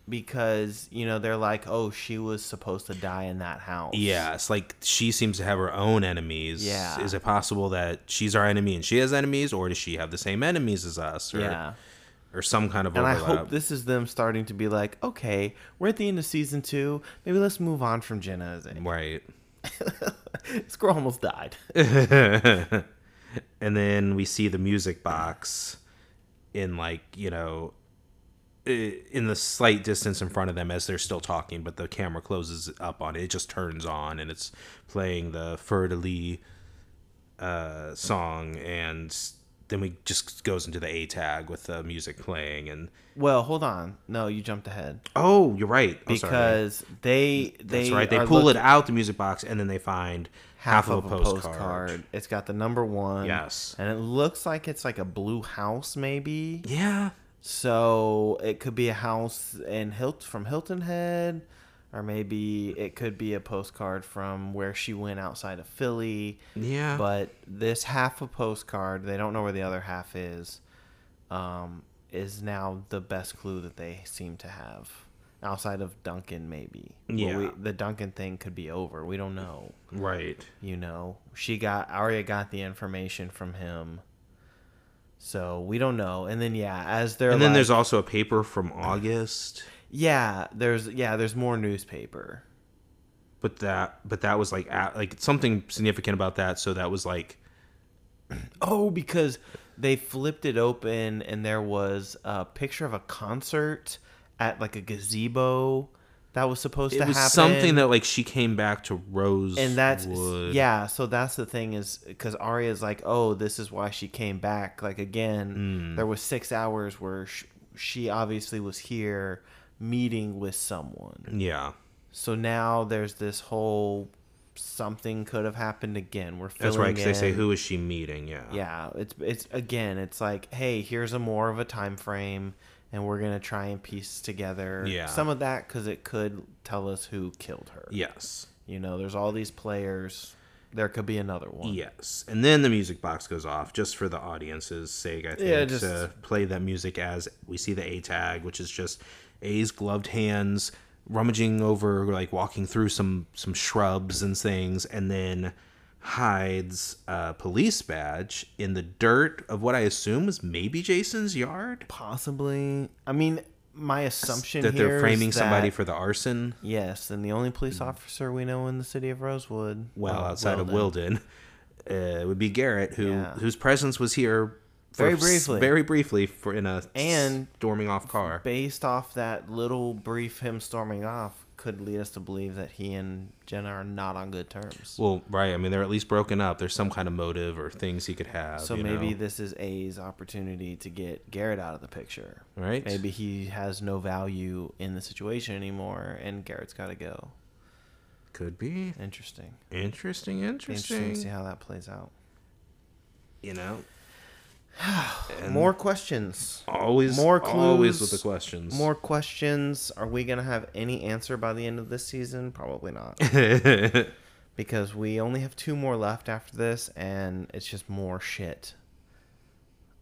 [SPEAKER 2] because, you know, they're like, oh, she was supposed to die in that house.
[SPEAKER 1] Yeah, it's like she seems to have her own enemies.
[SPEAKER 2] Yeah.
[SPEAKER 1] Is it possible that she's our enemy and she has enemies, or does she have the same enemies as us? Or,
[SPEAKER 2] Yeah.
[SPEAKER 1] Or some kind of
[SPEAKER 2] And I
[SPEAKER 1] overlap.
[SPEAKER 2] hope this is them starting to be like, okay, we're at the end of season two. Maybe let's move on from Jenna as A.
[SPEAKER 1] right.
[SPEAKER 2] this girl almost died.
[SPEAKER 1] And then we see the music box in, like, you know, i- in the slight distance in front of them as they're still talking, but the camera closes up on it. It just turns on and it's playing the Fleur de Lis uh, song. And then we just goes into the A tag with the music playing and.
[SPEAKER 2] Well, hold on. No, you jumped ahead
[SPEAKER 1] Oh, you're right. I'm sorry.
[SPEAKER 2] because they they
[SPEAKER 1] that's right. They
[SPEAKER 2] are
[SPEAKER 1] pull
[SPEAKER 2] look-
[SPEAKER 1] it out the music box and then they find half, of a postcard.
[SPEAKER 2] It's got the number one.
[SPEAKER 1] Yes.
[SPEAKER 2] and it looks like it's like a blue house, maybe.
[SPEAKER 1] Yeah.
[SPEAKER 2] So it could be a house in Hilt from Hilton Head, or maybe it could be a postcard from where she went outside of Philly.
[SPEAKER 1] Yeah.
[SPEAKER 2] But this half a postcard, they don't know where the other half is, um, is now the best clue that they seem to have. Outside of Duncan, maybe. But
[SPEAKER 1] Yeah.
[SPEAKER 2] we- the Duncan thing could be over. We don't know.
[SPEAKER 1] right.
[SPEAKER 2] You know, she got Arya got the information from him. So we don't know. And then yeah, as they're
[SPEAKER 1] And then
[SPEAKER 2] like-
[SPEAKER 1] there's also a paper from August,
[SPEAKER 2] yeah, there's yeah, there's more newspaper.
[SPEAKER 1] but that but that was like at, like something significant about that. So that was like
[SPEAKER 2] Oh, because they flipped it open and there was a picture of a concert at like a gazebo that was supposed
[SPEAKER 1] it
[SPEAKER 2] to
[SPEAKER 1] was
[SPEAKER 2] happen.
[SPEAKER 1] something that like she came back to Rose
[SPEAKER 2] and that's
[SPEAKER 1] Wood.
[SPEAKER 2] yeah. So that's the thing is because Arya's like, oh, this is why she came back. Like again,
[SPEAKER 1] Hmm.
[SPEAKER 2] there was six hours where sh- she obviously was here meeting with someone.
[SPEAKER 1] yeah.
[SPEAKER 2] So now there's this whole something could have happened again. We're filling
[SPEAKER 1] That's right. 'cause they say
[SPEAKER 2] in-
[SPEAKER 1] who is she meeting? Yeah.
[SPEAKER 2] yeah it's it's again it's like hey here's a more of a time frame and we're gonna try and piece together
[SPEAKER 1] Yeah.
[SPEAKER 2] some of that because it could tell us who killed her
[SPEAKER 1] Yes.
[SPEAKER 2] you know there's all these players there could be another one
[SPEAKER 1] Yes, and then the music box goes off just for the audience's sake. I think
[SPEAKER 2] Yeah, just-
[SPEAKER 1] to play that music as we see the A tag, which is just A's gloved hands rummaging over, like walking through some some shrubs and things, and then hides a police badge in the dirt of what I assume is maybe Jason's yard.
[SPEAKER 2] possibly i mean my assumption
[SPEAKER 1] That they're
[SPEAKER 2] here
[SPEAKER 1] framing
[SPEAKER 2] is
[SPEAKER 1] somebody
[SPEAKER 2] that-
[SPEAKER 1] for the arson.
[SPEAKER 2] yes and the only police officer we know in the city of rosewood
[SPEAKER 1] well
[SPEAKER 2] uh,
[SPEAKER 1] outside of Wilden, uh, would be Garrett, who
[SPEAKER 2] Yeah.
[SPEAKER 1] whose presence was here for
[SPEAKER 2] Very
[SPEAKER 1] s-
[SPEAKER 2] briefly.
[SPEAKER 1] very briefly for in a
[SPEAKER 2] And-
[SPEAKER 1] storming off car.
[SPEAKER 2] based off that little brief him storming off could lead us to believe that he and jenna are not on good terms
[SPEAKER 1] Well, right. I mean, they're at least broken up. There's some kind of motive or things he could have.
[SPEAKER 2] So
[SPEAKER 1] you
[SPEAKER 2] maybe
[SPEAKER 1] know?
[SPEAKER 2] this is A's opportunity to get Garrett out of the picture.
[SPEAKER 1] right?
[SPEAKER 2] Maybe he has no value in the situation anymore and Garrett's got to go.
[SPEAKER 1] could be
[SPEAKER 2] Interesting.
[SPEAKER 1] interesting. Interesting.
[SPEAKER 2] Be Interesting to see how that plays out.
[SPEAKER 1] You know,
[SPEAKER 2] More questions.
[SPEAKER 1] always
[SPEAKER 2] More
[SPEAKER 1] Always with
[SPEAKER 2] clues,
[SPEAKER 1] the questions.
[SPEAKER 2] More questions. Are we going to have any answer by the end of this season? Probably not. because we only have two more left after this and it's just more shit.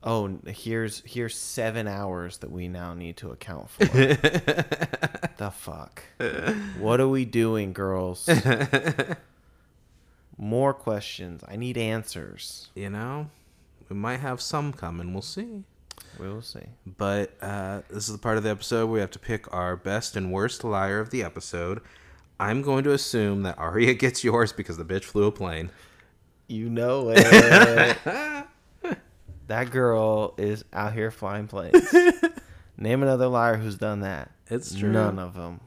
[SPEAKER 2] oh n- here's here's seven hours that we now need to account for the fuck what are we doing girls more questions i need answers
[SPEAKER 1] You know, we might have some coming. We'll see.
[SPEAKER 2] we'll see
[SPEAKER 1] But uh, this is the part of the episode where we have to pick our best and worst liar of the episode. I'm going to assume that Arya gets yours because the bitch flew a plane.
[SPEAKER 2] you know it that girl is out here flying planes name another liar who's done that
[SPEAKER 1] It's true.
[SPEAKER 2] none of them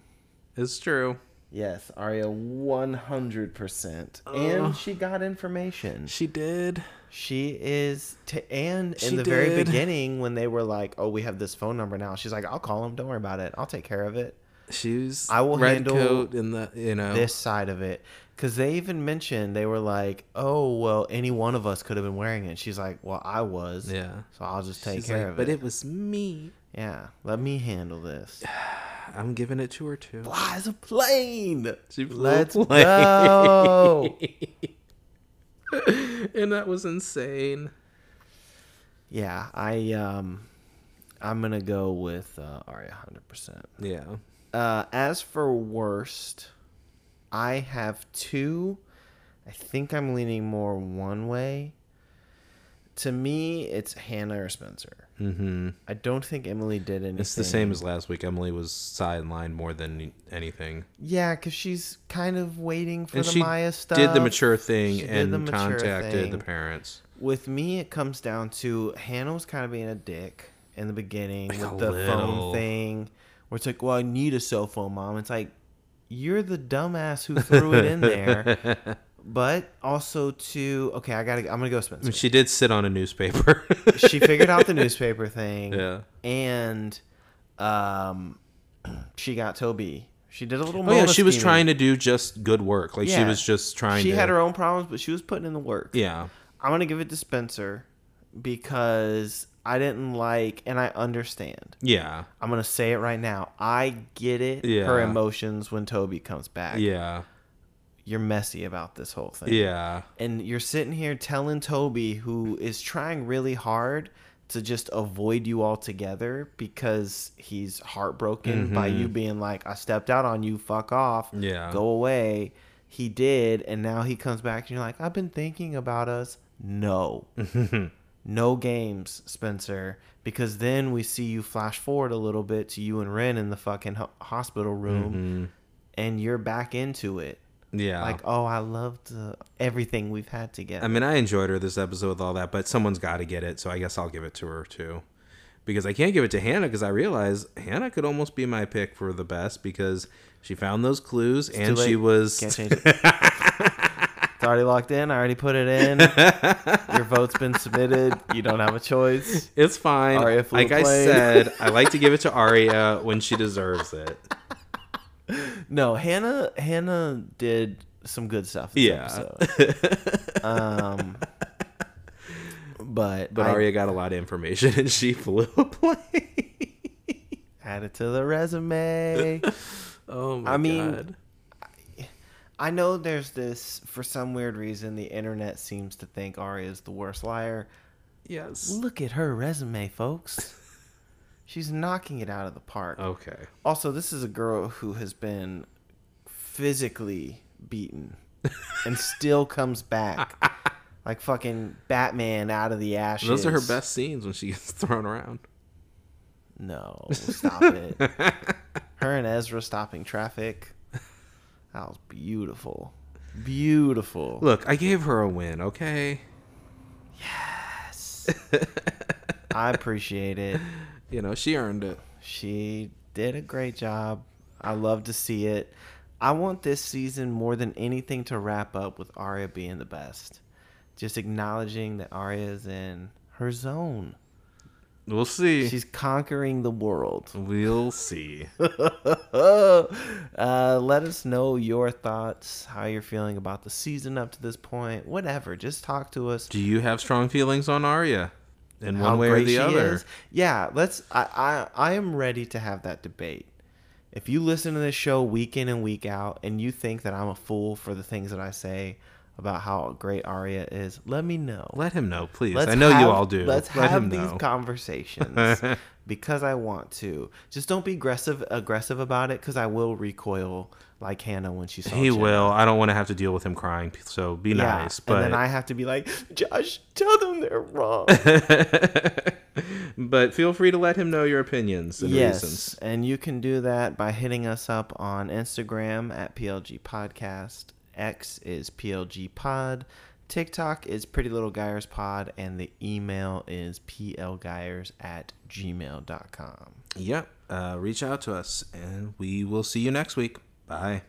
[SPEAKER 1] It's true.
[SPEAKER 2] Yes, Arya 100%.
[SPEAKER 1] Ugh.
[SPEAKER 2] And she got information.
[SPEAKER 1] She did.
[SPEAKER 2] She is to and
[SPEAKER 1] She
[SPEAKER 2] in the very
[SPEAKER 1] did.
[SPEAKER 2] beginning when they were like, "Oh, we have this phone number now." She's like, "I'll call him. Don't worry about it. I'll take care of it."
[SPEAKER 1] She's
[SPEAKER 2] I will
[SPEAKER 1] red
[SPEAKER 2] handle
[SPEAKER 1] coat in the you know
[SPEAKER 2] This side of it cuz they even mentioned they were like, "Oh, well, any one of us could have been wearing it." She's like, "Well, I was."
[SPEAKER 1] yeah.
[SPEAKER 2] So I'll just take
[SPEAKER 1] She's
[SPEAKER 2] care
[SPEAKER 1] like,
[SPEAKER 2] of
[SPEAKER 1] but
[SPEAKER 2] it.
[SPEAKER 1] it was me.
[SPEAKER 2] Yeah. Let me handle this.
[SPEAKER 1] I'm giving it to her too.
[SPEAKER 2] Why is a plane?
[SPEAKER 1] She flew a
[SPEAKER 2] Let's
[SPEAKER 1] plane.
[SPEAKER 2] go.
[SPEAKER 1] and that was insane.
[SPEAKER 2] Yeah, I um I'm going to go with uh, Arya 100%.
[SPEAKER 1] Yeah.
[SPEAKER 2] Uh, as for worst, I have two. I think I'm leaning more one way. To me, it's Hannah or Spencer.
[SPEAKER 1] Mm-hmm.
[SPEAKER 2] I don't think Emily did anything.
[SPEAKER 1] It's the same as last week. Emily was sidelined more than anything.
[SPEAKER 2] Yeah, because she's kind of waiting for
[SPEAKER 1] and
[SPEAKER 2] the
[SPEAKER 1] she
[SPEAKER 2] Maya stuff.
[SPEAKER 1] did the mature thing
[SPEAKER 2] She did
[SPEAKER 1] and
[SPEAKER 2] the mature
[SPEAKER 1] contacted the
[SPEAKER 2] thing.
[SPEAKER 1] parents.
[SPEAKER 2] With me, it comes down to Hannah was kind of being a dick in the beginning
[SPEAKER 1] Like a
[SPEAKER 2] with the
[SPEAKER 1] little.
[SPEAKER 2] phone thing, where it's like, "Well, I need a cell phone, mom." It's like, you're the dumbass who threw it in there. But also to okay, I gotta. I'm gonna go Spencer.
[SPEAKER 1] She did sit on a newspaper.
[SPEAKER 2] she figured out the newspaper thing.
[SPEAKER 1] Yeah.
[SPEAKER 2] And um, she got Toby. She did a little.
[SPEAKER 1] Oh yeah, she was trying to do just good work. Like she
[SPEAKER 2] Yeah.
[SPEAKER 1] was just trying
[SPEAKER 2] She
[SPEAKER 1] to
[SPEAKER 2] had her own problems, but she was putting in the work.
[SPEAKER 1] Yeah.
[SPEAKER 2] I'm gonna give it to Spencer because I didn't like, and I understand.
[SPEAKER 1] Yeah.
[SPEAKER 2] I'm gonna say it right now. I get it.
[SPEAKER 1] Yeah.
[SPEAKER 2] Her emotions when Toby comes back.
[SPEAKER 1] Yeah.
[SPEAKER 2] You're messy about this whole thing.
[SPEAKER 1] Yeah.
[SPEAKER 2] and you're sitting here telling Toby, who is trying really hard to just avoid you altogether because he's heartbroken by you being like, I stepped out on you, fuck off,
[SPEAKER 1] Yeah.
[SPEAKER 2] go away. He did, and now he comes back and you're like, I've been thinking about us. No. no games, Spencer, because then we see you flash forward a little bit to you and Ren in the fucking ho- hospital room, and you're back into it.
[SPEAKER 1] Yeah.
[SPEAKER 2] Like, oh, I loved uh, everything we've had together.
[SPEAKER 1] I mean, I enjoyed her this episode with all that, but someone's got to get it, so I guess I'll give it to her too. Because I can't give it to Hannah because I realize Hannah could almost be my pick for the best because she found those clues and
[SPEAKER 2] too
[SPEAKER 1] she
[SPEAKER 2] late.
[SPEAKER 1] was
[SPEAKER 2] Can't change it. it's already locked in. I already put it in. Your vote's been submitted. You don't have a choice.
[SPEAKER 1] It's fine.
[SPEAKER 2] Aria flew
[SPEAKER 1] like
[SPEAKER 2] the
[SPEAKER 1] I
[SPEAKER 2] plane.
[SPEAKER 1] said, I like to give it to Aria when she deserves it.
[SPEAKER 2] No, Hannah. Hannah did some good stuff. This
[SPEAKER 1] Yeah.
[SPEAKER 2] Episode. Um. But,
[SPEAKER 1] But
[SPEAKER 2] I
[SPEAKER 1] Aria got a lot of information and she flew a plane.
[SPEAKER 2] add it to the resume.
[SPEAKER 1] Oh my
[SPEAKER 2] I mean,
[SPEAKER 1] god.
[SPEAKER 2] I know there's this for some weird reason the internet seems to think Arya is the worst liar.
[SPEAKER 1] Yes.
[SPEAKER 2] Look at her resume, folks. She's knocking it out of the park.
[SPEAKER 1] Okay.
[SPEAKER 2] Also, this is a girl who has been physically beaten and still comes back like fucking Batman out of the ashes.
[SPEAKER 1] Those are her best scenes when she gets thrown around.
[SPEAKER 2] No, stop it. Her and Ezra stopping traffic. That was beautiful. Beautiful.
[SPEAKER 1] Look, I gave her a win, okay?
[SPEAKER 2] I appreciate it.
[SPEAKER 1] You know, she earned it.
[SPEAKER 2] She did a great job. I love to see it. I want this season more than anything to wrap up with Arya being the best. Just acknowledging that Arya is in her zone.
[SPEAKER 1] We'll see.
[SPEAKER 2] She's conquering the world.
[SPEAKER 1] We'll see.
[SPEAKER 2] uh, let us know your thoughts, how you're feeling about the season up to this point, whatever. Just talk to us.
[SPEAKER 1] Do you have strong feelings on Arya? In
[SPEAKER 2] how
[SPEAKER 1] one way or
[SPEAKER 2] great
[SPEAKER 1] the
[SPEAKER 2] she
[SPEAKER 1] other.
[SPEAKER 2] is. Yeah, let's. I, I I am ready to have that debate. If you listen to this show week in and week out, and you think that I'm a fool for the things that I say, about how great Arya is, let me know.
[SPEAKER 1] Let him know, please. I know you
[SPEAKER 2] have-
[SPEAKER 1] all do.
[SPEAKER 2] Let's
[SPEAKER 1] Let
[SPEAKER 2] have
[SPEAKER 1] him
[SPEAKER 2] these
[SPEAKER 1] know.
[SPEAKER 2] conversations because I want to. Just don't be aggressive aggressive about it because I will recoil like Hannah when she saw.
[SPEAKER 1] he
[SPEAKER 2] Jen.
[SPEAKER 1] will. I don't want to have to deal with him crying, so be
[SPEAKER 2] Yeah,
[SPEAKER 1] nice. But
[SPEAKER 2] and then I have to be like, Josh, tell them they're wrong.
[SPEAKER 1] but feel free to let him know your opinions and reasons.
[SPEAKER 2] and you can do that by hitting us up on Instagram at PLG Podcast. X is PLG Pod. TikTok is Pretty Little Guyers Pod, and the email is plguyers at gmail.com.
[SPEAKER 1] Yep. Uh, reach out to us, and we will see you next week. Bye.